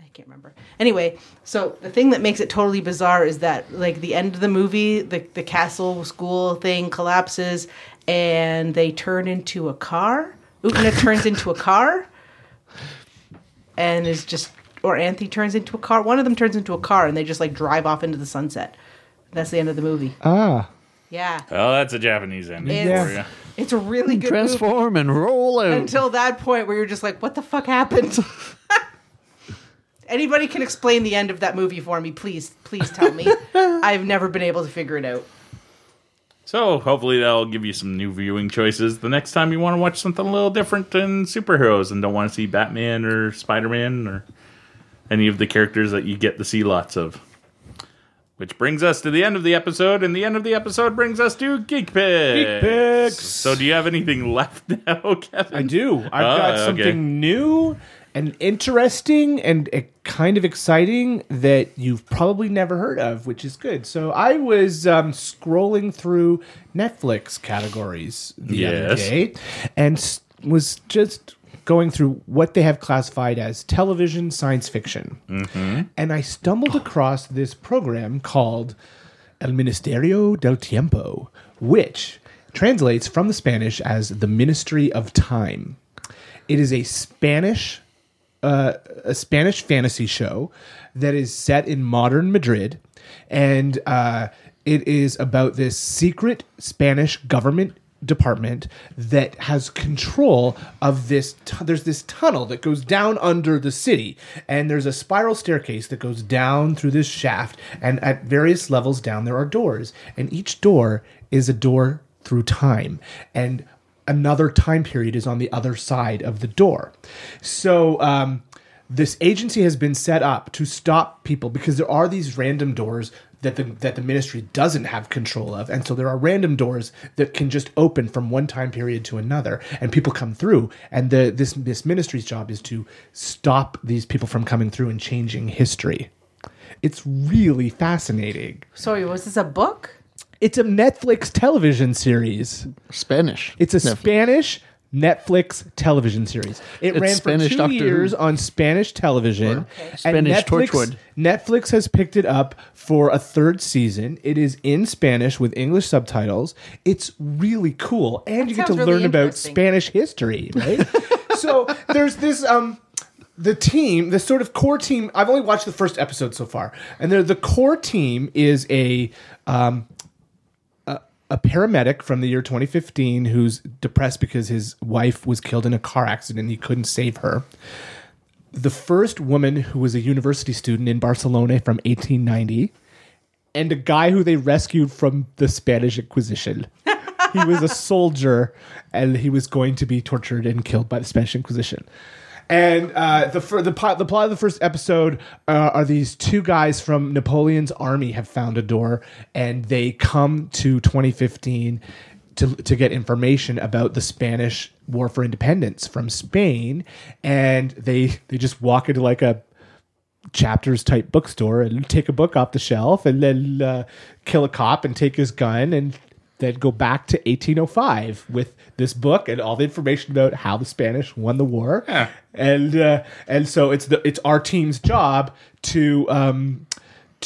Speaker 5: I can't remember. Anyway, so the thing that makes it totally bizarre is that like the end of the movie, the the castle school thing collapses and they turn into a car. Utna turns into a car and is just or Anthe turns into a car. One of them turns into a car and they just like drive off into the sunset. That's the end of the movie.
Speaker 6: Ah.
Speaker 5: Yeah.
Speaker 4: Well, Oh, that's a Japanese ending
Speaker 5: It's-
Speaker 4: for you.
Speaker 5: It's a really good movie
Speaker 3: Transform and roll out.
Speaker 5: until that point where you're just like, what the fuck happened? Anybody can explain the end of that movie for me, please. Please tell me. I've never been able to figure it out.
Speaker 4: So hopefully that'll give you some new viewing choices the next time you want to watch something a little different than superheroes and don't want to see Batman or Spider Man or any of the characters that you get to see lots of. Which brings us to the end of the episode, and the end of the episode brings us to Geek Picks.
Speaker 6: Picks.
Speaker 4: So do you have anything left now, Kevin?
Speaker 6: I do. I've
Speaker 4: Ah,
Speaker 6: got
Speaker 4: okay.
Speaker 6: something new and interesting and uh, kind of exciting that you've probably never heard of, which is good. So I was um, scrolling through Netflix categories the other
Speaker 4: Yes.
Speaker 6: day and s- was just going through what they have classified as television science fiction. And I stumbled across this program called El Ministerio del Tiempo, which translates from the Spanish as the Ministry of Time. It is a Spanish uh, a Spanish fantasy show that is set in modern Madrid, and uh, it is about this secret Spanish government department that has control of this tu- there's this tunnel that goes down under the city and there's a spiral staircase that goes down through this shaft and at various levels down there are doors and each door is a door through time and another time period is on the other side of the door so um, this agency has been set up to stop people because there are these random doors that the that the ministry doesn't have control of and so there are random doors that can just open from one time period to another and people come through and the this this ministry's job is to stop these people from coming through and changing history it's really fascinating
Speaker 5: Sorry, was this a book?
Speaker 6: it's a netflix television series
Speaker 3: Spanish.
Speaker 6: it's a
Speaker 3: No.
Speaker 6: Spanish Netflix television series. It
Speaker 3: It's
Speaker 6: ran
Speaker 3: Spanish
Speaker 6: for two
Speaker 3: Doctor Who.
Speaker 6: years on Spanish television. and
Speaker 3: Spanish
Speaker 6: Netflix,
Speaker 3: Torchwood.
Speaker 6: Netflix has picked it up for a third season. It is in Spanish with English subtitles. It's really cool, and you get to
Speaker 5: sounds really
Speaker 6: learn about
Speaker 5: interesting.
Speaker 6: Spanish history, right? so there's this um the team, the sort of core team. I've only watched the first episode so far, and they're- the core team is a um, a, a paramedic from the year 2015 who's depressed because his wife was killed in a car accident. and He couldn't save her. the first woman who was a university student in Barcelona from 1890, and a guy who they rescued from the Spanish Inquisition. he was a soldier, and he was going to be tortured and killed by the Spanish Inquisition. And uh, the fir- the plot the plot of the first episode uh, are these two guys from Napoleon's army have found a door, and they come to 2015 to, to get information about the Spanish War for Independence from Spain, and they they just walk into like a chapters type bookstore and take a book off the shelf and then uh, kill a cop and take his gun and then go back to 1805 with this book and all the information about how the Spanish won the war. And uh, and so it's the it's our team's job to um,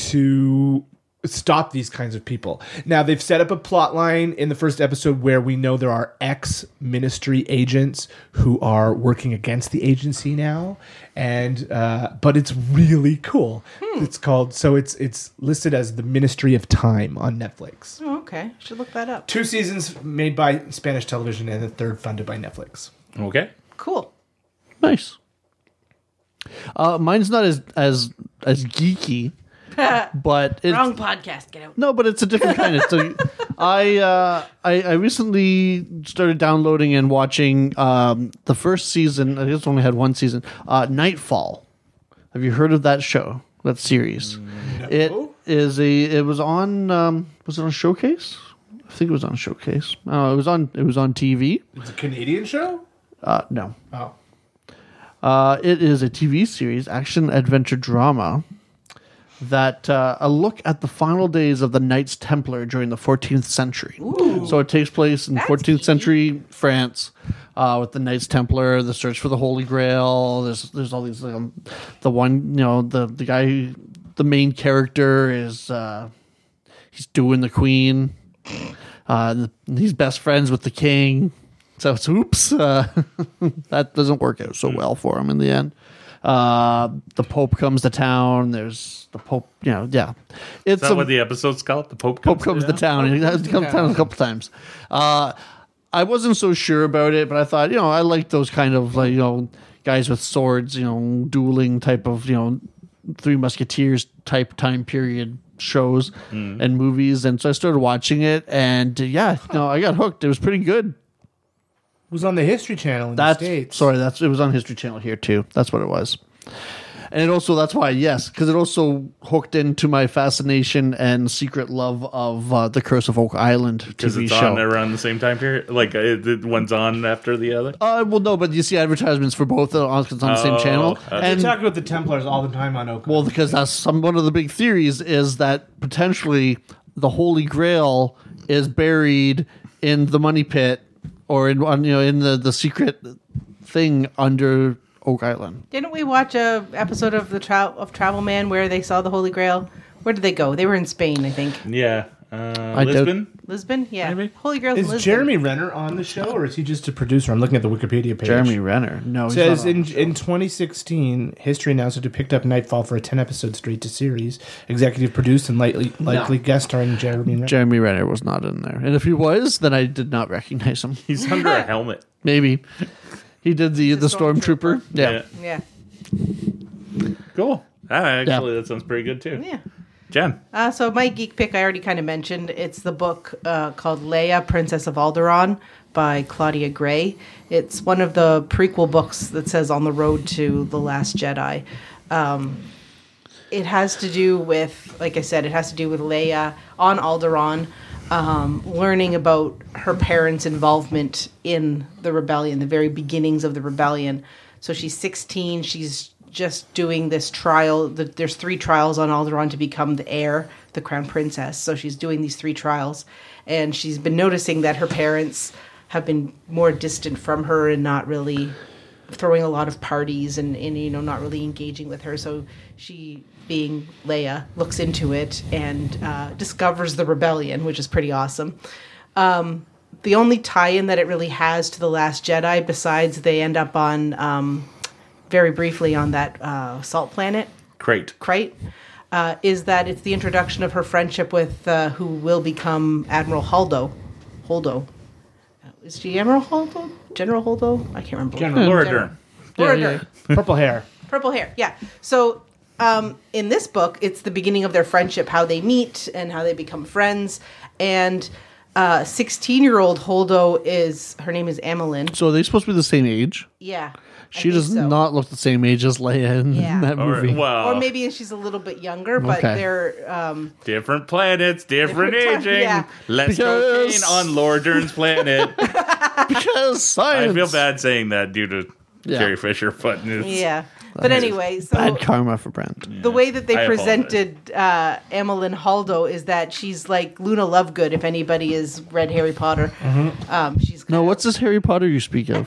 Speaker 6: to stop these kinds of people. Now they've set up a plot line in the first episode where we know there are ex ministry agents who are working against the agency now, and uh, but it's really cool.
Speaker 3: Hmm.
Speaker 6: It's called so it's it's listed as the Ministry of Time on Netflix.
Speaker 5: Oh, okay, should look that up.
Speaker 6: Two seasons made by Spanish television, and the third funded by Netflix.
Speaker 4: Okay.
Speaker 5: Cool.
Speaker 3: Nice. Uh, mine's not as as as geeky, but it's
Speaker 7: Wrong podcast. Get out.
Speaker 3: no, but it's a different kind. It's a, I, uh, I I recently started downloading and watching um, the first season. I guess only had one season. Uh, Nightfall. Have you heard of that show? That series. It is a. It was on. Um, was it on Showcase? I think it was on Showcase. Oh, it was on. It was on TV.
Speaker 6: It's a Canadian show.
Speaker 3: Uh, no,
Speaker 6: Oh,
Speaker 3: Uh, it is a TV series, action adventure drama, that uh, a look at the final days of the Knights Templar during the 14th century. So it takes place in 14th century France uh, with the Knights Templar, the search for the Holy Grail. There's there's all these um, the one you know the the guy who, the main character is uh, he's doing the Queen. Uh, the, he's best friends with the king. So it's oops, uh, that doesn't work out
Speaker 4: Hmm.
Speaker 3: so well for him in the end. Uh, the Pope comes to town. There's the Pope, you know, yeah. It's
Speaker 4: Is that
Speaker 3: a,
Speaker 4: what the episode's called? The Pope comes,
Speaker 3: Pope comes to
Speaker 4: down?
Speaker 3: town. He has to come to town a couple times. Uh, I wasn't so sure about it, but I thought, you know, I like those kind of like you know guys with swords, you know, dueling type of you know Three Musketeers type time period shows and movies, and so I started watching it, and uh, yeah, no, I got hooked. It was pretty good.
Speaker 6: it was on the History Channel in
Speaker 3: That's
Speaker 6: the states.
Speaker 3: sorry. That's it was on History Channel here too. That's what it was. And it also that's why yes, because it also hooked into my fascination and secret love of uh, the Curse of Oak Island
Speaker 4: Because
Speaker 3: TV
Speaker 4: it's
Speaker 3: show.
Speaker 4: on around the same time period. Like uh, the one's on after the other.
Speaker 3: uh, well, no, but you see advertisements for both uh, on, 'cause it's on the same
Speaker 4: Oh,
Speaker 3: channel,
Speaker 4: okay.
Speaker 6: We
Speaker 3: and
Speaker 6: talk about the Templars all the time on Oak.
Speaker 3: well, because that's some one of the big theories is that potentially the Holy Grail is buried in the money pit or in on, you know in the the secret thing under Oak Island.
Speaker 5: Didn't we watch a episode of the tra- of Travel Man where they saw the Holy Grail? Where did they go? They were in Spain, I think.
Speaker 4: Yeah. Uh,
Speaker 3: doubt-
Speaker 4: Lisbon?
Speaker 5: Lisbon, yeah.
Speaker 4: Maybe.
Speaker 5: Holy Grail in
Speaker 6: Is
Speaker 5: Lisbon.
Speaker 6: Jeremy Renner on the show, or is he just a producer? I'm looking at the Wikipedia page.
Speaker 3: Jeremy Renner. No, he's
Speaker 6: says
Speaker 3: not on.
Speaker 6: in in 2016, History announced that it picked up Nightfall for a 10 episode straight to series, executive produced and likely likely guest starring Jeremy. Renner.
Speaker 3: Jeremy Renner was not in there. And if he was, then I did not recognize him.
Speaker 4: He's under a helmet.
Speaker 3: Maybe he did the the stormtrooper. Yeah.
Speaker 4: Yeah.
Speaker 5: Yeah,
Speaker 4: Cool. Ah, actually, that sounds pretty good too.
Speaker 5: yeah.
Speaker 4: Jen.
Speaker 5: Uh, so my geek pick, I already kind of mentioned. It's the book uh, called Leia, Princess of Alderaan by Claudia Gray. It's one of the prequel books that says on the road to the Last Jedi. Um, it has to do with, like I said, it has to do with Leia on Alderaan, um, learning about her parents' involvement in the rebellion, the very beginnings of the rebellion. So she's 16. She's just doing this trial. The, there's three trials on Alderaan to become the heir, the crown princess. So she's doing these three trials, and she's been noticing that her parents have been more distant from her and not really throwing a lot of parties and, and you know not really engaging with her so she being leia looks into it and uh, discovers the rebellion which is pretty awesome um, the only tie-in that it really has to the last jedi besides they end up on um, very briefly on that uh, salt planet
Speaker 4: Great.
Speaker 5: Crate, uh, is that it's the introduction of her friendship with uh, who will become Admiral Haldo. Holdo. Is she Admiral Holdo? General Holdo? I can't remember.
Speaker 6: General.
Speaker 4: Laura Dern.
Speaker 5: Laura
Speaker 3: Yeah, yeah.
Speaker 5: Dern.
Speaker 6: Purple hair.
Speaker 5: purple hair. Yeah. So um, in this book, it's the beginning of their friendship, how they meet and how they become friends. And uh, sixteen-year-old Holdo is her name is Amelin.
Speaker 3: So are they supposed to be the same age?
Speaker 5: Yeah. I
Speaker 3: She
Speaker 5: think
Speaker 3: does
Speaker 5: so.
Speaker 3: not look the same age as Leia in
Speaker 5: Yeah.
Speaker 3: that
Speaker 4: All right,
Speaker 3: movie.
Speaker 4: well,
Speaker 5: Or maybe she's a little bit younger, but
Speaker 3: Okay.
Speaker 5: they're um,
Speaker 4: different planets, different
Speaker 5: Different time,
Speaker 4: aging.
Speaker 5: yeah.
Speaker 4: Let's go
Speaker 3: Because-
Speaker 4: in on Lord Dern's planet.
Speaker 3: because science.
Speaker 4: I feel bad saying that due to
Speaker 3: Yeah.
Speaker 4: Jerry Fisher, but it's,
Speaker 5: yeah. But anyway, so
Speaker 3: Bad karma for Brent.
Speaker 5: the way that they
Speaker 4: I
Speaker 5: presented uh, Emmeline Haldo is that she's like Luna Lovegood, if anybody is read Harry Potter. Um, she's
Speaker 3: Mm-hmm. No,
Speaker 5: kinda-
Speaker 3: what's this Harry Potter you speak of?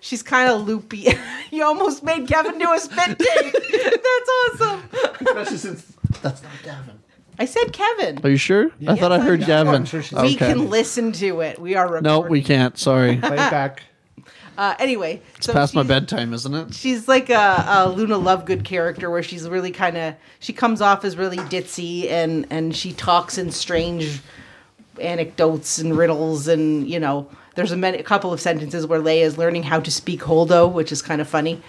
Speaker 5: she's kind of loopy. you almost made Kevin do a spit take. That's awesome.
Speaker 7: Especially since that's not Gavin.
Speaker 5: I said Kevin.
Speaker 3: Are you sure? I thought I heard Gavin.
Speaker 7: I'm sure she's-
Speaker 5: We can listen to it. We are recording.
Speaker 3: Oh, no, we can't. Sorry.
Speaker 6: Play it back.
Speaker 5: Uh, anyway, it's
Speaker 3: Past my bedtime, isn't it?
Speaker 5: she's like a, a Luna Lovegood character where she's really kind of she comes off as really ditzy and and she talks in strange anecdotes and riddles and you know there's a, many, a couple of sentences where Leia is learning how to speak Holdo, which is kind of funny.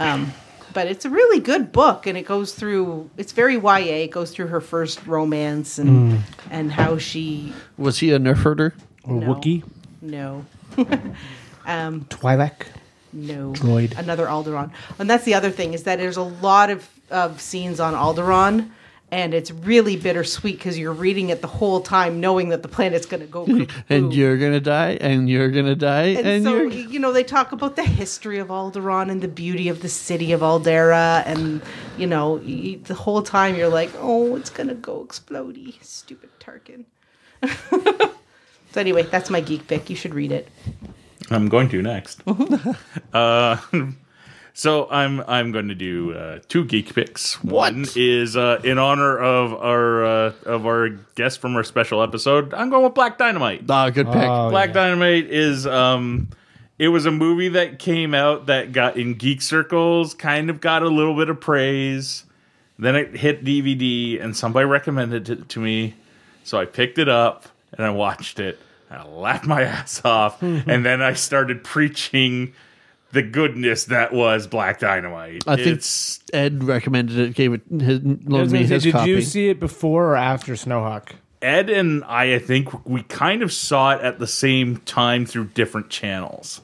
Speaker 5: Um, but it's a really good book and it goes through it's very YA. It goes through her first romance and and how she
Speaker 3: Was he a nerf herder?
Speaker 6: Or
Speaker 5: No.
Speaker 6: Wookie.
Speaker 5: no
Speaker 6: Twi'lek.
Speaker 5: No.
Speaker 6: Droid.
Speaker 5: Another Alderon. And that's the other thing is that there's a lot of, of scenes on Alderon, and it's really bittersweet because you're reading it the whole time, knowing that the planet's going to go.
Speaker 3: And
Speaker 5: kaput.
Speaker 3: you're gonna die, and you're gonna die, and,
Speaker 5: And, so
Speaker 3: you're.
Speaker 5: you know they talk about the history of Alderon and the beauty of the city of Aldera, and you know y the whole time you're like, oh, it's gonna go explodey, stupid Tarkin. so anyway, that's my geek pick. You should read it.
Speaker 4: I'm going to next. uh, so I'm I'm going to do uh, two geek picks. One is uh, in honor of our uh, of our guest from our special episode. I'm going with Black Dynamite.
Speaker 3: Ah, good pick.
Speaker 6: Oh,
Speaker 4: Black
Speaker 6: yeah.
Speaker 4: Dynamite is um it was a movie that came out that got in geek circles, kind of got a little bit of praise. Then it hit DVD and somebody recommended it to me. So I picked it up and I watched it. And I laughed my ass off and then I started preaching the goodness that was Black Dynamite.
Speaker 3: I think
Speaker 4: it's
Speaker 3: Ed recommended it. Gave it his, loaned me his
Speaker 6: Did
Speaker 3: copy.
Speaker 6: you see it before or after Snowhawk?
Speaker 4: Ed and I, I think we kind of saw it at the same time through different channels.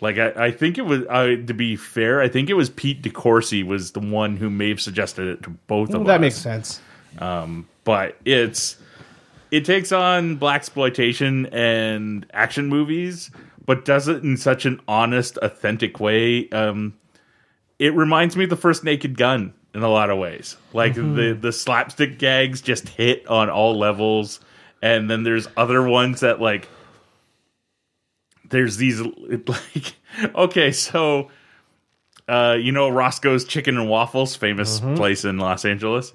Speaker 4: Like I, I think it was. I to be fair, I think it was Pete DeCourcy was the one who may have suggested it to both of us.
Speaker 6: that makes sense.
Speaker 4: But it's it takes on black exploitation and action movies, but does it in such an honest, authentic way. Um, it reminds me of the first Naked Gun in a lot of ways. Like the the slapstick gags just hit on all levels, and then there's other ones that like there's these like okay, so uh, you know Roscoe's Chicken and Waffles, famous place in Los Angeles.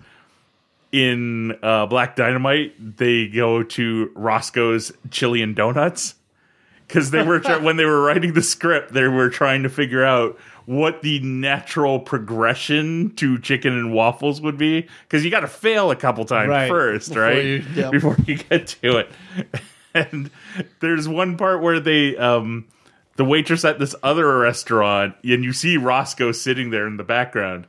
Speaker 4: In uh, Black Dynamite, they go to Roscoe's Chili and Donuts because they were try- when they were writing the script, they were trying to figure out what the natural progression to chicken and waffles would be because you got to fail a couple times
Speaker 6: Right.
Speaker 4: first, right?
Speaker 3: you- yeah.
Speaker 4: Before you get to it. And there's one part where they um, the waitress at this other restaurant, and you see Roscoe sitting there in the background.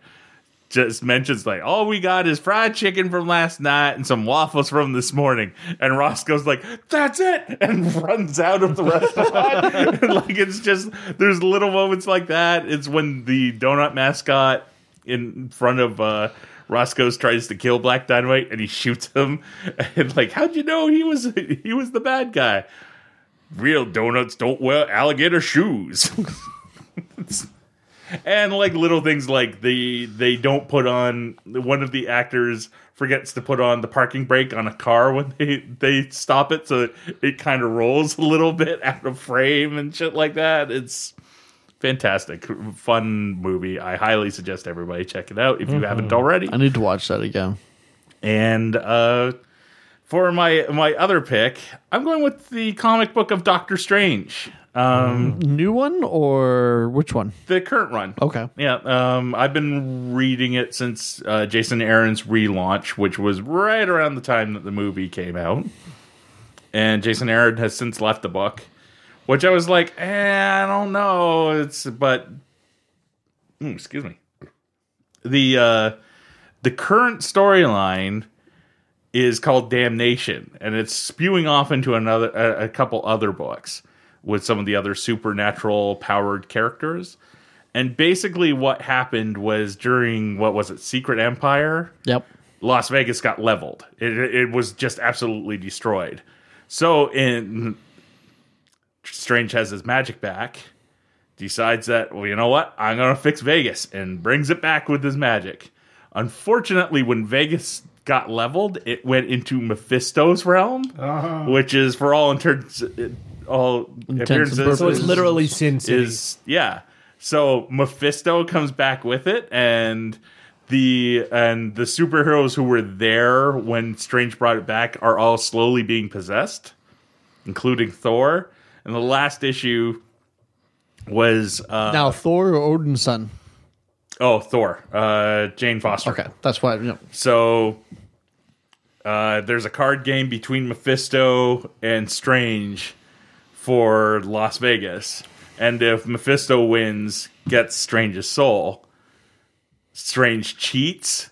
Speaker 4: Just mentions like all we got is fried chicken from last night and some waffles from this morning, and Roscoe's like, "That's it," and runs out of the restaurant. And, like it's just there's little moments like that. It's when the donut mascot in front of uh, Roscoe's tries to kill Black Dynamite, and he shoots him. And like, how'd you know he was he was the bad guy? real donuts don't wear alligator shoes. and like little things like the they don't put on one of the actors forgets to put on the parking brake on a car when they they stop it so it, it kind of rolls a little bit out of frame and shit like that it's fantastic fun movie i highly suggest everybody check it out if you haven't already
Speaker 3: I need to watch that again.
Speaker 4: and uh, for my my other pick, I'm going with the comic book of Doctor Strange, um,
Speaker 3: New one or which one?
Speaker 4: the current run.
Speaker 3: Mm. Okay.
Speaker 4: Yeah, um, I've been reading it since uh, Jason Aaron's relaunch, which was right around the time that the movie came out. And Jason Aaron has since left the book, which I was like, eh, I don't know. It's but mm, excuse me. The uh, the current storyline is called Damnation, and it's spewing off into another a, a couple other books with some of the other supernatural powered characters. And basically, what happened was during what was it, Secret Empire?
Speaker 3: Yep.
Speaker 4: Las Vegas got leveled. It, it was just absolutely destroyed. So in Strange has his magic back, decides that well, you know what, I'm gonna fix Vegas, and brings it back with his magic. Unfortunately, when Vegas got leveled, it went into Mephisto's realm, which is for all intents all
Speaker 3: Intents and
Speaker 4: appearances
Speaker 8: So it's literally Sin City.
Speaker 4: is yeah. So Mephisto comes back with it, and the and the superheroes who were there when Strange brought it back are all slowly being possessed, including Thor. And the last issue was uh,
Speaker 3: Now Thor or Odin's son?
Speaker 4: oh Thor, uh, Jane Foster.
Speaker 3: Okay, that's why. You know,
Speaker 4: So uh, there's a card game between Mephisto and Strange for Las Vegas. And if Mephisto wins, gets Strange's soul. Strange cheats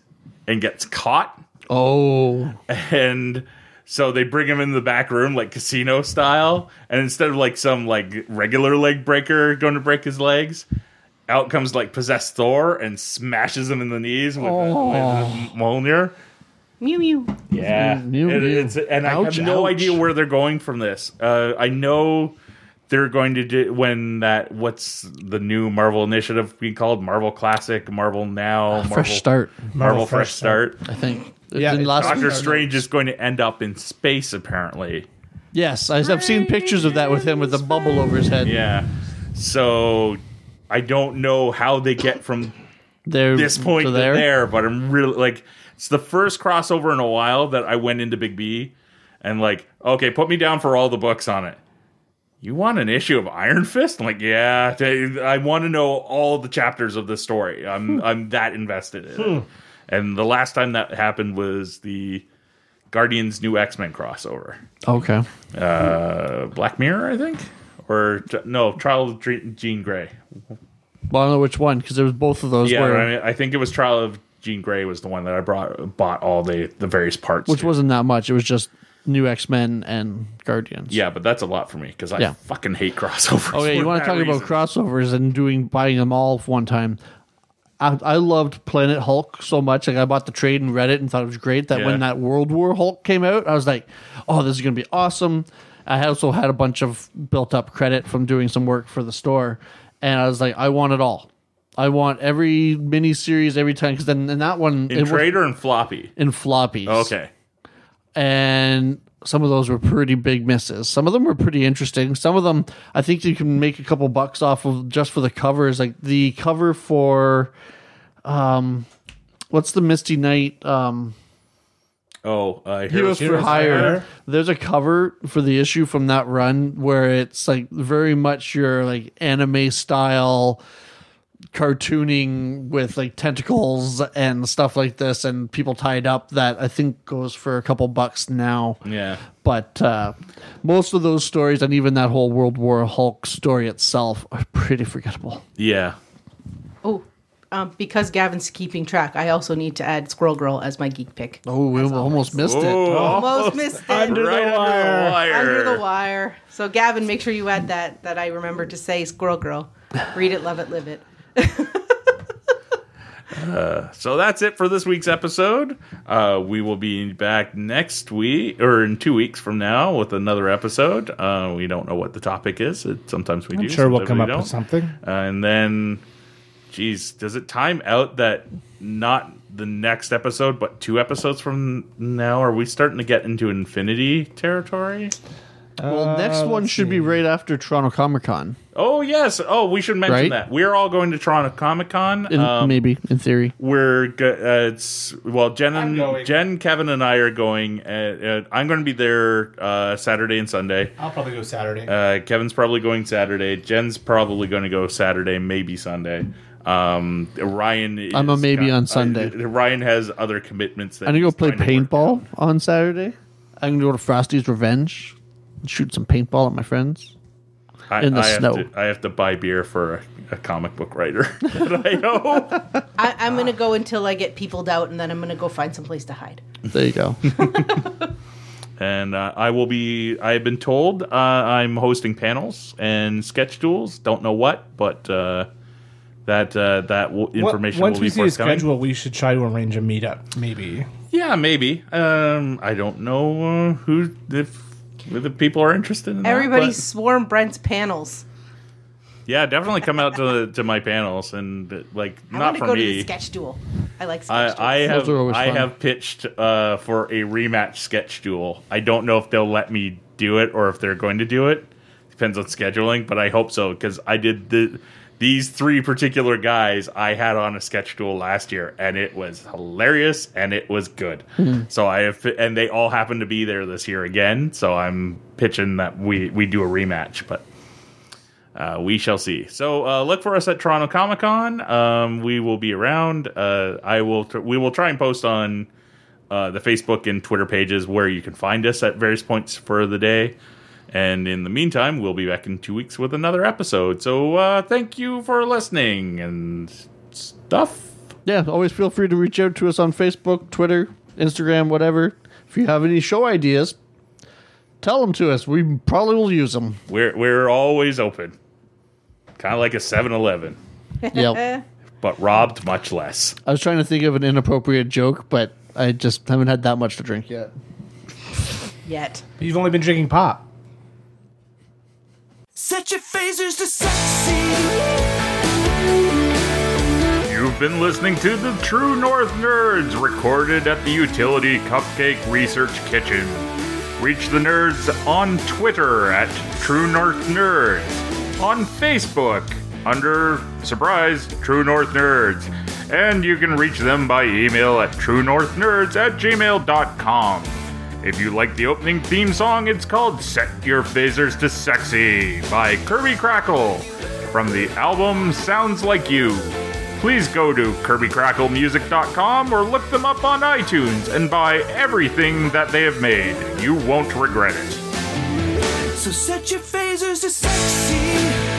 Speaker 4: and gets caught.
Speaker 3: oh,
Speaker 4: And so they bring him in the back room, like casino style. And instead of like some like regular leg breaker going to break his legs, out comes like possessed Thor and smashes him in the knees with, a, with a Mjolnir.
Speaker 5: Mew mew.
Speaker 4: Yeah,
Speaker 3: New
Speaker 4: It-
Speaker 3: deal.
Speaker 4: it's- and
Speaker 3: Ouch,
Speaker 4: I have no
Speaker 3: ouch.
Speaker 4: idea where they're going from this. Uh, I know they're going to do when that what's the new Marvel initiative being called? Marvel Classic, Marvel Now, Marvel,
Speaker 3: Ah, fresh start.
Speaker 4: Marvel, Fresh, Start.
Speaker 3: I think.
Speaker 6: Yeah,
Speaker 3: In
Speaker 6: it's
Speaker 3: Las-
Speaker 4: Doctor Strange is going to end up in space, apparently.
Speaker 3: yes, I- I've seen pictures of that with him with the bubble over his head.
Speaker 4: Yeah, so I don't know how they get from
Speaker 3: There,
Speaker 4: this point
Speaker 3: to
Speaker 4: to
Speaker 3: there.
Speaker 4: there. but I'm really like it's the first crossover in a while that I went into Big B and like, okay, put me down for all the books on it. You want an issue of Iron Fist? I'm like, yeah, t- I want to know all the chapters of the story.
Speaker 3: Hmm.
Speaker 4: I'm I'm that invested in it. And the last time that happened was the Guardians New X Men crossover,
Speaker 3: Okay.
Speaker 4: uh, Black Mirror, I think, or no, Trial of Dre- Jean Grey.
Speaker 3: Well, I don't know which one because there was both of those.
Speaker 4: Yeah,
Speaker 3: where,
Speaker 4: I, mean, I think it was Trial of Jean Grey was the one that I brought bought all the the various parts.
Speaker 3: which
Speaker 4: to.
Speaker 3: wasn't that much. It was just new X Men and Guardians.
Speaker 4: yeah, but that's a lot for me because I
Speaker 3: Yeah.
Speaker 4: fucking hate crossovers.
Speaker 3: Okay, you want to talk about crossovers and doing buying them all for one time. I, I loved Planet Hulk so much. Like I bought the trade and read it and thought it was great. That
Speaker 4: Yeah.
Speaker 3: when that World War Hulk came out, I was like, "Oh, this is gonna be awesome." I also had a bunch of built up credit from doing some work for the store, and I was like, "I want it all. I want every mini series every time." Because then in that one,
Speaker 4: in
Speaker 3: it was
Speaker 4: trade or in floppy?
Speaker 3: in floppies
Speaker 4: Okay,
Speaker 3: and some of those were pretty big misses. Some of them were pretty interesting. Some of them, I think you can make a couple bucks off of just for the covers. Like the cover for, um, what's the Misty Knight? Um,
Speaker 4: oh, uh,
Speaker 3: Heroes,
Speaker 4: Heroes-
Speaker 3: for Hire. There's a cover for the issue from that run where it's like very much your like anime style cartooning with like tentacles and stuff like this and people tied up that I think goes for a couple bucks now
Speaker 4: yeah,
Speaker 3: but uh, most of those stories and even that whole World War Hulk story itself are pretty forgettable.
Speaker 4: yeah.
Speaker 5: Oh, um, because Gavin's keeping track, I also need to add Squirrel Girl as my geek pick.
Speaker 3: Oh, we almost missed it.
Speaker 5: Almost missed it.
Speaker 6: Under the
Speaker 4: right
Speaker 6: wire.
Speaker 5: Under the wire. So Gavin, make sure you add that that I remember to say Squirrel Girl. Read it, love it, live it.
Speaker 4: So that's it for this week's episode. Uh, we will be back next week or in two weeks from now with another episode. Uh, we don't know what the topic is. It, sometimes we do.
Speaker 6: I'm sure we'll
Speaker 4: sometimes
Speaker 6: come
Speaker 4: we
Speaker 6: up
Speaker 4: don't.
Speaker 6: with something.
Speaker 4: Uh, and then, geez, does it time out that not the next episode, but two episodes from now? Are we starting to get into infinity territory?
Speaker 3: Well, next one should be right after Toronto Comic Con,
Speaker 4: Oh, yes. Oh, we should mention
Speaker 3: Right?
Speaker 4: that. We're all going to Toronto Comic Con.
Speaker 3: in,
Speaker 4: Um,
Speaker 3: maybe in theory.
Speaker 4: we're go- uh, it's well jen
Speaker 6: I'm
Speaker 4: and
Speaker 6: going.
Speaker 4: jen kevin and i are going uh, uh, i'm going to be there uh, saturday and sunday
Speaker 6: I'll probably go Saturday.
Speaker 4: uh, kevin's probably going saturday jen's probably going to go saturday maybe sunday um, ryan is
Speaker 3: I'm a maybe
Speaker 4: got-
Speaker 3: on Sunday.
Speaker 4: I- ryan has other commitments that
Speaker 3: I'm gonna go
Speaker 4: he's
Speaker 3: play
Speaker 4: trying to work
Speaker 3: paintball on Saturday. I'm gonna go to Frosty's Revenge, and shoot some paintball at my friends.
Speaker 4: I,
Speaker 3: In the
Speaker 4: I have
Speaker 3: snow.
Speaker 4: to- I have to buy beer for a, a comic book writer that I know.
Speaker 5: I, I'm gonna go until I get peopled out, and then I'm gonna go find someplace to hide.
Speaker 3: There you go.
Speaker 4: and uh, I will be. I've been told uh, I'm hosting panels and sketch duels. Don't know what, but uh, that uh, that will,
Speaker 6: Well,
Speaker 4: information
Speaker 6: Once
Speaker 4: will be
Speaker 6: we see a
Speaker 4: forthcoming.
Speaker 6: schedule, we should try to arrange a meetup. Maybe.
Speaker 4: Yeah, maybe. Um, I don't know uh, who if the people are interested in. that,
Speaker 5: Everybody
Speaker 4: but-
Speaker 5: swarm Brent's panels.
Speaker 4: yeah, definitely come out to to my panels and uh, like
Speaker 5: I
Speaker 4: not
Speaker 5: want to
Speaker 4: for
Speaker 5: go to
Speaker 4: me.
Speaker 5: the sketch duel. I like sketch
Speaker 4: I, I
Speaker 5: duels.
Speaker 4: have
Speaker 3: are always
Speaker 4: I
Speaker 3: fun.
Speaker 4: have pitched uh, for a rematch sketch duel. I don't know if they'll let me do it or if they're going to do it. Depends on scheduling, but I hope so because I did the these three particular guys I had on a sketch duel last year, and it was hilarious and it was good.
Speaker 3: Hmm.
Speaker 4: So I have, and they all happened to be there this year again. So I'm pitching that we we do a rematch, but. Uh, we shall see. So uh, look for us at Toronto Comic Con. Um, we will be around. Uh, I will. Tr- we will try and post on uh, the Facebook and Twitter pages where you can find us at various points for the day. And in the meantime, we'll be back in two weeks with another episode. So uh, thank you for listening and stuff.
Speaker 3: yeah, always feel free to reach out to us on Facebook, Twitter, Instagram, whatever. If you have any show ideas, tell them to us. We probably will use them.
Speaker 4: We're we're always open, kind of like a 7-Eleven,
Speaker 3: Yep.
Speaker 4: but robbed much less.
Speaker 3: I was trying to think of an inappropriate joke, but I just haven't had that much to drink yet.
Speaker 5: Yet.
Speaker 6: You've only been drinking pop.
Speaker 2: Set your phasers to sexy.
Speaker 4: You've been listening to the True North Nerds, recorded at the Utility Cupcake Research Kitchen. Reach the nerds on Twitter at True North Nerds, on Facebook under Surprise True North Nerds, and you can reach them by email at truenorthnerds at gmail.com. If you like the opening theme song, it's called Set Your Phasers to Sexy by Kirby Crackle from the album Sounds Like You. Please go to KirbyCracklemusic.com or look them up on iTunes and buy everything that they have made. You won't regret it.
Speaker 2: So set your phasers to sexy.